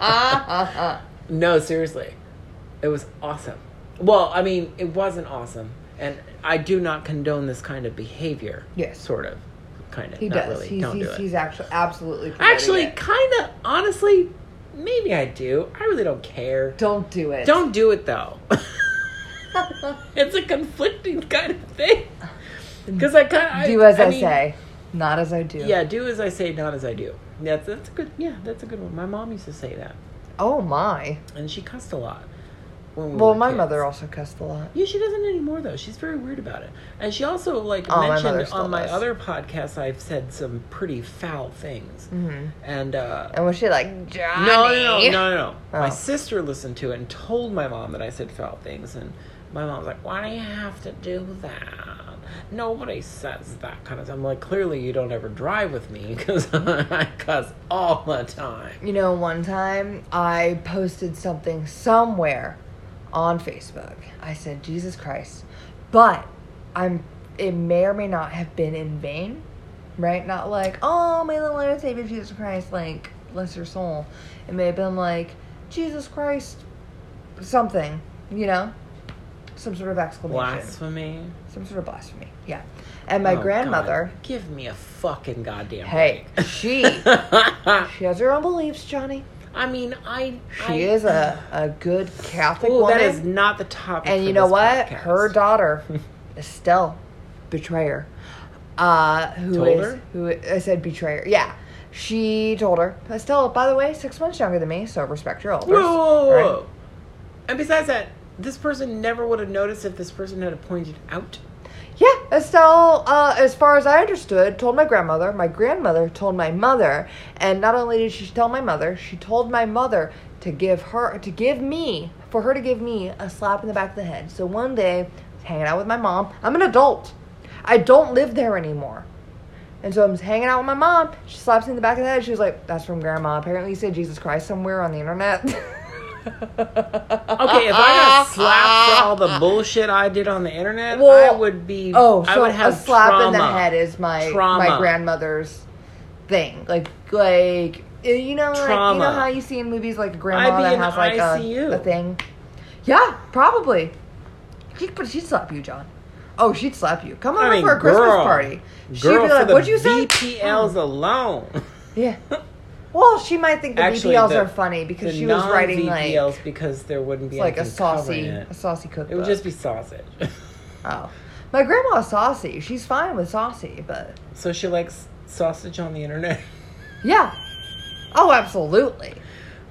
Speaker 2: yeah,
Speaker 3: No, seriously. It was awesome. Well, I mean, it wasn't awesome. And I do not condone this kind of behavior.
Speaker 2: Yes.
Speaker 3: Sort of. Kind of.
Speaker 2: he
Speaker 3: not
Speaker 2: does.
Speaker 3: really.
Speaker 2: He's
Speaker 3: Don't
Speaker 2: he's,
Speaker 3: do it.
Speaker 2: he's actually absolutely promoting
Speaker 3: Actually,
Speaker 2: it.
Speaker 3: kind of, honestly, maybe I do. I really don't care.
Speaker 2: don't do it. (laughs)
Speaker 3: Don't do it though. (laughs) it's a conflicting kind of thing. Because I kind of
Speaker 2: do as I,
Speaker 3: mean,
Speaker 2: say, not as I do.
Speaker 3: Yeah, do as I say, not as I do. That's that's a good. Yeah, that's a good one. My mom used to say that,
Speaker 2: Oh my.
Speaker 3: and she cussed a lot. when we
Speaker 2: Well,
Speaker 3: were
Speaker 2: my
Speaker 3: kids.
Speaker 2: mother also cussed a lot.
Speaker 3: Yeah, she doesn't anymore though. She's very weird about it, and she also like
Speaker 2: Oh, my
Speaker 3: mentioned
Speaker 2: mother still
Speaker 3: on my
Speaker 2: does.
Speaker 3: other podcast. I've said some pretty foul things,
Speaker 2: Mm-hmm.
Speaker 3: and uh,
Speaker 2: And was she like
Speaker 3: no,
Speaker 2: Johnny?
Speaker 3: no, no, no, no. no.
Speaker 2: Oh.
Speaker 3: My sister listened to it and told my mom that I said foul things, and my mom's like, "Why do you have to do that? Nobody says that kind of." Stuff. I'm like, clearly you don't ever drive with me (laughs) because I cuss all the time.
Speaker 2: You know, one time I posted something somewhere on Facebook. I said, Jesus Christ. But I'm it may or may not have been in vain, right? Not like, oh may the Lord save you, Jesus Christ, like bless your soul. It may have been like, Jesus Christ something, you know? Some sort of exclamation.
Speaker 3: Blasphemy.
Speaker 2: Some sort of blasphemy. Yeah. And my
Speaker 3: Oh,
Speaker 2: grandmother
Speaker 3: God. Give me a fucking goddamn.
Speaker 2: Hey,
Speaker 3: break.
Speaker 2: she she has her own beliefs, Johnny.
Speaker 3: (laughs) I mean, I. I,
Speaker 2: She is a, a good Catholic
Speaker 3: Ooh,
Speaker 2: woman.
Speaker 3: that is not the topic.
Speaker 2: and
Speaker 3: for
Speaker 2: you know
Speaker 3: this
Speaker 2: what?
Speaker 3: podcast. (laughs)
Speaker 2: Her daughter, Estelle, betrayer, uh, who
Speaker 3: Told
Speaker 2: is
Speaker 3: her?
Speaker 2: who I said betrayer. Yeah, she told her Estelle. By the way, six months younger than me, so respect your elders.
Speaker 3: Whoa, whoa, whoa,
Speaker 2: Right?
Speaker 3: whoa. And besides that, this person never would have noticed if this person had pointed out.
Speaker 2: Yeah, Estelle, uh, as far as I understood, told my grandmother. My grandmother told my mother, and not only did she tell my mother, she told my mother to give her to give me for her to give me a slap in the back of the head. So one day, I was hanging out with my mom. I'm an adult. I don't live there anymore. And so I'm just hanging out with my mom. She slaps me in the back of the head. She was like, "That's from Grandma." Apparently, you said Jesus Christ somewhere on the internet. (laughs) Uh,
Speaker 3: Okay, if I got slapped for all the bullshit I did on the internet,
Speaker 2: Well,
Speaker 3: I would be.
Speaker 2: Oh,
Speaker 3: I
Speaker 2: so
Speaker 3: would have
Speaker 2: a slap in the
Speaker 3: trauma.
Speaker 2: head is my my
Speaker 3: Trauma.
Speaker 2: grandmother's thing. Like like eh, you know like, you know
Speaker 3: Trauma.
Speaker 2: how you see in movies like a grandma
Speaker 3: I'd be
Speaker 2: that
Speaker 3: in
Speaker 2: has like
Speaker 3: ICU.
Speaker 2: a, a thing. Yeah, probably. She, but she'd slap you, John. Oh, she'd slap you. Come on
Speaker 3: I mean,
Speaker 2: for a Christmas
Speaker 3: girl.
Speaker 2: party. She'd
Speaker 3: Girl,
Speaker 2: be like,
Speaker 3: for the
Speaker 2: "What'd you say?" (laughs)
Speaker 3: VPLs alone. (laughs)
Speaker 2: Yeah. Well, she might think the
Speaker 3: Actually,
Speaker 2: BPLs
Speaker 3: the-
Speaker 2: are funny because
Speaker 3: the
Speaker 2: she was writing
Speaker 3: non-VPLs
Speaker 2: like
Speaker 3: because there wouldn't be
Speaker 2: like a
Speaker 3: anything covering
Speaker 2: saucy
Speaker 3: It.
Speaker 2: a saucy cookbook.
Speaker 3: It would just be sausage. (laughs)
Speaker 2: oh. My grandma's saucy. She's fine with saucy, but
Speaker 3: so she likes sausage on the internet. (laughs)
Speaker 2: Yeah. Oh, absolutely.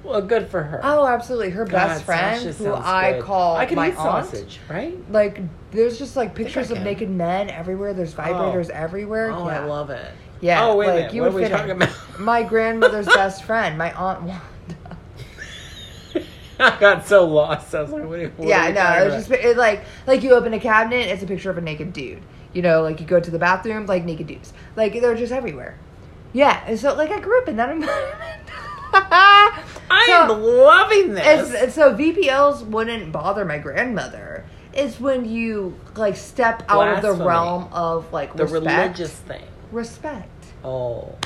Speaker 3: Well, good for her.
Speaker 2: Oh, absolutely. Her best
Speaker 3: God,
Speaker 2: friend,
Speaker 3: sausage
Speaker 2: who
Speaker 3: sounds
Speaker 2: I
Speaker 3: good.
Speaker 2: call
Speaker 3: I can
Speaker 2: my
Speaker 3: eat
Speaker 2: aunt.
Speaker 3: sausage, right?
Speaker 2: Like, there's just like
Speaker 3: think I
Speaker 2: pictures of
Speaker 3: can.
Speaker 2: naked men everywhere. There's vibrators everywhere.
Speaker 3: Oh,
Speaker 2: yeah.
Speaker 3: I love it.
Speaker 2: Yeah.
Speaker 3: Oh, wait a
Speaker 2: like,
Speaker 3: minute.
Speaker 2: You
Speaker 3: what are
Speaker 2: would
Speaker 3: we
Speaker 2: fit in.
Speaker 3: talking about?
Speaker 2: My
Speaker 3: (laughs)
Speaker 2: grandmother's best friend, my aunt Wanda.
Speaker 3: (laughs) I got so lost. I was like, what, are- what
Speaker 2: yeah,
Speaker 3: are we
Speaker 2: no,
Speaker 3: talking
Speaker 2: it's
Speaker 3: about?
Speaker 2: just it, like like you open a cabinet, it's a picture of a naked dude. You know, like you go to the bathroom, like naked dudes. Like they're just everywhere. Yeah, and so like I grew up in that environment. (laughs) I
Speaker 3: I am loving
Speaker 2: It's,
Speaker 3: this.
Speaker 2: it's- so VPLs wouldn't bother my grandmother. It's when you like step out of the
Speaker 3: Blasphemy.
Speaker 2: realm of like
Speaker 3: the
Speaker 2: respect.
Speaker 3: religious thing.
Speaker 2: respect.
Speaker 3: Oh.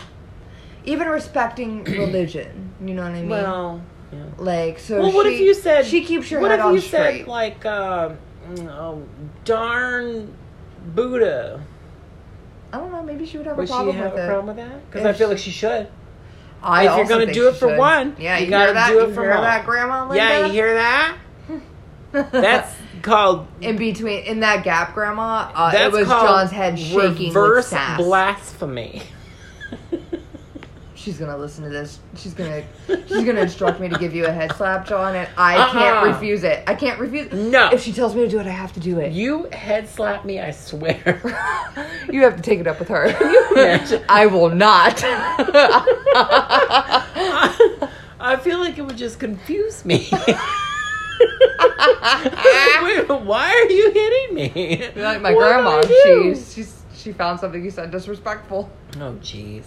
Speaker 2: Even
Speaker 3: (clears throat)
Speaker 2: respecting religion. You know what I mean?
Speaker 3: Well, yeah.
Speaker 2: like so.
Speaker 3: Well, what if
Speaker 2: she-
Speaker 3: you said
Speaker 2: she keeps your
Speaker 3: What
Speaker 2: head
Speaker 3: if
Speaker 2: on
Speaker 3: you
Speaker 2: straight?
Speaker 3: said like, uh, mm, oh, darn Buddha?
Speaker 2: I don't know. Maybe she would have
Speaker 3: Would
Speaker 2: a
Speaker 3: she
Speaker 2: problem
Speaker 3: have
Speaker 2: with
Speaker 3: a
Speaker 2: it.
Speaker 3: problem with that? Because
Speaker 2: If
Speaker 3: I feel
Speaker 2: she-
Speaker 3: like she should.
Speaker 2: I
Speaker 3: if you're
Speaker 2: also
Speaker 3: gonna
Speaker 2: think
Speaker 3: do it
Speaker 2: she
Speaker 3: for
Speaker 2: should.
Speaker 3: one,
Speaker 2: yeah,
Speaker 3: you
Speaker 2: you,
Speaker 3: gotta
Speaker 2: hear that?
Speaker 3: do it
Speaker 2: you
Speaker 3: for
Speaker 2: hear
Speaker 3: all.
Speaker 2: that, Grandma Linda?
Speaker 3: Yeah, you hear
Speaker 2: (laughs)
Speaker 3: that? That's called
Speaker 2: in between in that gap, Grandma. Uh,
Speaker 3: That's
Speaker 2: it was
Speaker 3: called
Speaker 2: John's head shaking
Speaker 3: reverse
Speaker 2: with sass.
Speaker 3: blasphemy. (laughs)
Speaker 2: She's gonna listen to this. She's gonna she's gonna instruct me to give you a head slap, John, and I can't
Speaker 3: Uh-uh.
Speaker 2: refuse it. I can't refuse.
Speaker 3: No.
Speaker 2: If she tells me to do it, I have to do it.
Speaker 3: you head slap me, I swear.
Speaker 2: (laughs)
Speaker 3: (laughs)
Speaker 2: You have to take it up with her.
Speaker 3: imagine?
Speaker 2: I will not.
Speaker 3: I, (laughs) I feel like it would just confuse me. (laughs) Wait, why are you hitting me?
Speaker 2: You're like my
Speaker 3: What did
Speaker 2: grandma.
Speaker 3: I do?
Speaker 2: She's she's she found something you said disrespectful.
Speaker 3: Oh, jeez.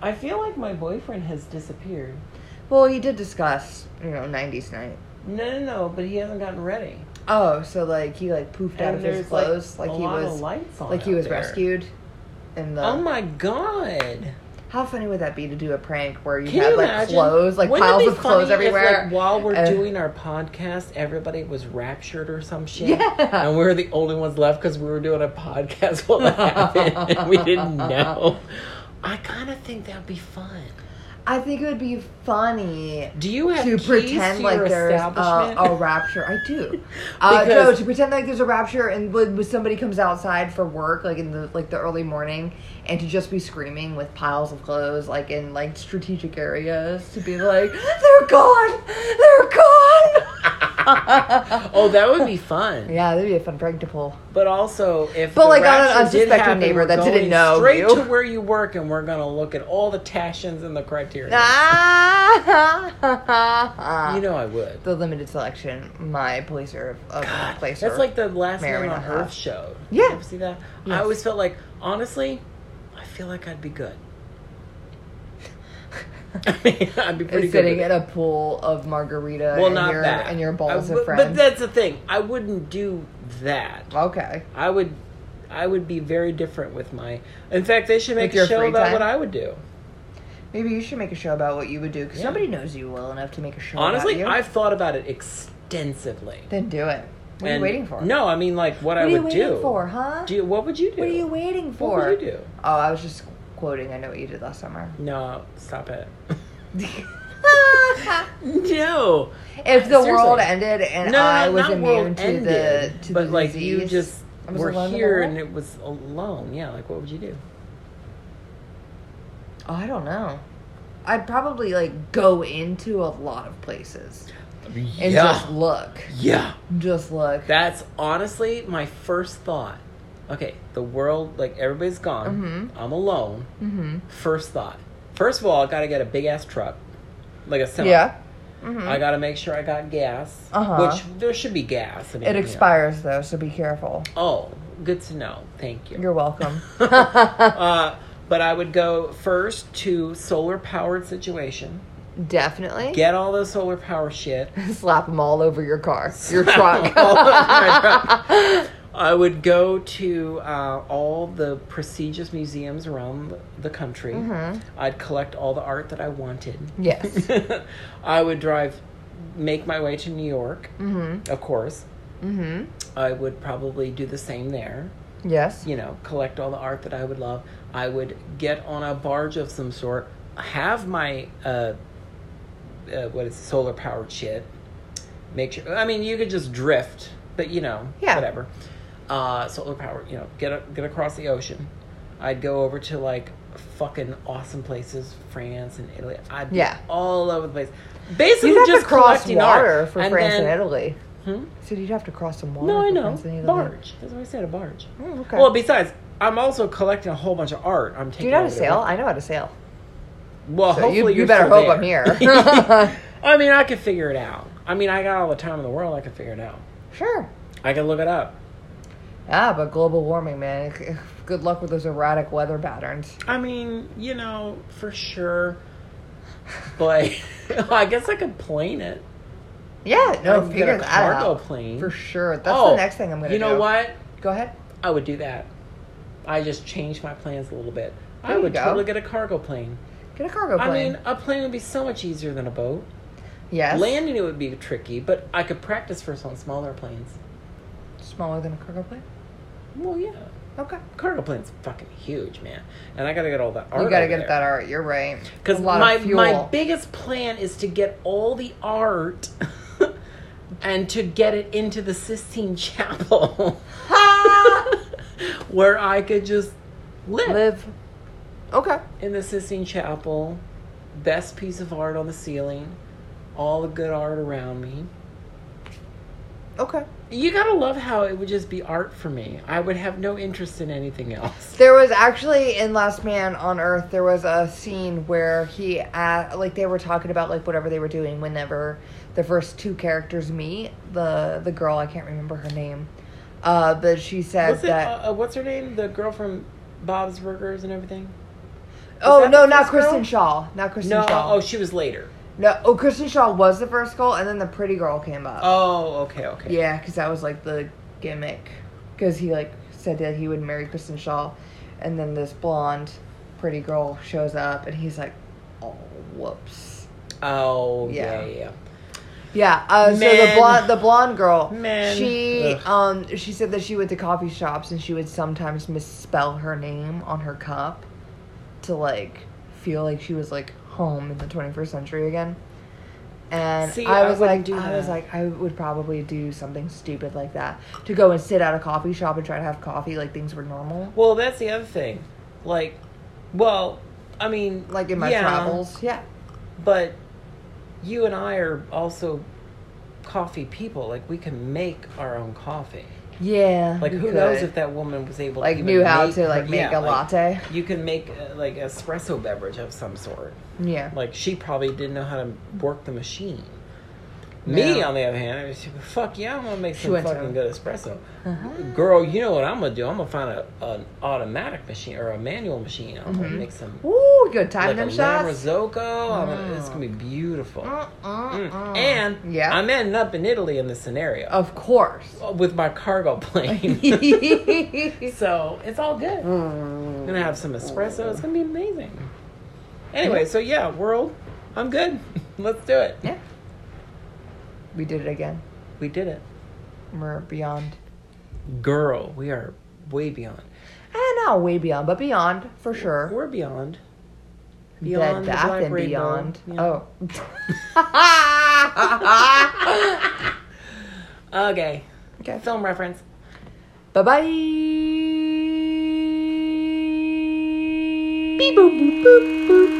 Speaker 3: I feel like my boyfriend has disappeared.
Speaker 2: Well, he did discuss, you know, '90s night.
Speaker 3: No, no, no, but he hasn't gotten ready.
Speaker 2: Oh, so like he like poofed out of his clothes, like,
Speaker 3: a
Speaker 2: he
Speaker 3: lot of
Speaker 2: was
Speaker 3: lights on
Speaker 2: like he
Speaker 3: out
Speaker 2: was
Speaker 3: there.
Speaker 2: rescued. And the
Speaker 3: Oh my god!
Speaker 2: How funny would that be to do a prank where you
Speaker 3: Can
Speaker 2: had
Speaker 3: you
Speaker 2: like
Speaker 3: imagine?
Speaker 2: clothes, like
Speaker 3: Wouldn't it
Speaker 2: piles
Speaker 3: be
Speaker 2: of clothes
Speaker 3: funny if, like,
Speaker 2: everywhere?
Speaker 3: while we're
Speaker 2: and- (laughs)
Speaker 3: doing our podcast, everybody was raptured or some shit,
Speaker 2: Yeah.
Speaker 3: (laughs) and we were the only ones left because we were doing a podcast while that happened, (laughs) and we didn't know. I kind of think that'd be fun.
Speaker 2: I think it would be funny
Speaker 3: Do you have
Speaker 2: to
Speaker 3: keys
Speaker 2: pretend
Speaker 3: to
Speaker 2: like
Speaker 3: your
Speaker 2: there's uh,
Speaker 3: establishment?
Speaker 2: a rapture. I
Speaker 3: (laughs)
Speaker 2: do. Uh, no,
Speaker 3: Because-
Speaker 2: to pretend like there's a rapture and when, when somebody comes outside for work, like in the like the early morning, and to just be screaming with piles of clothes, like in like (gasps)
Speaker 3: (laughs)
Speaker 2: strategic areas, to be like, "They're gone! (laughs) They're gone!"
Speaker 3: (laughs) oh, that would be fun.
Speaker 2: Yeah, that'd be a fun prank to pull.
Speaker 3: But also, if
Speaker 2: But,
Speaker 3: the
Speaker 2: like, on an
Speaker 3: rapture did
Speaker 2: unsuspecting
Speaker 3: happen,
Speaker 2: neighbor
Speaker 3: we're
Speaker 2: that didn't
Speaker 3: going
Speaker 2: know
Speaker 3: straight
Speaker 2: you.
Speaker 3: to where you work, and we're gonna look at all the tashins and the criteria. (laughs)
Speaker 2: Ah!
Speaker 3: You know, I would.
Speaker 2: the limited selection, my placer of, of my placer.
Speaker 3: That's like the last
Speaker 2: Mary
Speaker 3: man on
Speaker 2: not
Speaker 3: Earth
Speaker 2: half.
Speaker 3: show.
Speaker 2: Yeah.
Speaker 3: you ever see that? I
Speaker 2: Yes.
Speaker 3: always felt like, honestly, I feel like I'd be good.
Speaker 2: (laughs)
Speaker 3: I mean, I'd be pretty
Speaker 2: is
Speaker 3: good.
Speaker 2: sitting
Speaker 3: with
Speaker 2: at
Speaker 3: it.
Speaker 2: a pool of margarita
Speaker 3: well,
Speaker 2: and,
Speaker 3: not
Speaker 2: your,
Speaker 3: that.
Speaker 2: and your
Speaker 3: I
Speaker 2: balls
Speaker 3: would-
Speaker 2: of friends.
Speaker 3: But that's the thing. I wouldn't do that.
Speaker 2: okay.
Speaker 3: I would, I would be very different with my. In fact, they should make
Speaker 2: With your
Speaker 3: a show
Speaker 2: free
Speaker 3: about
Speaker 2: time?
Speaker 3: what I would do.
Speaker 2: Maybe you should make a show about what you would do because
Speaker 3: Yeah.
Speaker 2: nobody knows you well enough to make a show
Speaker 3: Honestly,
Speaker 2: about you.
Speaker 3: I've thought about it extensively.
Speaker 2: Then do it. What are you
Speaker 3: And-
Speaker 2: waiting for?
Speaker 3: No, I mean like what,
Speaker 2: What
Speaker 3: I
Speaker 2: are you
Speaker 3: would
Speaker 2: waiting
Speaker 3: do.
Speaker 2: for, huh?
Speaker 3: Do you, what would you do?
Speaker 2: what are you waiting for?
Speaker 3: What would you do?
Speaker 2: Oh, I was just quoting. I know what you did last
Speaker 3: (laughs)
Speaker 2: summer. (laughs)
Speaker 3: No, stop it. (laughs) no,
Speaker 2: if the
Speaker 3: Seriously.
Speaker 2: world ended and
Speaker 3: no,
Speaker 2: I was
Speaker 3: not
Speaker 2: immune
Speaker 3: world
Speaker 2: to
Speaker 3: ended,
Speaker 2: the to
Speaker 3: but
Speaker 2: the
Speaker 3: like
Speaker 2: disease,
Speaker 3: you just
Speaker 2: I was
Speaker 3: were
Speaker 2: alone in the
Speaker 3: here
Speaker 2: world?
Speaker 3: and it was alone. Yeah, like what would you do?
Speaker 2: Oh, I don't know. I'd probably like go into a lot of places and just look,
Speaker 3: yeah.
Speaker 2: just look.
Speaker 3: That's honestly my first thought. Okay, the world, like everybody's gone. I'm alone.
Speaker 2: mm-hmm.
Speaker 3: First thought. First of all, I gotta get a big ass truck, like a semi.
Speaker 2: Yeah. Mm-hmm.
Speaker 3: I gotta make sure I got gas,
Speaker 2: Uh-huh.
Speaker 3: which there should be gas. I mean,
Speaker 2: It
Speaker 3: you know.
Speaker 2: expires though, so be careful.
Speaker 3: Oh, good to know. Thank you.
Speaker 2: You're
Speaker 3: (laughs)
Speaker 2: welcome.
Speaker 3: uh, but I would go first to solar powered situation.
Speaker 2: Definitely.
Speaker 3: Get all the solar power shit. (laughs)
Speaker 2: Slap them all over your car, your truck.
Speaker 3: All over my truck. I would go to uh, all the prestigious museums around the country. I'd collect all the art that I wanted.
Speaker 2: (laughs) yes.
Speaker 3: (laughs) I would drive, make my way to New York, of course.
Speaker 2: Mm-hmm.
Speaker 3: I would probably do the same there.
Speaker 2: Yes.
Speaker 3: you know, collect all the art that I would love. I would get on a barge of some sort, have my uh, uh what is solar powered shit. Make sure. I mean, you could just drift, but you know,
Speaker 2: Yeah.
Speaker 3: whatever. Uh, solar power. You know, get a, get across the ocean. I'd go over to like fucking awesome places, France and Italy. I'd be
Speaker 2: Yeah.
Speaker 3: all over the place. Basically,
Speaker 2: You'd have
Speaker 3: just
Speaker 2: to cross
Speaker 3: collecting
Speaker 2: water
Speaker 3: art.
Speaker 2: for
Speaker 3: And
Speaker 2: France
Speaker 3: then-
Speaker 2: and Italy.
Speaker 3: Hmm?
Speaker 2: So you'd have to cross some water.
Speaker 3: No, I
Speaker 2: for
Speaker 3: know.
Speaker 2: France and Italy.
Speaker 3: Barge. That's what I said, a barge.
Speaker 2: Oh, okay.
Speaker 3: Well, besides, I'm also collecting a whole bunch of art. I'm
Speaker 2: Do
Speaker 3: taking.
Speaker 2: you know how
Speaker 3: over
Speaker 2: to
Speaker 3: to
Speaker 2: sail?
Speaker 3: Rome.
Speaker 2: I know how to sail.
Speaker 3: Well,
Speaker 2: So you-
Speaker 3: hopefully
Speaker 2: you
Speaker 3: you're
Speaker 2: better
Speaker 3: still
Speaker 2: hope I'm
Speaker 3: there.
Speaker 2: here.
Speaker 3: (laughs)
Speaker 2: (laughs)
Speaker 3: I mean, I could figure it out. I mean, I got all the time in the world. I could figure it out.
Speaker 2: Sure.
Speaker 3: I can look it up.
Speaker 2: Ah, but global warming, man. (laughs) Good luck with those erratic weather patterns.
Speaker 3: I mean, you know, for sure. But (laughs) I guess I could plane it.
Speaker 2: Yeah,
Speaker 3: I
Speaker 2: no,
Speaker 3: can get
Speaker 2: figure
Speaker 3: a
Speaker 2: that
Speaker 3: cargo
Speaker 2: out.
Speaker 3: plane.
Speaker 2: For sure. That's
Speaker 3: Oh,
Speaker 2: the next thing I'm going to do.
Speaker 3: You know what?
Speaker 2: Go ahead.
Speaker 3: I would do that. I just changed my plans a little bit. I
Speaker 2: There you
Speaker 3: would
Speaker 2: go.
Speaker 3: totally get a cargo plane.
Speaker 2: Get a cargo plane.
Speaker 3: I mean, a plane would be so much easier than a boat.
Speaker 2: yes.
Speaker 3: Landing it would be tricky, but I could practice first on smaller planes.
Speaker 2: Smaller than a cargo plane?
Speaker 3: Well, yeah,
Speaker 2: Okay.
Speaker 3: cargo plane's fucking huge, man, and I gotta get all that art.
Speaker 2: you got to get that art. You're right.
Speaker 3: because
Speaker 2: A lot
Speaker 3: my
Speaker 2: of fuel.
Speaker 3: my biggest plan is to get all the art. (laughs) And to get it into the Sistine (laughs) Chapel, (laughs) where I could just live.
Speaker 2: Live. Okay.
Speaker 3: in the Sistine Chapel, best piece of art on the ceiling, all the good art around me.
Speaker 2: Okay.
Speaker 3: You gotta love how it would just be art for me. I would have no interest in anything else.
Speaker 2: There was actually in Last Man on Earth, there was a scene where he, a like, they were talking about like whatever they were doing. Whenever the first two characters meet, the the girl I can't remember her name, uh, but she said
Speaker 3: What's, it,
Speaker 2: that.
Speaker 3: uh, uh, what's her name? The girl from Bob's Burgers and everything?
Speaker 2: oh
Speaker 3: that
Speaker 2: no,
Speaker 3: the
Speaker 2: not
Speaker 3: first girl?
Speaker 2: Kristen Shaw, not Kristen
Speaker 3: No,
Speaker 2: Shaw.
Speaker 3: oh, she was later.
Speaker 2: no, oh Kristen Shaw was the first girl, and then the pretty girl came up.
Speaker 3: Oh, okay, okay.
Speaker 2: Yeah, because that was like the gimmick. Because he like said that he would marry Kristen Shaw, and then this blonde, pretty girl shows up, and he's like, oh whoops.
Speaker 3: Oh,
Speaker 2: Yeah.
Speaker 3: yeah, yeah.
Speaker 2: Yeah. Uh, so the
Speaker 3: Men.
Speaker 2: blonde, the blonde girl,
Speaker 3: Men.
Speaker 2: she
Speaker 3: Ugh.
Speaker 2: um she said that she went to coffee shops and she would sometimes misspell her name on her cup to like feel like she was like home in the 21st century again. And
Speaker 3: See,
Speaker 2: I
Speaker 3: I
Speaker 2: was
Speaker 3: wouldn't
Speaker 2: like,
Speaker 3: do
Speaker 2: I was
Speaker 3: that.
Speaker 2: like, I would probably do something stupid like that to go and sit at a coffee shop and try to have coffee like things were normal,
Speaker 3: Well, that's the other thing. Like, well, I mean,
Speaker 2: like in my
Speaker 3: yeah,
Speaker 2: travels. Yeah.
Speaker 3: But you and I are also coffee people. Like we can make our own coffee.
Speaker 2: Yeah.
Speaker 3: Like
Speaker 2: you
Speaker 3: who knows
Speaker 2: could.
Speaker 3: if that woman was able
Speaker 2: Like,
Speaker 3: to even
Speaker 2: knew how
Speaker 3: make
Speaker 2: to, like,
Speaker 3: her-
Speaker 2: make a latte?
Speaker 3: You can make uh, like espresso beverage of some sort.
Speaker 2: Yeah.
Speaker 3: Like she probably didn't know how to work the machine. Me,
Speaker 2: No.
Speaker 3: on the other hand, I was like, fuck yeah, I'm gonna make
Speaker 2: She
Speaker 3: some
Speaker 2: went to-
Speaker 3: fucking good espresso.
Speaker 2: Uh-huh.
Speaker 3: Girl, you know what I'm gonna do? I'm gonna find a, an automatic machine or a manual machine. I'm gonna
Speaker 2: Mhm.
Speaker 3: make some
Speaker 2: Ooh, good time
Speaker 3: like
Speaker 2: them
Speaker 3: a
Speaker 2: shots.
Speaker 3: Lambrozco. I'm gonna,
Speaker 2: Mm.
Speaker 3: it's gonna be beautiful.
Speaker 2: Mm, mm,
Speaker 3: Mm.
Speaker 2: mm.
Speaker 3: And
Speaker 2: yeah,
Speaker 3: I'm ending up in Italy in this scenario uh,
Speaker 2: of
Speaker 3: (laughs)
Speaker 2: course.
Speaker 3: with my cargo
Speaker 2: (laughs)
Speaker 3: plane. (laughs)
Speaker 2: Mm.
Speaker 3: so it's all good. I'm gonna have some espresso. It's gonna be amazing. Anyway, so yeah, world, I'm good. (laughs) Let's do it.
Speaker 2: yeah, we did it again.
Speaker 3: We did it.
Speaker 2: We're beyond,
Speaker 3: Girl, we are way beyond.
Speaker 2: and Eh, not way beyond, but beyond for sure.
Speaker 3: We're beyond.
Speaker 2: Bed
Speaker 3: Beyond the
Speaker 2: Bath
Speaker 3: Black
Speaker 2: and
Speaker 3: Rainbow.
Speaker 2: Beyond.
Speaker 3: Yeah. (laughs)
Speaker 2: Oh.
Speaker 3: Okay.
Speaker 2: okay.
Speaker 3: Film reference.
Speaker 2: Bye bye. Beep
Speaker 1: boop, boop, boop, boop.